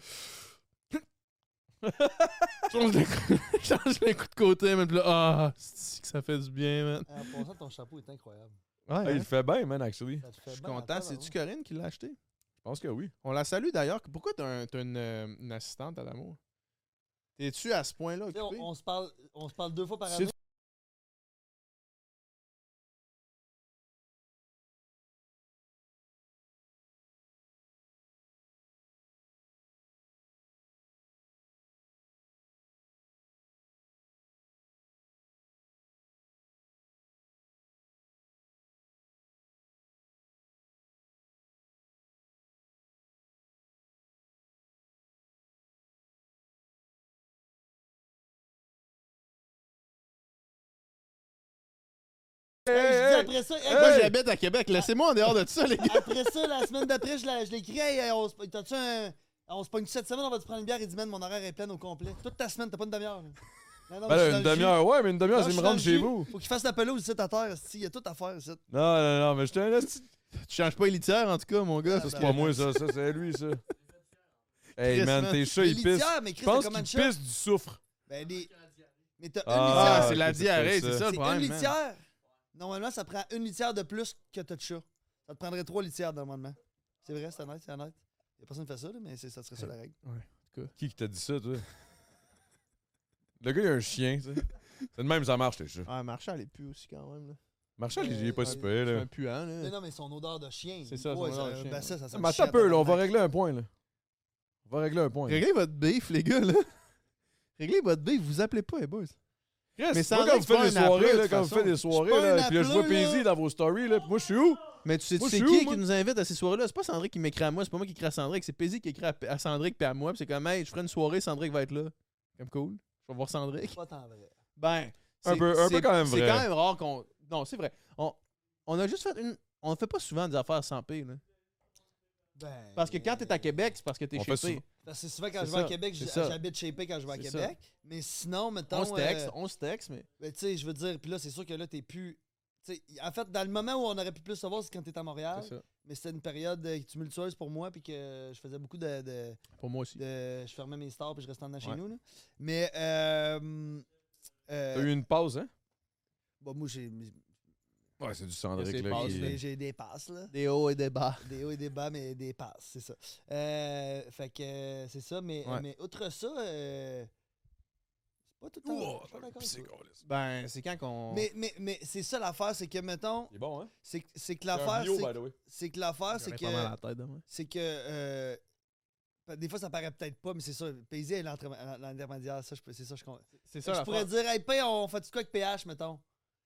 je change les coups- je [LAUGHS] change les coups de côté, man. Puis là, ah, c'est que ça fait du bien, man.
Ah, pour ça, ton chapeau est incroyable.
Ah,
Ouais, hein.
il le fait bien, man, actually.
Ça te fait
je suis
bien,
content.
attends,
C'est-tu
pardon.
Corinne qui l'a acheté?
Je pense que oui.
On la salue d'ailleurs. Pourquoi t'as un- t'as une, euh, une assistante à l'amour? T'es-tu à ce point-là
Tu sais,
occupé?
on, on se parle, on se parle deux fois par
Si
année. Hey, je dis après ça, hey,
Hey!
Moi, j'habite à Québec. Laissez-moi en dehors de ça, les gars.
après ça, la semaine d'après, je l'ai- je l'ai écrit. Hey, hey, on se t'as-tu un- on se pogne cette semaine, on va te prendre une bière. Il dit, man, mon horaire est plein au complet. Toute ta semaine, t'as pas une demi-heure. là. Non, non,
Ben
je suis
là, une
dans le jus.
demi-heure, ouais, mais une demi-heure, c'est
Non, je
me
suis dans
rendre
le
chez
jus.
vous.
Faut qu'il fasse la pelouse ici à terre. esti, Il y a tout à faire ici.
Non, non, non, mais j'étais un esti-
[LAUGHS] Tu changes pas les litières, en tout cas, mon gars.
Ah,
parce
C'est
que-
pas moi, ça, ça, c'est lui,
[LAUGHS]
ça. Hey,
Chris,
man,
man.
tes chats,
Les
ils pissent.
litières, mais Chris,
Je
t'as
pense
comme un
qu'ils
chat.
pissent du soufre.
Ben, les- Mais t'as
Ah, ok,
c'est
une litière.
la
c'est
diarrhée,
pour
c'est
ça.
ça le
C'est une
problème. man.
litière. Normalement, ça prend une litière de plus que t'as de chat. Ça te prendrait trois litières, normalement. C'est vrai, c'est honnête, c'est honnête. Y a personne qui fait ça, là, mais c'est- ça serait ça la règle.
En tout cas.
Qui qui t'a dit ça, toi? Le gars, il a un chien, tu sais. C'est de même, ça marche, les chats.
Ah, Marchal, elle est plus aussi quand même. là.
Marshall, il est pas
Ouais,
si
ouais.
payé,
C'est
là.
un puant,
Mais
là.
non, mais son odeur de chien.
C'est ça, son
Ouais,
odeur de chien,
Ben
ouais.
ça, ça sent
Ah,
le
Mais
chien
attends un peu, là, on va
tabarnak.
régler un point, là. On va régler un point.
Réglez votre beef, les gars, là. Réglez votre beef, vous appelez pas, les boys.
Chris,
Mais ça
moi,
en
quand
est
vous
que c'est
faites des
pas un
soirées,
appel,
là,
de
quand
toute
vous faites
façon.
des soirées,
pas un
là, puis là, je vois
appel, là. Euh,
Paisy dans vos stories, là, puis moi, je suis où?
Mais tu sais,
Moi,
tu
je
sais
suis où,
qui
moi?
qui nous invite à ces soirées-là? C'est pas Sandrick qui m'écrit à moi, c'est pas moi qui écris à Sandrick, c'est Paisy qui écrit à, à Sandrick puis à moi, puis c'est comme, hey, je ferai une soirée, Sandrick va être là. Comme cool. Je vais
[LAUGHS]
voir Sandrick.
Pas tant vrai.
Ben,
Un
c'est-
peu- un peu
c'est-
quand même
C'est
vrai.
quand même rare qu'on. Non, c'est vrai. On, on a juste fait une. On fait pas souvent des affaires sans P, là.
Ben,
Parce que quand t'es à Québec, c'est parce que t'es
On
chez
fait
P.
souvent-
Parce que souvent,
C'est
quand je vais à
ça,
Québec,
c'est
j'-
ça.
j'habite chez P quand je vais à
C'est
Québec. Mais sinon, mettons.
On se texte,
euh,
on se texte, mais.
ben, tu sais, je veux dire, puis là, c'est sûr que là, t'es plus. tu sais, en fait, dans le moment où on aurait pu plus se voir, c'est quand t'es à Montréal.
C'est ça.
Mais c'était une période euh, tumultueuse pour moi, puis que je faisais beaucoup de- de
Pour moi aussi.
de- je fermais mes stores puis je restais en dedans chez
Ouais.
nous. là. Mais euh, euh,
T'as eu une pause, hein?
bon, moi, j'ai mes-
Ouais, c'est du
C'est
Sandrick, là.
pause,
qui-
j'ai- j'ai des passes, là.
Des hauts et des bas.
Des hauts et des bas, mais des passes, c'est ça. Euh, fait que euh, c'est ça, mais,
Ouais.
mais outre ça, euh, c'est pas tout le temps.
Ouah,
je suis pas d'accord
c'est
avec toi.
gros, là.
Ben, c'est quand qu'on.
Mais, mais, mais c'est ça l'affaire, c'est que, mettons,
Il est bon, hein?
c'est que- c'est que
C'est un
l'affaire,
bio,
c'est
by
que-
the way.
c'est que l'affaire, c'est
J'aurais
que.
pas mal à la tête de moi.
c'est que euh, pa- des fois ça paraît peut-être pas, mais c'est ça. Paisy est l'entre- l'intermédiaire, ça je peux- c'est ça je comprends.
C'est ça,
Je
l'affaire.
pourrais dire hey P, on fait du quoi avec PH, mettons.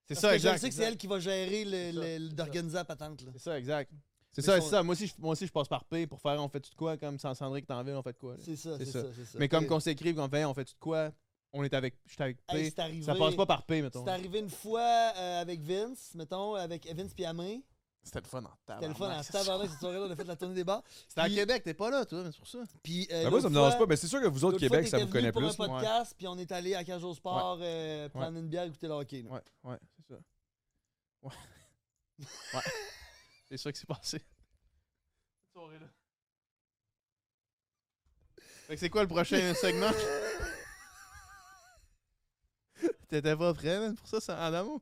C'est
Parce
ça,
que
exact.
Je sais que c'est
exact.
elle qui va gérer le-
C'est
le-
ça,
le-
c'est
d'organiser la patente là.
C'est ça, exact. C'est
Mais
ça,
son-
c'est ça. Moi aussi, je, moi aussi, je passe par P pour faire on fait-tu de quoi, comme sans Sandrick t'en ville, on fait de quoi. là.
C'est ça,
C'est
c'est
ça.
ça, c'est ça.
Mais comme
Et-
qu'on s'écrive, qu'on fait hey, on fait-tu de quoi, on est avec. Je suis avec P.
hey, c'est arrivé.
ça passe pas par P, mettons.
C'est arrivé une fois euh, avec Vince, mettons, avec Vince Piamé.
C'était le fun en
C'était le fun
bah,
à tabarnak cette soirée-là, on a fait la tournée des bars.
C'était à
Puis-
Québec, t'es pas là, toi, mais c'est pour Bah, ça.
Puis euh,
Ben, moi, ça me
l'autre
dérange
fois-
pas, mais c'est sûr que vous autres,
l'autre fois,
Québec, ça
t'étais
vous connaît
venu
plus.
pour un
là.
podcast, puis on est allé à Cage au Sport euh, prendre une bière, écouter le hockey. là.
Ouais, ouais, c'est ça. Ouais. [LAUGHS] ouais. C'est ça qui s'est passé. Cette soirée-là. Fait que c'est quoi
[LAUGHS]
le prochain segment? T'étais pas prêt, man, pour ça, ça en amour?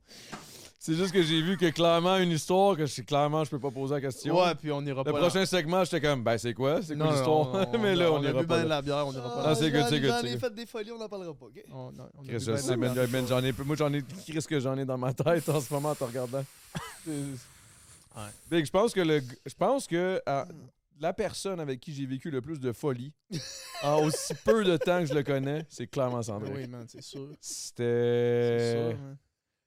C'est juste que j'ai vu que clairement une histoire que je sais clairement je peux pas poser la question.
Ouais, puis on ira
le
pas
prochain segment, j'étais comme ben c'est quoi C'est quoi
Non, non,
[LAUGHS] l'histoire
on-
Mais
on-
là
on
on
a
ira
bu
pas.
ben de
là.
la bière, on ira pas
Ah,
là.
c'est
j'en-
good, c'est good,
J'en
c'est
ai
good.
fait des folies, on n'en parlera pas, ok?
On- non, on a
Chris,
bu
je
ben de
sais,
la
ben,
bière.
ben, j'en ai moi j'en ai Chris que j'en ai dans ma tête en ce moment en te regardant. Big, je pense que le g- je pense que ah, la personne avec qui j'ai vécu le plus de folie en aussi peu de temps que je le connais, c'est clairement Sandrine.
Oui, man, c'est sûr. C'est
C'était
sûr, man.
Euh,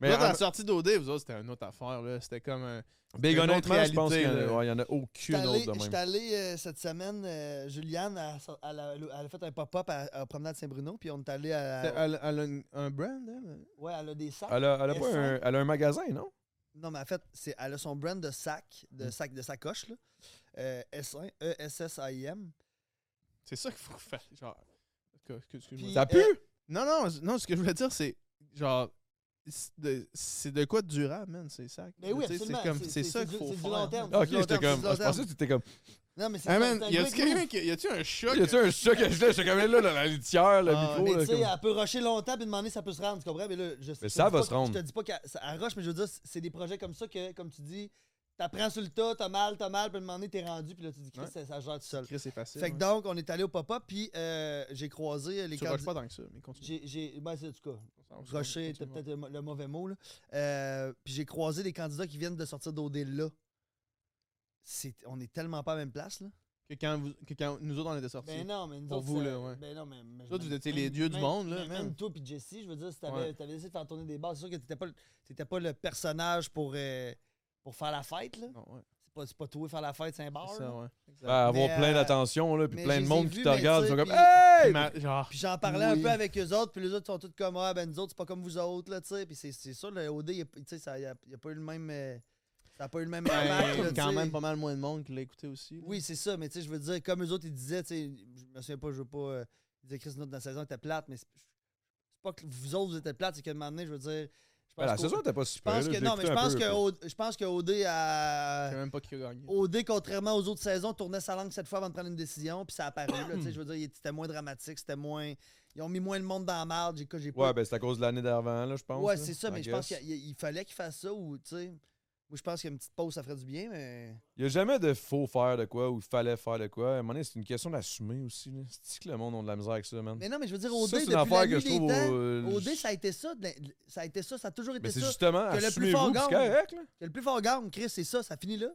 mais
là, dans
en-
la sortie d'OD, vous autres, c'était une autre affaire, là. C'était comme un.
Big
une autre
honnêtement, je pense qu'il y en
réalité,
a-
là.
ouais, il y en a
J'étais
aucune
allé,
autre de
j'étais
même.
allé, euh, cette semaine, euh, Juliane, elle, sort- elle a, elle a fait un pop-up à, à Promenade Saint-Bruno, puis on est allé à.
C'était- Elle, elle a une- un brand, hein, elle?
ouais, elle a des sacs.
Elle a, elle a
Elle
pas
sent-
un, elle a un magasin, non?
Non, mais en fait, c'est, elle a son brand de sac, de
Mm.
sac de sacoche, là. Euh, S1, E-S-S-I-M.
C'est ça qu'il faut faire. Genre. en tout cas, excuse- Excuse-moi.
Puis-
Ça pue?
euh,
Non, non, c- non, ce que je voulais dire, c'est. Genre. C'est de, c'est de quoi de durable, man, c'est ça.
Mais oui,
Tu sais,
absolument.
C'est comme-
C'est-
c'est
c'est
ça
du-
qu'il faut
c'est
faire.
du long terme.
Ah,
C'est
ok,
du long
j'étais
terme,
comme.
c'est du
Je
long
pensais que t'étais comme.
Non, mais c'est
Hey,
ça,
man,
c'est un
y
gars
a-tu
qui
quelqu'un
roule.
qui. Y a-tu un choc?
Y a-tu un chat que je J'étais comme là, là, la litière, le
Ah,
micro.
Mais
là,
tu sais,
comme-
elle peut rusher longtemps puis demander si ça peut se rendre, tu comprends? Mais là, je, je te
ça
dis
va
pas
se
que-
rendre.
Je te dis pas qu'elle ça- elle rush, mais je veux dire, c'est des projets comme ça que, comme tu dis, t'apprends sur le tas, t'as mal, t'as mal, puis demander, t'es rendu, puis là, tu dis, Chris,
Ouais.
ça, ça gère tout seul.
Chris, c'est facile. hein.
Fait que donc, on est allé au pop-up, puis euh, j'ai croisé les
Tu rushes
candidats.
pas tant que ça, mais continue.
J'ai, j'ai, ben, c'est en tout cas,
On s'en- on
rusher,
s'en-
c'était peut-être le, mo- le mauvais mot, là. Euh, puis j'ai croisé des candidats qui viennent de sortir d'OD là. C'est, on est tellement pas à la même place, là.
Que quand, vous, que quand nous autres, on était sortis.
Ben non, mais nous
Pour
autres,
vous,
c'est-
là, ouais.
Ben non, mais, mais-
Vous autres,
mais-
vous étiez les
même-
dieux du
même-
monde, là,
Même,
man.
même toi puis Jesse, je veux dire, si t'avais
Ouais.
t'avais essayé de faire tourner des bars, c'est sûr que t'étais pas, le- t'étais pas le personnage pour, euh, pour faire la fête, là.
Non, ouais.
C'est pas, c'est pas toi faire la fête, c'est un bar.
C'est
là.
ça, ouais.
Ouais, avoir
Mais,
plein
euh,
d'attention, là, puis
mais
plein
je
de
les
monde
ai
qui
vus,
te
mais
regarde,
tu
ils sont
sais,
comme
puis-
Hey!
Ma- genre.
Puis j'en parlais
Oui.
un peu avec eux autres, puis les autres sont tous comme, ah, ben nous autres, c'est pas comme vous autres, là, tu sais. Puis c'est- c'est ça, le OD, il a- tu sais, ça, il a, il a pas eu le même. euh, ça a pas eu le même impact, là,
Ben,
tu
quand
sais.
même pas mal moins de monde qui l'a écouté aussi. là.
Oui, c'est ça, mais tu sais, je veux dire, comme eux autres, ils disaient, tu sais, je me souviens pas, je veux pas. euh, ils disaient, Chris, nous autres, dans la saison, était plate, mais c'est c'est pas que vous autres, vous étiez plate, c'est qu'à un moment donné, je veux dire. Je
Ben, la
qu'au-
saison était pas
je
super.
pense
là,
que,
j'ai
non, mais
écouté
je
un
pense
peu,
que,
puis-
O- je pense que OD,
Je sais
à,
même pas qui a gagné. [LAUGHS]
OD, contrairement aux autres saisons, tournait sa langue cette fois avant de prendre une décision, puis ça a apparu, là, tu sais, je veux dire, il- c'était moins dramatique, c'était moins. Ils ont mis moins le monde dans la marde, j'ai j'ai pas-
Ouais, ben c'est à cause de l'année d'avant, là, ben, je pense.
Ouais,
là,
c'est ça,
I
mais je pense
guess.
qu'il il fallait qu'ils fassent ça ou, tu sais. Moi, je pense qu'une petite pause, ça ferait du bien, mais.
Il n'y a jamais de faux faire de quoi ou fallait faire de quoi. À un moment donné, c'est une question d'assumer aussi. là. C'est que le monde a de la misère avec ça, man.
Mais non, mais je veux dire, au
ça,
dé,
c'est
depuis
une affaire
la
que
nuit
je
des
trouve.
temps,
euh,
au dé, ça a été ça, de la- ça a été ça, ça a toujours été
Mais Ben, c'est
ça.
justement,
que le plus
assumez-vous,
fort
puis c'est
gagne.
correct, là.
Que le plus fort gagne, Chris, c'est ça, ça finit là.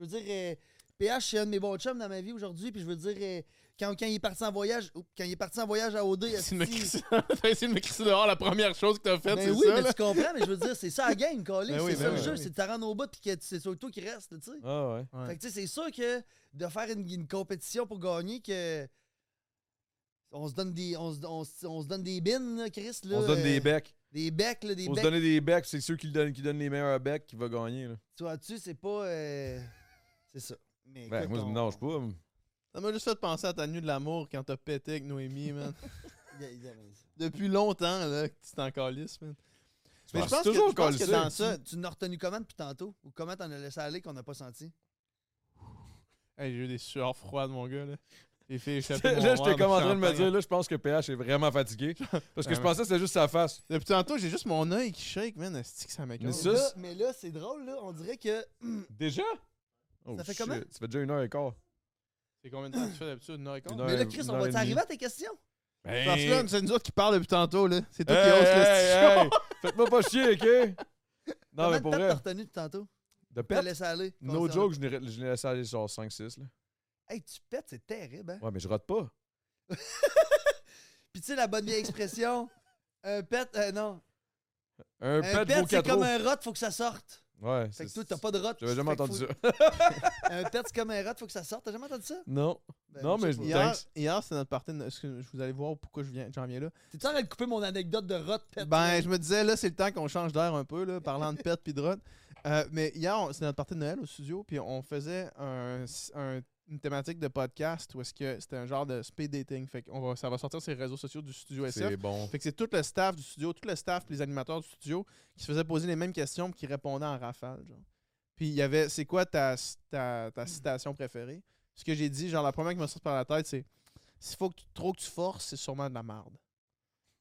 Je veux dire, euh, PH, c'est un de mes bons chums dans ma vie aujourd'hui, puis je veux dire, euh, quand, quand il est parti en voyage, oups, quand il est parti en voyage
[LAUGHS]
à OD,
T'as
esti,
essayé de me crisser- [LAUGHS] t'as essayé de me crisser dehors la première chose que t'as faite,
ben
c'est
oui,
ça,
mais
là?
tu comprends, mais je veux dire, c'est ça la game, Calais,
Ben oui,
c'est
ben
ça
oui,
le
ben
jeu,
oui.
c'est de te rendre au bout, puis que tu- c'est surtout toi qui reste, tu sais.
Ah ouais.
Ouais.
Fait que tu sais, c'est sûr que de faire une, une compétition pour gagner, que. On se donne des, on se, on se- on se donne des bines, là, Chris. Là,
On se donne des
euh,
becs.
Des becs, là, des
Faut se
becs.
donner des becs, c'est ceux qui, le donnent, qui donnent les meilleurs becs qui va gagner. Là.
Tu vois-tu, c'est pas. euh, C'est ça. Mais
Ben,
écoute,
moi, je me
on-
mélange pas. moi.
Ça m'a juste fait penser à ta nuit de l'amour quand t'as pété avec
[LAUGHS]
Noémie, man.
il y a- il y a-
Depuis longtemps, là, que tu t'en calisses, man. Mais je
penses
pense que,
Ah, toujours
je pense
qu'on
que
le
dans
sait.
ça...
Tu, tu n'as retenu comment depuis tantôt Ou comment t'en as laissé aller qu'on n'a pas senti
Hey, j'ai eu des sueurs froides, mon gars, là.
[LAUGHS]
J'ai fait échapper mon
là, j'étais
verre
comme en train de me
champagne.
dire, là, je pense que PH est vraiment
[LAUGHS]
fatigué. Parce que je
Ouais.
pensais que c'était juste sa face.
Depuis tantôt, j'ai juste mon œil qui shake, man. Est-ce que ça
Mais
m'écoeure?
ça,
là, mais là, c'est drôle, là. On dirait que.
Déjà? Oh,
Ça fait
shit.
comment?
Ça fait déjà une heure et quart.
C'est combien de temps que tu fais d'habitude? Une heure et quart?
Une heure.
mais là,
et-
Chris,
une
on
heure et
va
demie.
t'arriver à tes questions. Ben,
Parce que là, c'est nous autres qui parlent depuis tantôt, là. C'est toi qui
Hey,
hausse le
hey,
petit
hey, Faites-moi pas chier,
[LAUGHS]
OK? Non,
Comment
mais
de
pour
temps
vrai.
t'as retenu depuis tantôt
De
T'as
pète,
laissé aller
no
concernant-
joke, je n'ai je n'ai laissé aller genre 5-6. là.
Hey, tu pètes, c'est terrible, hein.
Ouais, mais je rate pas.
Puis tu sais, la bonne
[LAUGHS]
vieille expression. Un pet, euh, non.
Un
Un
pet vaut
pet, c'est
4
comme
euros.
un rot, faut que ça sorte.
Ouais,
Fait que
c'est-
toi, t'as pas de rot.
J'avais jamais
fait que
entendu
faut-
ça.
Un pet, c'est comme un rot, faut que ça sorte. T'as jamais entendu ça?
[LAUGHS] Non.
Ben,
Non,
je sais
mais
pas.
je-
[LAUGHS] Hier,
Thanks.
hier c'est notre partie. de- excuse- je vous allez voir pourquoi je viens, j'en viens là.
T'es-tu en train de couper mon anecdote de rot, pet?
Ben, je me disais, là, c'est le temps qu'on change d'air un peu, là, parlant de pète puis de rotte. Euh, mais hier, on- c'est notre partie de Noël au studio, puis on faisait un, un- une thématique de podcast où est-ce que c'était un genre de speed dating. Fait qu'on va, ça va sortir sur les réseaux sociaux du studio
[LAUGHS]
SF.
C'est bon.
Fait que c'est tout le staff du studio, tout le staff puis les animateurs du studio qui se faisaient poser les mêmes questions puis qui répondaient en rafale. genre. Puis il y avait c'est quoi ta, ta, ta citation préférée Ce que j'ai dit, genre la première qui me sort par la tête, c'est s'il faut que tu- trop que tu forces, c'est sûrement de la merde.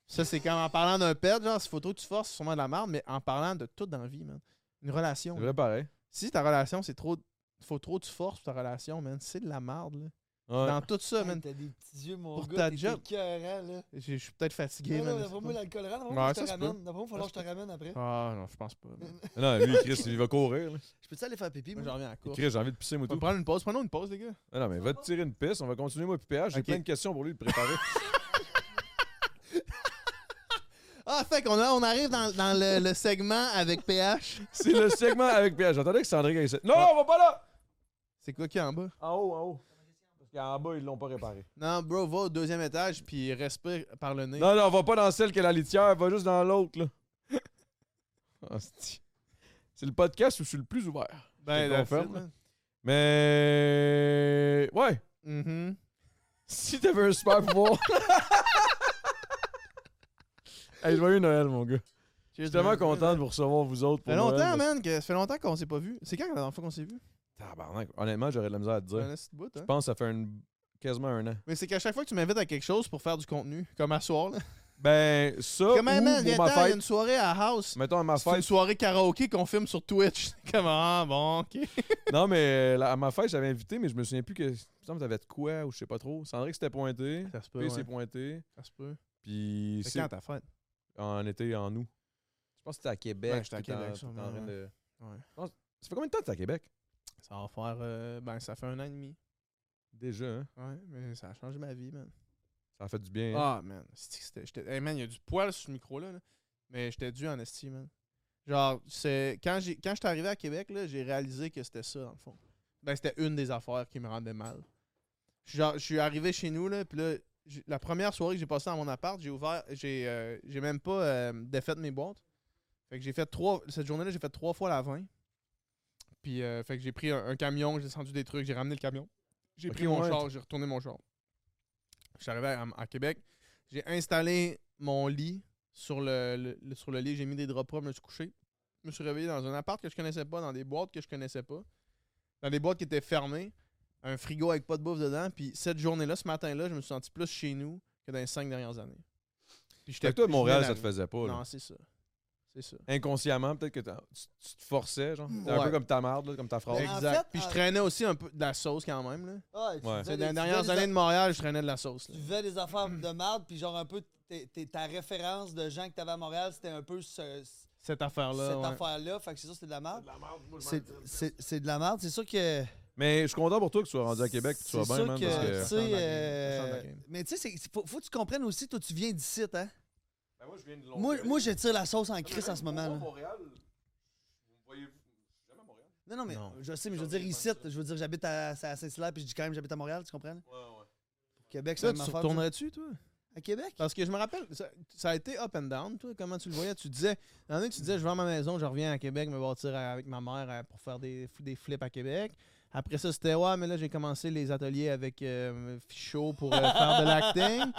Ça, c'est comme en parlant d'un pet, genre s'il faut trop que tu forces, c'est sûrement de la merde, mais en parlant de tout dans la vie, man. Une relation.
C'est
là.
vrai, pareil.
Si ta relation, c'est trop. Faut trop que tu forces pour ta relation, man. C'est de la merde, là.
Ouais.
Dans tout ça, man.
T'as des petits yeux, mon
Pour
gars.
ta
t'es
job.
écœurant, là.
Je je suis peut-être fatigué,
Non, non,
man.
d'après moi, l'alcool rend. D'après
Ouais,
moi, faut que
ça
je te
se peut.
ramène. D'après moi, il va falloir que je te ramène après.
Ah, non, je pense pas. man.
Non, lui, Chris, il va courir. là.
Je peux-tu aller faire pipi,
Moi,
moi?
j'en reviens à la course.
Chris, j'ai envie de pisser, moi,
On peut
tout.
prendre une pause. Prenons une pause, les gars.
Ah non, mais va te tirer une piste. On va continuer, moi, puis PH. J'ai
Ok.
plein de questions pour lui de préparer.
Ah, fait qu'on a- on arrive dans, dans le, le segment avec PH.
[LAUGHS] C'est le segment avec PH. J'entendais que Sandrine allait se- Non, on va pas là!
C'est quoi qu'il y a en bas?
En haut, en haut. Parce qu'en bas, ils l'ont pas réparé.
Non, bro, va au deuxième étage puis respire par le nez.
Non, non, on va pas dans celle qui a la litière, va juste dans l'autre, là. [LAUGHS] Hostie. C'est le podcast où je suis le plus ouvert.
ben,
je te
that's
confirme,
it,
là.
man.
Mais. Ouais!
Mhm.
Si t'avais un super pouvoir. [LAUGHS] hey, joyeux Noël, mon gars. Je
Cheers,
suis tellement
man.
content de vous recevoir, vous autres. Pour
Ça fait
Noël.
longtemps, man, que ça fait longtemps qu'on s'est pas vu. C'est quand la dernière fois qu'on s'est vu?
Tabarnak. Honnêtement, j'aurais de la misère à te dire.
Un petit bout, hein?
Je pense que ça fait une- quasiment un an.
Mais c'est qu'à chaque fois que tu m'invites à quelque chose pour faire du contenu, comme à soir, là.
Ben, ça, ou
Comme, hey, man,
pour
viens
ma
t'en, il y a
fête.
une soirée à House.
Mettons à ma
C'est une
fête.
soirée karaoké qu'on filme sur Twitch. [LAUGHS] Comment? Bon, ok.
Non, mais euh, la- à ma fête, j'avais invité, mais je me souviens plus que. Il me semble que t'avais de quoi ou je sais pas trop. Sandrine s'était pointé.
Ça se peut,
P
ouais.
s'est pointé.
Ça se peut.
Puis
C'est
c'est
quand ta fête?
en été, en août. Je pense que c'était à Québec.
Ouais, j'étais à
puis t'en-
Québec,
t'étais en
sûrement,
train
ouais.
de-
Ouais.
Je pense- Ça fait combien de temps que t'es à Québec?
Ça va faire... euh, ben, ça fait un an et demi.
Déjà, hein?
Ouais, mais ça a changé ma vie, man.
Ça a fait du bien. hein?
Ah, man. c'est que c'était- j'étais- Hey, man, il y a du poil sur ce micro-là. là. Mais j'étais dû en estime, man. Genre, c'est... Quand, j'ai... quand j'étais arrivé à Québec, là, j'ai réalisé que c'était ça, dans le fond. Ben, c'était une des affaires qui me rendait mal. Genre, je suis arrivé chez nous, là, puis là, j'ai- la première soirée que j'ai passée dans mon appart, j'ai ouvert... J'ai, euh, j'ai même pas euh, défait mes boîtes. Fait que j'ai fait trois... Cette journée-là, j'ai fait trois fois la 20. Puis, euh, fait que j'ai pris un, un camion, j'ai descendu des trucs, j'ai ramené le camion. J'ai
Ok,
pris mon
ouais.
char, j'ai retourné mon char. Je suis arrivé à, à Québec. J'ai installé mon lit sur le, le- le- sur le lit. J'ai mis des draps propres, je me suis couché. Je me suis réveillé dans un appart que je connaissais pas, dans des boîtes que je connaissais pas, dans des boîtes qui étaient fermées, un frigo avec pas de bouffe dedans. Puis cette journée-là, ce matin-là, je me suis senti plus chez nous que dans les cinq dernières années. Puis
Fait que toi,
je
Montréal,
venais
ça te
d'arriver.
faisait pas. là.
Non, c'est ça. C'est C'est ça.
Inconsciemment, peut-être que t'as- tu, tu te forçais, genre. T'es un
Ouais.
peu comme ta marde, là, comme ta phrase.
Mais en
Exact.
fait,
Puis je
en-
traînais aussi un peu de la sauce quand même. Là.
Ah, et tu
Ouais.
faisais des-
C'est dans les
tu
dernières
faisais des
années de Montréal, je traînais de la sauce. là.
Tu faisais des affaires de merde, puis genre un peu t'es- t'es- ta référence de gens que t'avais à Montréal, c'était un peu ce-
Cette affaire-là.
cette
ouais.
affaire-là. Fait que c'est sûr que c'est de la merde. C'est- C'est c'est de la merde. C'est sûr que.
Mais je suis content pour toi que tu sois rendu à Québec, que tu sois
C'est
bien,
sûr
man,
que,
parce que.
tu
Ça change
sais,
la game.
euh,
Ça change la game.
mais tu sais, c'est- c'est- faut, faut que tu comprennes aussi, toi, tu viens d'ici, hein?
Ben, moi, je viens de
Moi, moi, je tire la sauce en crise en ce moment. là. Non, non, mais
Non.
je sais, mais je veux dire ici, je veux dire, j'habite à, à Saint-Hilaire, puis je dis quand même, j'habite à Montréal, tu comprends? Québec, c'est
Ça,
la
tu
même affaire,
retournerais-tu, toi?
tu sais. À Québec?
Parce que je me rappelle, ça, ça a été up and down, toi. Comment tu le voyais? Tu disais, il y en a qui tu disais, je vends ma maison, je reviens à Québec, me bâtir à- avec ma mère euh, pour faire des, des flips à Québec. Après ça, c'était, ouais, mais là, j'ai commencé les ateliers avec euh, Fichot pour euh, faire
[LAUGHS]
de l'acting.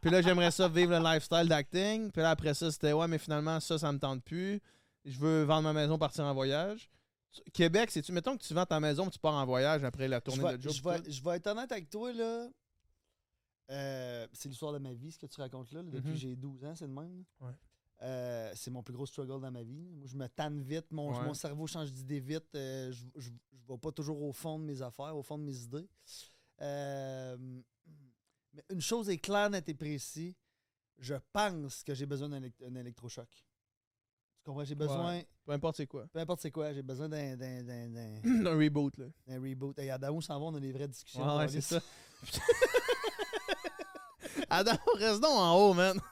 Puis là, j'aimerais ça vivre le lifestyle d'acting. Puis là, après ça, c'était, ouais, mais finalement, ça, ça me tente plus. Je veux vendre ma maison, partir en voyage. Tu- Québec, c'est-tu, mettons que tu vends ta maison, puis tu pars en voyage après la
Je
tournée
vais,
de Joe.
je
puis
vais-
tout.
je vais être honnête avec toi, là. Euh, c'est l'histoire de ma vie, ce que tu racontes là, là, depuis
Mhm.
que j'ai 12 ans, c'est le même. là.
Ouais.
Euh, c'est mon plus gros struggle dans ma vie. Moi, je me tanne vite, mon,
Ouais.
mon cerveau change d'idée vite. euh, je je je vais pas toujours au fond de mes affaires, au fond de mes idées. Euh, mais une chose est claire, nette et précise. Je pense que j'ai besoin d'un élect- d'un électrochoc. Tu comprends? J'ai besoin,
Peu importe c'est quoi. [CLEARS THROAT]
peu importe c'est quoi, j'ai besoin d'un- d'un- d'un- d'un
Un reboot, là.
d'un reboot. Hey, Adam, où s'en va, on a des vraies discussions.
Ouais, ouais,
On
c'est
est-
ça. [LAUGHS] Adam, reste donc en haut, man. [LAUGHS]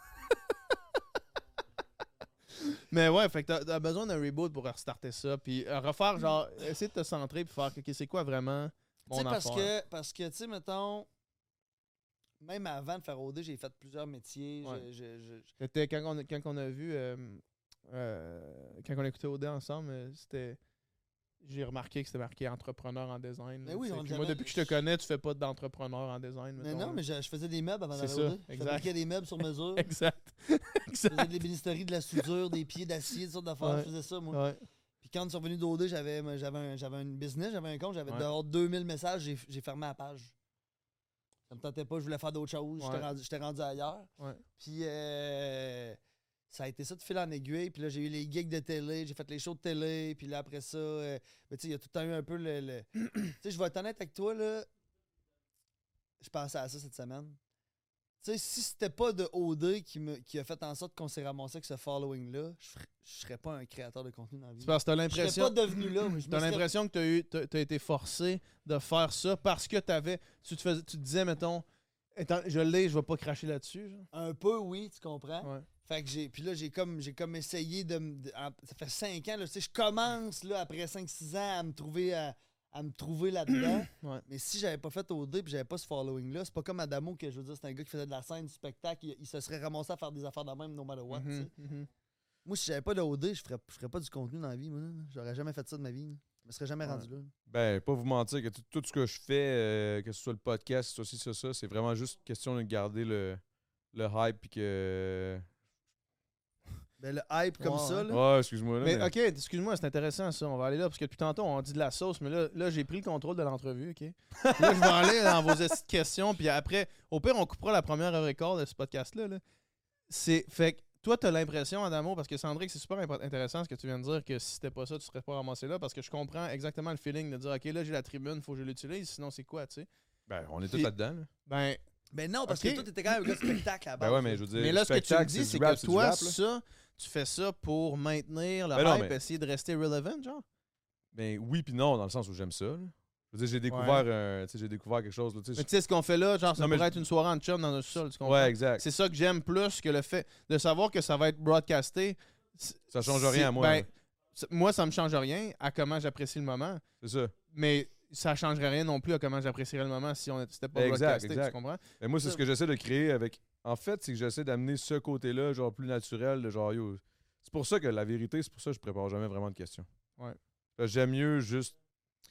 Mais ouais, fait que t'as- t'as besoin d'un reboot pour restarter ça, puis euh, refaire genre, essayer de te centrer puis faire, ok, c'est quoi vraiment
Tu
mon
sais, parce
affaire?
que, parce que, tu sais, mettons, même avant de faire OD, j'ai fait plusieurs métiers.
Ouais.
je- je- je- je-
C'était quand on, a- quand on a vu, euh, euh, quand on écoutait OD ensemble, euh, c'était, j'ai remarqué que c'était marqué entrepreneur en design.
Mais Ben
là,
oui,
tu sais.
on
Puis moi,
dirait-
depuis que je te connais, tu fais pas d'entrepreneur en design.
Mais
mettons,
non,
là.
mais je, je faisais des meubles avant
C'est
d'aller
ça,
OD. Je
exact.
fabriquais des meubles sur
[LAUGHS]
mesure.
Exact.
je
exact.
faisais de l'ébénisterie, de la soudure, des pieds d'acier, des sortes d'affaires.
Ouais.
Je faisais ça, moi.
Ouais.
Puis quand ils sont venus d'OD, j'avais moi, j'avais un, j'avais un business, j'avais un compte, j'avais
Ouais.
dehors 2000 messages, j'ai- j'ai fermé la page. Ça me tentait pas, je voulais faire d'autres choses, j'étais
Ouais.
rendu, j'étais rendu ailleurs.
Ouais.
Puis euh, ça a été ça de fil en aiguille, puis là j'ai eu les gigs de télé, j'ai fait les shows de télé, puis là après ça, euh, mais tu sais, il y a tout le temps eu un peu le... le- [CLEARS THROAT] tu sais, je vais être honnête avec toi, là, je pensais à ça cette semaine. Tu sais, si c'était pas de OD qui, me, qui a fait en sorte qu'on s'est ramassé avec ce following-là, je ferais- je serais pas un créateur de contenu dans la vie.
C'est parce que t'as
Je serais
l'impression.
pas devenu
[CLEARS THROAT]
là. mais je me
T'as
serais-
l'impression que t'as eu, t'as- t'as été forcé de faire ça parce que t'avais, tu te faisais, tu te disais mettons, étant- je l'ai, je vais pas cracher là-dessus. genre.
Un peu, oui, tu comprends.
Ouais.
Fait que j'ai. Puis là, j'ai comme, j'ai comme essayé de, me- de- en- Ça fait 5 ans, là, tu sais, je commence, là, après 5-6 ans, à me trouver à, à me trouver là-dedans.
[CLEARS THROAT] Ouais.
Mais si j'avais pas fait OD puis j'avais pas ce following-là, c'est pas comme Adamo que je veux dire, c'est un gars qui faisait de la scène, du spectacle, il, il se serait ramassé à faire des affaires de même, no matter what. tu sais.
Mhm, mhm.
Moi, si j'avais pas de OD, je ferais, je ferais pas du contenu dans la vie, moi. là. J'aurais jamais fait ça de ma vie. là. Je me serais jamais
Ouais.
rendu là.
Ben, pas vous mentir que tout, tout ce que je fais, euh, que ce soit le podcast, que ce soit ci, ça, ça, c'est vraiment juste question de garder le, le hype puis que.
Ben, le hype comme
Ouais,
ça,
ouais.
là.
Ouais, excuse-moi. là,
Mais
mais-
ok, excuse-moi, c'est intéressant ça. On va aller là parce que depuis tantôt on dit de la sauce, mais là, là j'ai pris le contrôle de l'entrevue, ok. Là je vais aller dans vos petites questions, puis après, au pire on coupera la première heure et quart de ce podcast là. C'est fait que toi t'as l'impression Adamo parce que Sandrick c'est super impo- intéressant ce que tu viens de dire que si c'était pas ça tu serais pas ramassé là parce que je comprends exactement le feeling de dire ok là j'ai la tribune faut que je l'utilise sinon c'est quoi tu sais.
Ben, on est tous
Puis-
là-dedans. là.
Ben
Ben non, parce
Ok.
que toi, t'étais quand même un gars de spectacle à la
Ben
base.
ouais, mais je veux dire.
Ah, Mais là, ce que tu me
spectacle,
dis,
du
c'est
rap,
que
c'est du
toi,
rap, là.
ça, tu fais ça pour maintenir le
Ben non,
hype,
mais-
essayer de rester relevant, genre.
Ben oui, puis non, dans le sens où j'aime ça. là. Je veux dire, j'ai découvert, un- tu sais, j'ai découvert quelque chose. là, tu sais,
Mais tu sais, ce qu'on fait là, genre, ça
Non, mais
pourrait
je-
être une soirée en chum dans un sol, tu comprends?
Ouais, exact.
C'est ça que j'aime plus que le fait de savoir que ça va être broadcasté.
Ça change
C'est-
rien à moi.
ben,
là.
c- moi, ça me change rien à comment j'apprécie le moment,
C'est ça.
mais ça changerait rien non plus à comment j'apprécierais le moment si on c'était pas
Exact,
broadcasté,
exact.
tu comprends?
Et moi, c'est
Ça-
ce que j'essaie de créer avec. En fait, c'est que j'essaie d'amener ce côté-là, genre plus naturel, de genre yo. C'est pour ça que la vérité, c'est pour ça que je prépare jamais vraiment de questions.
Ouais.
Parce que J'aime mieux juste.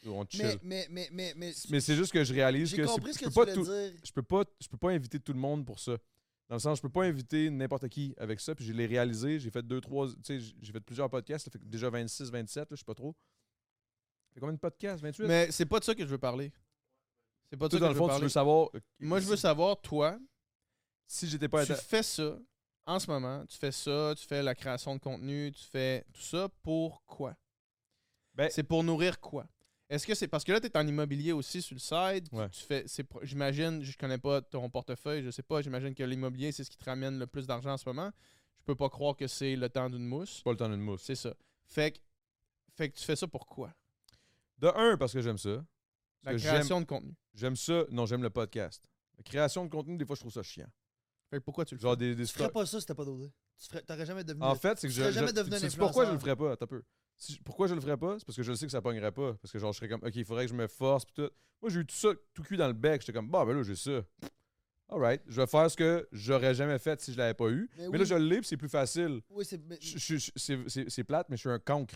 On chill.
Mais,
Mais,
mais, mais, mais, mais,
c'est juste que je réalise
j'ai
que, c'est-
compris ce
je
que
peux
tu
pas
voulais
tout-
dire.
je peux pas, je peux pas inviter tout le monde pour ça. Dans le sens, je peux pas inviter n'importe qui avec ça. Puis je l'ai réalisé. J'ai fait deux, trois. Tu sais, j'ai fait plusieurs podcasts. Ça fait déjà 26, 27, là, je sais pas trop. Ça fait combien de podcasts 28
Mais c'est pas de ça que je veux parler. C'est pas de
Toi,
ça que
dans le
je veux
fond, tu
parler.
veux savoir. euh,
Moi, je veux
si-
savoir, toi,
Si j'étais pas.
tu
atta-
fais ça en ce moment, tu fais ça, tu fais la création de contenu, tu fais tout ça pour quoi?
Ben-
c'est pour nourrir quoi? Est-ce que c'est parce que là, tu es en immobilier aussi sur le site? tu-
Ouais.
Tu, fais, c'est pro- j'imagine, je connais pas ton portefeuille, je sais pas, j'imagine que l'immobilier, c'est ce qui te ramène le plus d'argent en ce moment. Je peux pas croire que c'est le temps d'une mousse.
Pas le temps d'une mousse.
C'est ça. Fait que, fait que tu fais ça pour quoi?
De un, parce que j'aime ça.
La
Parce que j'aime-
création de contenu.
J'aime ça. Non, j'aime le podcast. La création de contenu, des fois, je trouve ça chiant.
Fait que pourquoi tu le fais?
Genre des, des
Tu ferais
sto-
pas ça si t'as pas d'OD. Tu ferais- t'aurais jamais devenu.
En fait, c'est que
Tu
je.
serais
je-
jamais devenu un
sais-tu pourquoi je le
influenceur.
ferais pas? Attends un peu. Si je- pourquoi je le ferais pas? C'est parce que je le sais que ça pognerait pas. Parce que genre, je serais comme, OK, il faudrait que je me force. Pis tout. Moi, j'ai eu tout ça tout cuit dans le bec. J'étais comme, bah, ben là, j'ai ça. Alright. Je vais faire ce que j'aurais jamais fait si je l'avais pas eu.
Mais
Mais,
Ben oui.
là, je l'ai, pis c'est plus facile.
Oui, c'est. mais-
Je- je- je- c'est- C'est c'est plate, mais je suis un cancre.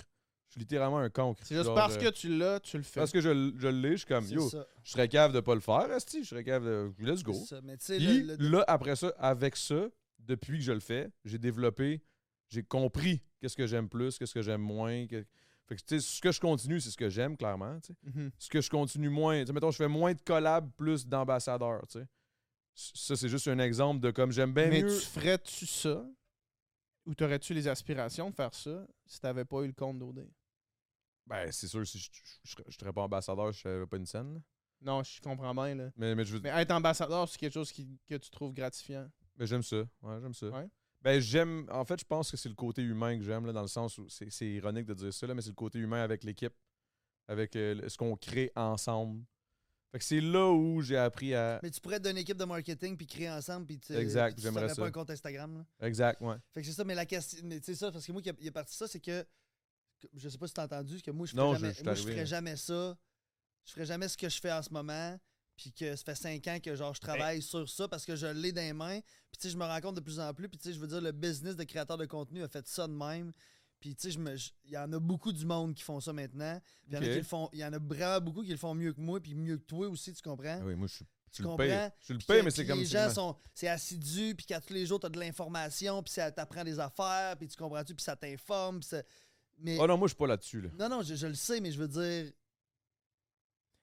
Je suis littéralement un cancre.
C'est juste
Genre,
parce
euh,
que tu l'as, tu le fais.
Parce que je, l- je l'ai, je suis comme,
c'est
yo,
ça,
je serais cave de pas le faire, esti. Je serais cave de. Let's go.
c'est ça. Mais tu sais,
Puis
le- le-
là, après ça, avec ça, depuis que je le fais, j'ai développé, j'ai compris qu'est-ce que j'aime plus, qu'est-ce que j'aime moins. que- Fait que, tu sais, ce que je continue, c'est ce que j'aime, clairement. tu sais.
Mhm.
Ce que je continue moins, tu sais, mettons, je fais moins de collabs, plus d'ambassadeurs, tu sais. C- Ça, c'est juste un exemple de comme j'aime bien
Mais
Ben mieux.
tu ferais-tu ça? Ou t'aurais-tu les aspirations de faire ça si t'avais pas eu le compte d'OD?
Ben, c'est sûr, si je, je- je serais- je serais pas ambassadeur, je serais pas une scène. là.
Non, je comprends bien, là.
Mais, mais je veux
Mais être ambassadeur, c'est quelque chose qui- que tu trouves gratifiant.
Mais j'aime ça. Ouais, j'aime ça.
Ouais.
Ben, j'aime. En fait, je pense que c'est le côté humain que j'aime, là, dans le sens où c'est, c'est ironique de dire ça, là, mais c'est le côté humain avec l'équipe, avec euh, le- ce qu'on crée ensemble. Fait que c'est là où j'ai appris à.
mais tu pourrais être d'une équipe de marketing puis créer ensemble puis tu.
Exact,
puis tu
j'aimerais
serais
ça.
pas un compte Instagram. là.
Exact, ouais.
Fait que c'est ça, mais la question. Mais tu sais ça, parce que moi, qui a- il est parti ça, c'est que. que- Je sais pas si t'as entendu, que moi, je ferais
Non, je-
jamais,
je suis
moi, je
arrivé, hein.
ferais
là.
jamais ça. Je ferais jamais ce que je fais en ce moment. Puis que ça fait cinq ans que
Ben
genre je travaille sur ça parce que je l'ai dans les mains. Puis tu sais, je me rends compte de plus en plus. Puis tu sais, je veux dire, le business de créateur de contenu a fait ça de même. Puis tu sais, je me- je- il y en a beaucoup du monde qui font ça maintenant. Puis il y en a
Ok.
qui le font- il y en a vraiment beaucoup qui le font mieux que moi, puis mieux que toi aussi, tu comprends?
Ah oui, moi, je suis. je suis le
hein? comprends?
pire. Je suis le
Puis
pire,
que-
mais c'est
puis
comme.
Les
c'est
gens
comme-
sont. C'est assidu, puis qu'à tous les jours, t'as de l'information, puis ça t'apprend des affaires, puis tu comprends-tu, puis ça t'informe, puis ça. Mais.
Oh non, moi, je suis pas là-dessus, là.
non, non, je, je le sais, mais je veux dire.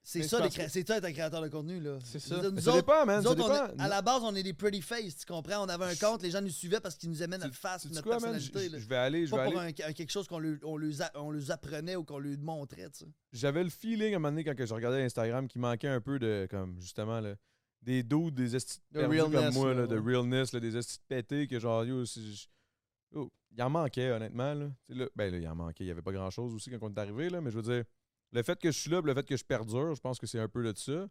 C'est ça,
Mais c'est
les
parce
cré-
que-
c'est toi être un créateur de contenu, là.
C'est
Je
ça.
veux dire,
Mais
nous
ça
autres,
dépend, man.
nous
Ça
autres, on
dépend.
est- à la base, on est des pretty face, tu comprends? On avait un
Je-
compte, les gens nous suivaient parce qu'ils nous aimaient notre face,
Sais-tu
notre
quoi, man?
personnalité.
Je
là.
je vais aller. Je vais
Pas
aller.
pour un, un- quelque chose qu'on leur on leur a- on leur apprenait ou qu'on leur montrait, tu sais.
j'avais le feeling à un moment donné quand que je regardais Instagram qui manquait un peu de comme justement là, des dos des estis
De
de perdus comme
realness,
moi
là,
là, de
ouais.
realness là, des estis de pétés que genre yo, si je- yo, il en manquait honnêtement là. Tu sais, là, ben là il en manquait il y avait pas grand chose aussi quand on est arrivé là mais je veux dire le fait que je suis là puis le fait que je perdure je pense que c'est un peu de ça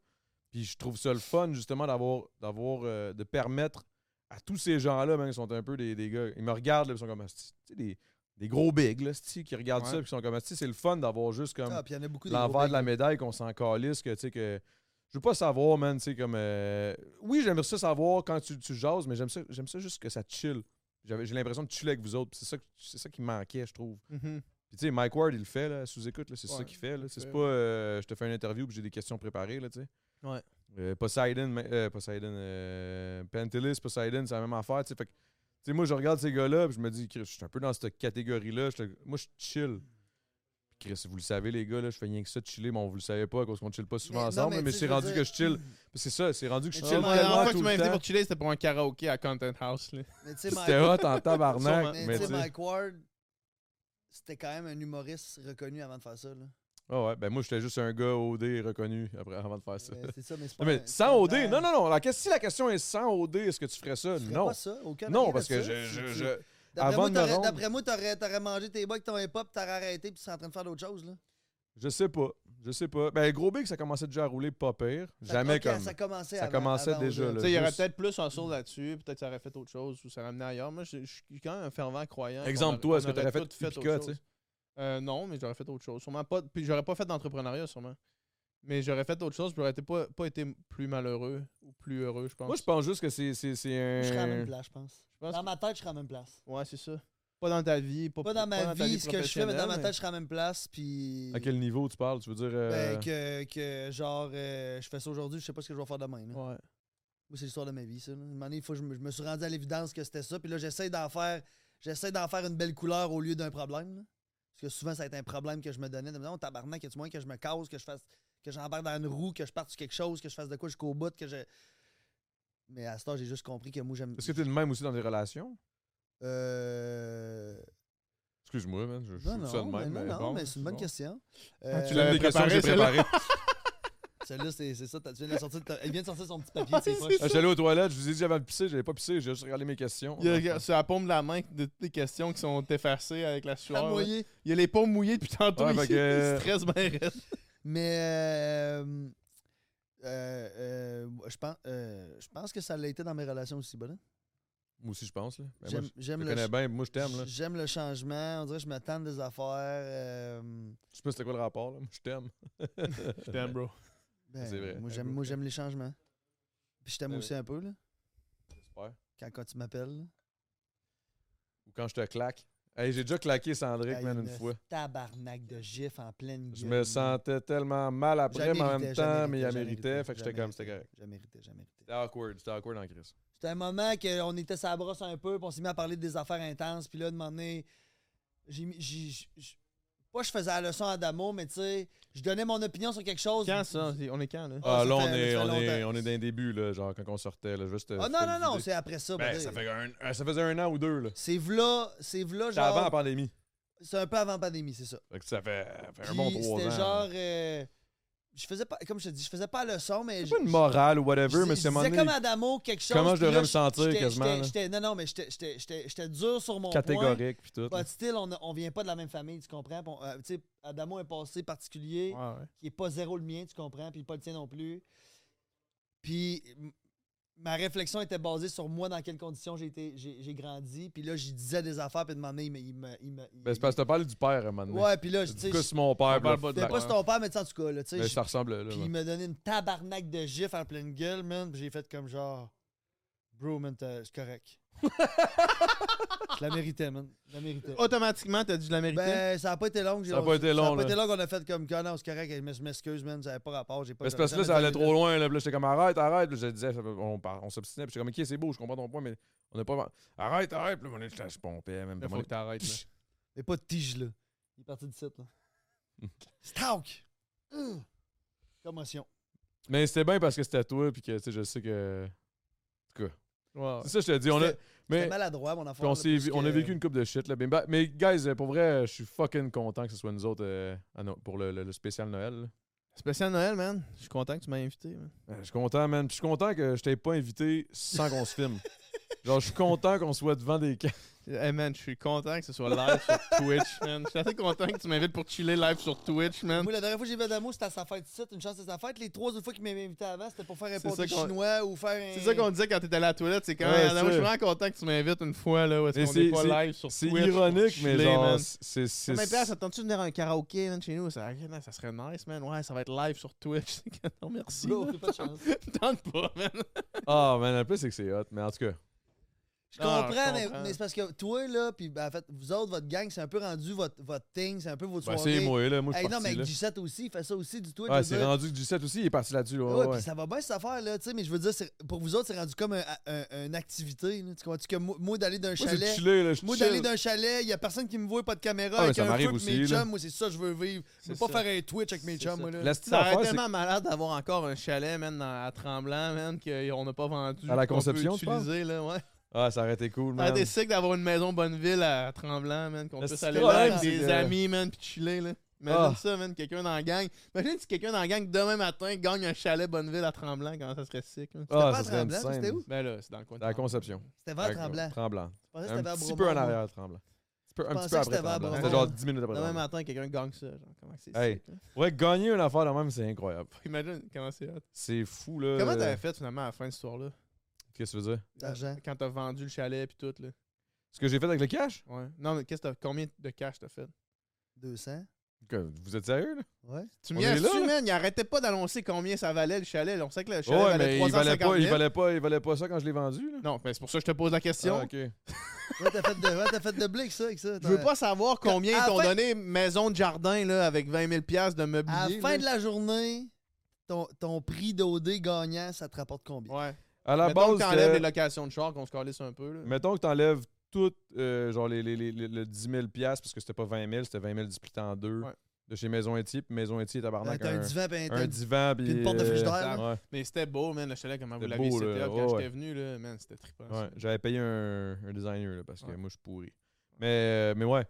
puis je trouve ça le fun justement d'avoir d'avoir euh, de permettre à tous ces gens là même qui sont un peu des, des gars ils me regardent là, ils sont comme Asti, tu sais, des des gros bigs là, asti, qui regardent
Ouais.
ça puis qui sont comme Asti, c'est le fun d'avoir juste comme
Ah, puis il y en a beaucoup des gros
l'envers de la
becs.
médaille qu'on s'en calisse, que tu sais que. Je veux pas savoir, man, tu sais, comme. euh, Oui, j'aimerais ça savoir quand tu, tu jases, mais j'aime ça, j'aime ça juste que ça chill. J'avais- J'ai l'impression de chiller avec vous autres. puis C'est ça, que- c'est ça qui manquait, je trouve.
Mhm.
Puis tu sais, Mike Ward, il le fait, là, sous écoute, là, c'est ça
Ouais,
qu'il fait. là.
il
C'est
fait,
pas euh, je te fais une interview puis j'ai des questions préparées, là, tu sais.
Ouais.
Euh, Poseidon, mais- euh, Poseidon, euh, Pantelis, Poseidon, c'est la même affaire, tu sais. Fait que, tu sais, moi, je regarde ces gars-là puis je me dis, Chris, je suis un peu dans cette catégorie-là. je suis- Moi, je chill. Puis Chris, vous le savez, les gars, là, je fais rien que ça de chiller, mais on vous le savez pas, parce qu'on chill pas souvent
Mais non,
ensemble,
mais
là, mais,
tu sais,
c'est
je veux
rendu
dire-
que je chill. C'est ça, c'est rendu que je
Mais
chill
non, mais
La
la
tellement
dernière fois que
tout
tu
le
m'as invité
temps. Ah,
pour chiller, c'était pour un karaoké à Content House. là.
Mais tu sais, Mike-
C'était hot en tabarnak,
Sûrement.
Mais,
Ah, mais
tu sais,
tu sais.
Mike Ward, c'était quand même un humoriste reconnu avant de faire ça. Là.
Ah ouais, ben moi, j'étais juste un gars OD reconnu après, avant de faire ça.
Mais Euh, C'est ça, mais c'est pas.
Non, Ah, mais
un-
sans OD,
c'est un-
non, non, non. La que- si la question est sans OD, est-ce que tu ferais ça?
tu ferais
Non.
pas ça, aucun
Non,
arrière
parce que
de ça.
je. je,
Tu-
je-
d'après
avant
moi,
de me
t'aurais-
rendre-
D'après moi, t'aurais t'aurais mangé tes bois avec ton hip-hop, t'aurais arrêté, puis tu serais en train de faire d'autres choses. Là.
je sais pas. Je sais pas. Ben, Gros Big, ça commençait déjà à rouler pas pire.
Ça-
Jamais
ok,
comme.
Ça commençait,
ça
avant-
commençait
avant
déjà, là.
OD.
Tu sais, il y aurait
juste-
peut-être plus un saut là-dessus, peut-être que ça aurait fait autre chose ou ça ramenait ailleurs. Moi, je je suis quand même un fervent croyant. qu'on
Exemple,
aurait-
toi, est-ce
on
que t'aurais
aurait
fait
tout autre
Upica, tu
chose.
sais?
Euh, non, mais j'aurais fait autre chose. Sûrement pas. Puis j'aurais pas fait d'entrepreneuriat, sûrement. Mais j'aurais fait autre chose, puis j'aurais été pas, pas été plus malheureux ou plus heureux, je pense.
Moi, je pense juste que c'est c'est- c'est
Je serais à la même
un.
place, je pense.
Je pense
Dans ma tête, je serais à la même place.
que- Ouais, c'est ça. Pas dans ta vie, pas,
Pas dans ma
ta
vie, ce que je fais, mais dans ma
professionnelle,
tête, je serais à la même place, puis.
À quel niveau tu parles? Tu veux dire. euh,
Ben, que, que genre, euh, je fais ça aujourd'hui, je sais pas ce que je vais faire demain. là.
mais- Ouais.
Moi, c'est l'histoire de ma vie, ça. là. Une année, il faut que je me, je me suis rendu à l'évidence que c'était ça. Puis là, j'essaie d'en faire. J'essaie d'en faire une belle couleur au lieu d'un problème. là. Parce que souvent, ça a été un problème que je me donnais. De me dire, oh, tabarnak, tu moins que je me cause, que je fasse. que j'embarque dans une roue, que je parte sur quelque chose, que je fasse de quoi jusqu'au bout, que je. Mais à ce temps, j'ai juste compris que moi, j'aime.
Est-ce que t'es le même aussi dans les relations?
Euh,
Excuse-moi, man. Je, je
non,
suis ça de
non, mais
même.
non, non,
bon,
mais c'est une bonne
bon.
question.
Ah, tu
Tu
Euh,
l'avais
l'avais
préparé, j'ai
préparée,
préparé.
Celle-là, c'est c'est ça. t'as- Tu viens de la sortir de ta- Elle vient de sortir son petit
[LAUGHS]
papier de ses
Ouais,
poches.
Ah, J'allais aux toilettes, je vous ai dit j'avais pissé, j'avais pas pissé, j'ai juste regardé mes questions.
Il y a, regarde, sur la paume de la main de toutes les questions qui sont effacées avec la
T'as
sueur. là.
moyen.
Il y a les paumes mouillées depuis
Ouais,
tantôt. [LAUGHS] il,
fait que-
il stresse bien raide.
Mais euh, euh, euh, je pense, euh, je pense que ça l'a été dans mes relations aussi, bon. hein?
Moi aussi, je pense. Là. Ben, moi,
J'aime-
je-
J'aime
je
le,
connais bien, moi je t'aime. là. Je
j'aime le changement. On dirait que je me tente des affaires. euh,
sais pas c'était quoi le rapport, là. Moi je t'aime.
Je t'aime, bro.
ben,
C'est vrai.
Moi,
Un
j'aime,
gros
moi,
fan.
j'aime les changements. Puis je t'aime
Ben
aussi un peu, là,
J'espère.
quand, quand tu m'appelles.
Ou quand je te claque. Hey, j'ai déjà claqué Sandrick,
Hey,
man, une
me
fois.
Tabarnak de gif en pleine
Je me sentais tellement mal après, mais en même temps, mais il la méritait. Fait que j'étais comme, c'était correct.
J'ai mérité, j'ai mérité.
C'était awkward, c'était awkward en crise.
C'était un moment qu'on était sa brosse un peu, puis on s'est mis à parler des affaires intenses, puis là, de moment donné, j'ai mis. j'ai- j'ai- j'ai- Pas je faisais la leçon à Damo, mais tu sais, je donnais mon opinion sur quelque chose.
Quand ça On est quand, là
Ah,
Ah, ça
là, on
fait-
est,
ça
on,
fait
est,
longtemps.
on est d'un début, là, genre quand on sortait. Là, juste, euh,
Ah non, non, non, c'est après ça.
Ben,
pour
ça,
dire.
fait un, euh, ça faisait un an ou deux, là.
C'est v'là, c'est v'là,
C'était avant la
genre.
pandémie.
C'est un peu avant pandémie, c'est ça.
Fait que ça fait, ça fait Ben, un
Puis
bon trois ans.
C'était genre. euh, je faisais pas, comme je te dis, je faisais pas la leçon, mais.
C'est
je-
pas une morale ou
je-
whatever,
je-
mais
je
c'est à un moment
disais
donné,
comme à Damo quelque chose.
comment je
puis
devrais
là,
me sentir
j'étais-
quasiment,
j'étais-
là.
j'étais- Non, non, mais j'étais- j'étais j'étais- j'étais dur sur mon point. bah,
catégorique, puis tout. là.
Pas style, on, on vient pas de la même famille, tu comprends? Puis on- euh, tu sais, Adamo a un passé particulier qui est pas zéro le mien, tu comprends? Puis pas le tien non plus. Puis m- ma réflexion était basée sur moi, dans quelles conditions j'ai été- j'ai j'ai grandi. Puis là, j'y disais des affaires, puis demandais, il me. Il me, il me- il-
Ben, c'est parce que t'as parlé du père à un moment donné.
Ouais, puis là, je-
J'ai
tu
dit,
sais,
quoi,
je-
c'est mon père,
on parle
bluff.
pas de
c'était
la-
pas sur ton père, mais tu sais, en tout cas, là, tu sais.
Mais
je-
hein. Ben, ça ressemble là.
Puis
ouais.
il m'a donné une tabarnak de gif en pleine gueule, man. Puis j'ai fait comme genre. Bro, man, t'as- c'est
[LAUGHS]
correct. je la méritais, man. Je la méritais.
Oh,
Automatiquement, t'as dû la mériter.
Ben, ça n'a pas été long. j'ai-
Ça a pas été
Ça
long,
n'a pas
là.
été long qu'on a fait comme Ah non, c'est correct, je m'ex- je m'excuse, man, ça n'avait pas rapport. J'ai pas
Mais Ben, c'est parce que là, ça
jamais
allait
fait-
trop loin. Là, Puis là j'étais comme arrête, arrête. Puis là, je disais, ça peut- on, par- on s'obstinait. Puis j'étais comme, ok, c'est beau, je comprends ton point, mais on n'a pas. Arrête, arrête. Puis là, mon je pompais. Même,
Là,
mon-
faut que t'arrêtes, là.
Mais pas de tige, là. Il est parti
[LAUGHS]
de site, là. Stalk! Hum! Commotion.
Mais c'était bien parce que c'était toi. Puis que, tu sais, je sais que.
Ouais, ouais.
C'est ça, je te dis. On a...
C'était- C'était
Mais
maladroit, mon enfant.
puis on, s'est vi- on a vécu une coupe de shit. Là. Mais, bah- mais, guys, euh, pour vrai, euh, je suis fucking content que ce soit nous autres euh, à no- pour le, le- le spécial Noël. là.
Spécial Noël, man. Je suis content que tu m'as invité. man.
Euh, Je suis content, man. Puis je suis content que je t'ai pas invité sans qu'on se filme. Genre, je suis content qu'on soit devant des caméras.
Hey, man, je suis content que ce soit live sur [LAUGHS] Twitch, man. Je suis assez content que tu m'invites pour chiller live sur Twitch, man.
Moi, la dernière fois que j'ai vu Adamo, c'était à sa fête ici. Une chance, c'était à sa fête. Les trois autres fois qu'il m'avait invité avant, c'était pour faire un
C'est
pâté
ça qu'on-
chinois ou faire un.
C'est ça qu'on disait quand t'étais à la toilette, c'est quand
Ouais,
même. Je suis
sûr.
vraiment content que tu m'invites une fois, là, où est-ce
Mais
qu'on est
c'est-
pas live sur
C'est
Twitch. pour
ironique, mais
chiller, man.
genre, c'est. c'est-
Non, mais Pierre, attends-tu de venir à un karaoké, man, chez nous? Ça, ça serait nice, man. Ouais, ça va être live sur Twitch. [LAUGHS] non, merci.
[LAUGHS]
[LAUGHS]
Bro,
là.
t'as pas de chance.
Tente pas, man.
Ah, man, le plus, c'est que c'est hot. Mais en tout cas,
Je
Ah,
comprends,
je
mais-
comprends.
mais, c'est parce que toi, là, puis ben, en fait, vous autres, votre gang, c'est un peu rendu votre, votre thing, c'est un peu votre
ben,
soirée.
c'est moi, là. Moi, je
Hey,
suis
non, mais
parti,
avec
là.
G7 aussi, il fait ça aussi du Twitch.
Ouais,
je veux
c'est
dire.
rendu que G7 aussi, il est parti là-dessus. là,
Ouais,
ouais,
puis
ouais.
ça va bien cette affaire, là, tu sais, mais je veux dire, c'est- pour vous autres, c'est rendu comme un- un- un- une activité, là. Tu comprends-tu que moi, moi, d'aller d'un
Moi, c'est
chalet.
chillé, là. Je suis
Moi,
chill.
d'aller d'un chalet, il n'y a personne qui me voit, pas de caméra,
Ah, mais
avec
ça
un
m'arrive
feu pis
aussi, là.
mes chums, moi, c'est ça que je veux vivre. Je veux
C'est
pas
ça.
faire un Twitch avec mes
C'est
chums,
ça.
moi, là.
La petite
Ça
affaire,
aurait
c'est
tellement malade d'avoir encore un chalet, man, dans- à Tremblant, man, qu'on n'a pas vendu.
À la
qu'on peut
conception, tu penses?
utiliser, là, ouais.
Ah, ça aurait été cool,
Ça
man.
des sick d'avoir une maison Bonneville à Tremblant, man, qu'on
Le
puisse
style,
aller là
ouais,
avec des
c'est, Ah. euh,
amis, man, puis chiller, là. Imagine ça, man, quelqu'un dans la gang. Imagine si quelqu'un dans la gang, demain matin, gagne un chalet Bonneville à Tremblant, comment ça serait sick, man.
Ah,
pas
ça
à
serait une
Tremblant,
scène.
c'était où?
Ben là, c'est dans le coin de
À la
Tremblant.
Conception.
C'était vers Tremblant.
Tremblant.
Je pensais que
Un
c'était vers
petit peu
Bromont,
en
moi.
arrière, Tremblant. Un petit peu- Un
pensais
petit
que
peu après
c'était vers
Tremblant.
Bromont.
C'était genre 10 minutes après
Demain
Tremblant.
matin, quelqu'un gagne ça, genre, comment c'est
Hey.
sick, là.
Ouais, gagner une affaire de même, c'est incroyable.
Imagine comment c'est hot.
C'est fou, là.
Comment t'avais fait, finalement, à la fin de ce soir-là?
Qu'est-ce que tu veux dire?
D'argent.
Quand t'as vendu le chalet, puis tout, là.
Ce que j'ai fait avec le cash?
Ouais. Non, mais qu'est-ce que t'as- combien de cash t'as fait?
200.
Que- Vous êtes sérieux, là?
Ouais.
Tu
On
me
est
là,
là, là?
man, il arrêtait pas d'annoncer combien ça valait le chalet. là. On sait que le chalet
Ouais,
valait
mais il
350
valait, pas,
000.
il, valait pas, il valait pas ça quand je l'ai vendu, là.
Non, mais c'est pour ça que je te pose la question.
Ah, ok.
Ouais, t'as fait de, ouais, t'as fait de blé avec ça, avec ça.
Je veux pas savoir combien
À
ils
la
t'ont
fin-
donné maison de jardin là, avec 20 000 piastres de meublier.
À la fin
là.
de la journée, ton, ton prix d'OD gagnant, ça te rapporte combien?
Ouais.
À la
La Mettons que
base,
t'enlèves
c'était-
les locations de char, qu'on se calisse un peu. Là.
Mettons que t'enlèves tout, euh, genre les, les, les, les- le 10 000 piastres, parce que c'était pas 20 000, c'était 20 000 disputé en deux.
Ouais.
de chez Maison Etier, puis Maison Etier, tabarnak.
T'as un
un,
divan, ben,
un
t'as une-
divan, puis.
puis une porte de
euh,
frigidaire. là.
Ouais,
Mais c'était beau, man, le chalet, comment vous
C'était
l'avez
beau,
c'était
là.
up.
Ouais,
Quand
ouais.
j'étais venu, là, man, c'était trippant. ça.
ouais. J'avais payé un, un designer, là, parce que
Ouais.
moi, je suis pourri. Mais, euh, mais ouais.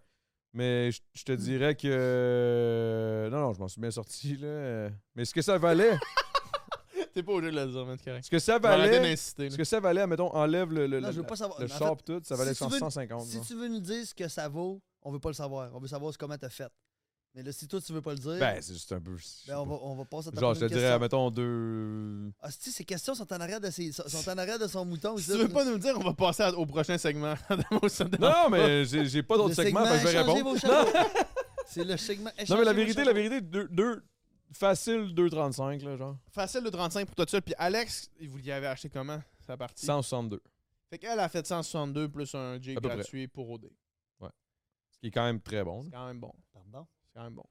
Mais je- je te dirais que. euh, Non, non, je m'en suis bien sorti, là. Mais ce que ça valait,
[LAUGHS] T'es pas obligé de le dire, man, correct.
ce que
[LAUGHS]
ça
Je vais arrêter
valait,
d'insister.
ce
là.
que ça valait, mettons, enlève le, le,
Non,
la-
je veux pas savoir.
le
En fait,
char pis tout, ça valait
si tu veux-
150.
Si
genre.
tu veux nous dire ce que ça vaut, on veut pas le savoir. On veut savoir comment t'as fait. Mais là, si toi, tu veux pas le dire,
Ben, c'est juste un peu. je sais
ben, on,
pas.
va, on va passer à ta
Genre, je te
prochaine
dirais,
question.
mettons, deux.
Ah, si, ces questions sont en arrière de, ses, sont- sont en arrière de son mouton.
Si
ça.
tu veux pas nous le dire, on va passer à- au prochain segment. [LAUGHS] Adam,
[LAUGHS]
au centre.
Non, non, mais j'ai j'ai pas
Le
d'autres segments, fait que je vais
Échangez
répondre.
vos chapeaux. C'est le segment.
Non, mais
Échangez
la
vos
vérité, la
chapeaux.
vérité, deux, deux facile 2,35, là, genre.
Facile de 35 pour toi tout seul. Puis Alex, il vous l'y avait acheté comment, sa partie?
162.
Fait qu'elle a fait 162 plus un J
À peu près.
gratuit pour OD.
Ce qui est quand même très bon.
C'est
là.
quand même bon.
Pardon.
C'est quand même bon.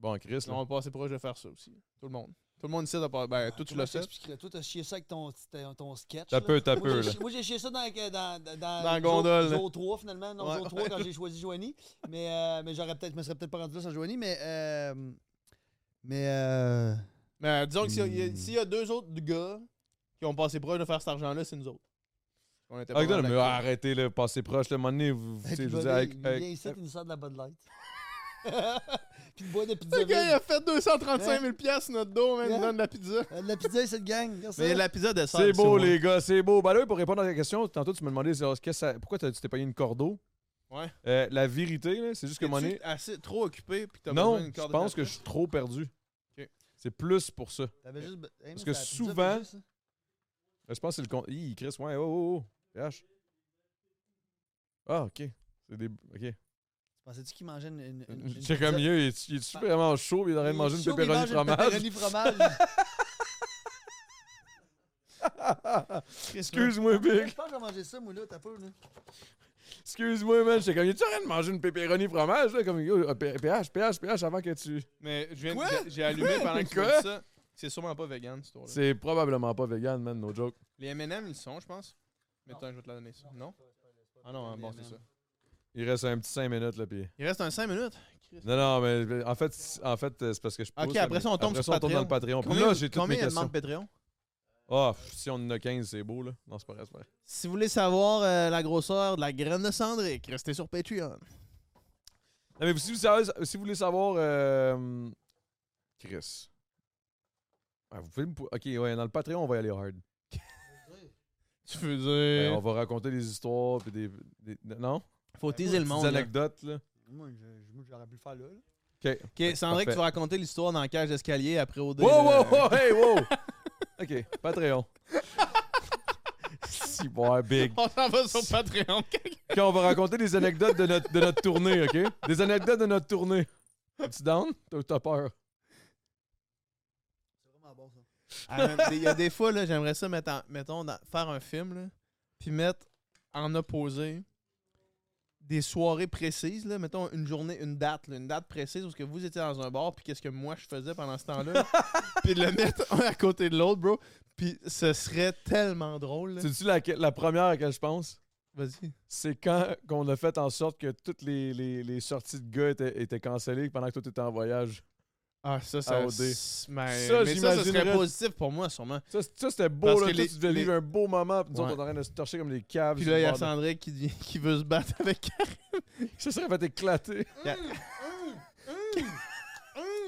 Bon, Chris,
Sinon, on
là.
va passer proche de faire ça aussi. Tout le monde. Tout le monde ici, t'as pas- ben, toi, tu l'as fait.
fait. Toi, t'as chié ça avec ton, ton, ton sketch.
T'as
là.
peu, t'as
Moi,
peu,
j'ai
là.
chi- Moi, j'ai chié ça dans, dans, dans, dans
la
le
gondole,
jour-
là.
jour 3, finalement. Non,
Ouais,
jour
[LAUGHS]
3, quand j'ai choisi Joanie. Mais, euh, mais j'aurais peut-être, je me serais peut-être pas rendu là sans Joanie. Mais, euh, mais euh,
Mais disons que s'il y, a-
Hmm.
s'il y a deux autres gars qui ont passé proche de faire cet argent-là, c'est nous autres. On était
Ah, non,
mal
mais
là-dessus.
arrêtez, là, passez proche, le moment donné, vous. tu sais,
puis
je
le
veux dire,
gars,
avec-
il
avec-
vient ici, il nous sort de la Bud Light. [LAUGHS] puis le bois de
ah,
pizza.
Le gars, il
vide.
a fait 235 000 piastres sur notre dos, man,
Hein?
il donne de la pizza.
Euh, de La pizza, c'est de gang. regarde ça.
Mais la pizza de
C'est beau, les gars, c'est beau. Ben là, pour répondre à ta question, tantôt, tu me demandais genre, qu'est-ce que ça- pourquoi t'as- tu t'es payé une cordeau.
Ouais.
Euh, la vérité, là, c'est juste que mon
est assez trop occupé puis t'as
Non,
besoin d'une
je
corde
pense que
de
je suis trop perdu.
Ok.
C'est plus pour ça.
T'avais juste- Hey, mais
que
c'est la pizza,
souvent-
t'as juste ça.
Euh, Je pense que c'est le con. Hi, Chris, ouais, oh, oh, oh. Cache. Ah, ok. C'est des. Ok.
Pensais-tu qu'il mangeait une. une, une- une
C'est comme
pizza?
mieux. Il est- il est
Ah.
vraiment chaud. Il est en train de manger une
Chaud, mais il
pepperoni
mange une
fromage.
pepperoni
[LAUGHS]
fromage.
Excuse-moi, Big.
Je pense que j'ai mangé ça, moi, là, t'as peur, là.
Excuse-moi, man. J'étais comme, il est en train de manger une pepperoni fromage, là? Comme, yo, euh, P- PH, PH, PH, avant que tu.
Mais je viens de-
Quoi?
j'ai- j'ai allumé
Quoi?
pendant que tu
Quoi?
m'as dit ça. C'est sûrement pas vegan, cette histoire-là.
C'est probablement pas vegan, man, no joke.
Les M&M, ils le sont, je pense. Mais attends, je vais te la donner ça. Non? Ah non, hein, bon, c'est ça.
Il reste un petit 5 minutes, là, pis.
Il reste un 5 minutes.
Non, non, mais en fait, c'est- en fait euh, c'est parce que je pousse,
Ok,
là,
après
mais-
ça, on tombe
après
sur
ça, on tombe dans le Patreon. Puis
Combien,
là, j'ai toutes mes
combien il
questions.
demande Patreon?
Ah, pff, si on en a 15, c'est beau, là. Non, c'est pas vrai, c'est pas vrai.
Si vous voulez savoir euh, la grosseur de la graine de cendrique, restez sur Patreon.
Non, mais si vous, savez- si vous voulez savoir. euh, Chris. Ah, vous pouvez me pou- Ok, ouais, dans le Patreon, on va y aller hard.
Tu veux
Euh,
dire...
on va raconter des histoires, puis des, des- Non?
Faut teaser le
Des
monde. là.
anecdotes, là.
Moi, je- moi, j'aurais pu le faire là. là.
Ok.
Ok, Cendrique,
Parfait.
tu vas raconter l'histoire dans la cage d'escalier après au dé,
Wow,
là.
wow, wow, hey, wow! [LAUGHS] ok, Patreon. [LAUGHS] si, bon, big.
[LAUGHS] On s'en va sur Patreon.
Quand on va raconter des anecdotes de notre, de notre tournée, ok? Des anecdotes de notre tournée. Tu down? T'as- T'as peur?
C'est vraiment bon, ça.
Ah, man, Il y a des fois, là, j'aimerais ça, mettre en- mettons, dans- faire un film, là, puis mettre en opposé des soirées précises, là, mettons une journée, une date, là, une date précise où ce que vous étiez dans un bar, puis qu'est-ce que moi je faisais pendant ce [LAUGHS] temps-là, puis de le mettre un à côté de l'autre, bro, puis ce serait tellement drôle. là.
C'est-tu la, la première à laquelle je pense?
Vas-y.
c'est quand qu'on a fait en sorte que toutes les, les, les sorties de gars étaient, étaient cancellées pendant que toi t'étais en voyage.
Ah, ça, ça.
AOD.
s- Mais,
Ça,
mais ça, ça serait
j'imaginerais-
positif pour moi, sûrement.
Ça, c- ça, c'était beau,
Parce
là.
que
Toi,
les-
tu devais
les-
vivre un beau moment, puis nous
Ouais.
autres, on est en train de se torcher comme des caves.
Puis
sur
là,
le
il y a
bord de-
Sandré qui, dit- qui veut
[LAUGHS]
se battre avec.
Ça serait fait éclater.
Hum,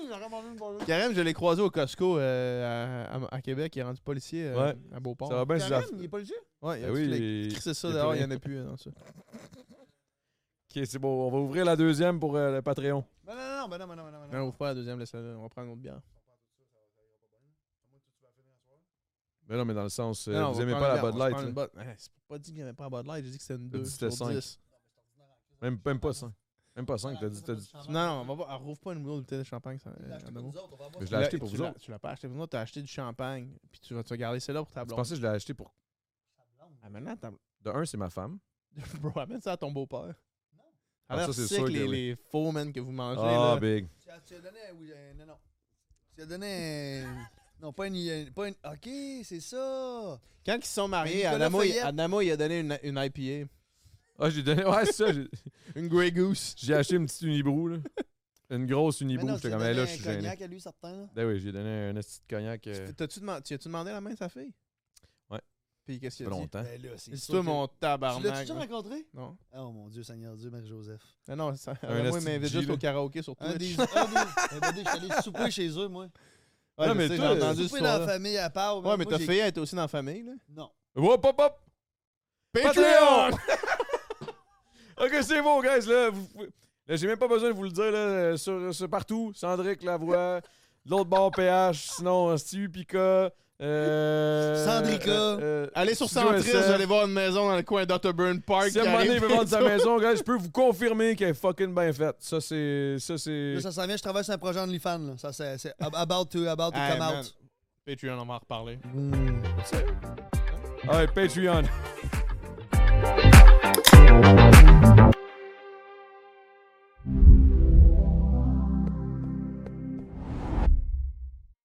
j'aurais mangé une bonne.
Karim, je l'ai croisé au Costco euh, à, à- à Québec. Il est rendu policier euh,
Ouais.
à Beauport.
Ça va bien, ça.
Karim, il est pas le jeu?
Ouais, il a
Ben
tout
oui,
les-
il-
crissé ça
il y a
dehors,
plus
il n'y en
rien.
a plus euh,
[LAUGHS]
dans ça.
Ok, c'est bon. On va ouvrir la deuxième pour euh, le Patreon.
Ben non, non, ben non, ben non, ben non. ben
Non, on ouvre pas la deuxième, laisse-la, on va prendre une autre bière.
Mais non, mais dans le sens, euh,
Non, on
vous
va
aimez pas
prendre
la
une
Bud
bière, on va
Light.
prendre une
là.
Bud- Hein, C'est pas dit qu'il n'y avait pas la Bud Light, j'ai dit que c'était une
T'as
2
dit que c'était
sur
cinq.
10.
Même, même pas 5. Même pas 5, t'as dit. t'as dit-
Non, non, on va pas, on rouvre pas une autre bouteille de champagne. Ça,
Il
euh,
l'a Ah, acheté pour
Adamo.
nous autres, on va voir.
Mais je l'ai acheté pour
tu
vous
l'as-
autres.
Tu l'as pas acheté pour nous autres, t'as acheté du champagne, puis tu vas, tu vas garder celle-là pour ta
Je
blonde.
pensais que je l'ai acheté pour.
Ah, maintenant, ta
De un, c'est ma femme.
[LAUGHS] Bro, amène ça à ton beau-père.
Ah,
Non.
ça,
Alors,
c'est
c'est
sûr
que
que
les,
oui.
les faux men que vous mangez,
Ah,
là.
big.
Tu as- Tu as donné un. oui, un- Non, non. Tu as donné un. Non, pas une. Pas une... Ok, c'est ça.
Quand ils se
ben,
sont mariés,
Nicolas
Adamo, il,
Fayette.
Adamo, il a donné une, une IPA.
Ah, j'ai donné. Ouais, c'est ça. j'ai-
Une Grey Goose.
J'ai acheté une petite Unibrew, là. une grosse
Mais
unibou.
non,
J'étais
tu
comme,
lui
Eh,
as
là,
donné
je suis
un
gêné.
cognac à lui, certain, là.
Ben oui, j'ai donné un petit cognac euh,
Tu- T'as-tu demandé, tu as-tu demandé la main à sa fille?
Ouais.
Puis qu'est-ce qu'il
pas
a dit?
longtemps.
Ben là, c'est
Dis-toi,
sûr que-
mon
Tu l'as-tu
tabarnak.
déjà
ouais.
rencontré?
Non.
Oh mon Dieu, Seigneur Dieu, Marie-Joseph.
Ah non, ça,
Un
moi,
esti
il
de
m'invite
G,
juste
là.
au karaoké sur
Un
[LAUGHS]
Twitch.
des. Un des. Eh ben, des- je suis allé souper chez eux, moi.
[LAUGHS]
Euh,
Ouais,
Non,
je
mais
sais,
toi,
j'ai entendu ce
Souper dans la
soir.
famille à part.
Ouais, mais
moi,
ta
j'ai-
fille, elle était aussi dans la famille, là.
Non.
Hop, hop, hop! Patreon! [LAUGHS] ok, c'est bon, guys. Là, vous pouvez- là, j'ai même pas besoin de vous le dire. Là, euh, sur, sur partout, Sandrick Lavoie, de l'autre bord PH, sinon euh, Stu Pica. Euh,
Sandrica.
Allez sur
Studio
Centris,
SF.
vous allez voir une maison dans le coin d'Otterburn Park.
Si à un
qui
moment donné, il
arrive
veut vendre sa
[LAUGHS] bientôt.
maison, gars, je peux vous confirmer qu'elle est fucking bien faite. Ça, c'est. Ça, c'est.
Là, ça s'en vient, je travaille sur un projet OnlyFans. Là. Ça, c'est c'est ab- about to, about to
Hey,
come
man.
out.
Patreon, on va en reparler.
All right, ah Patreon.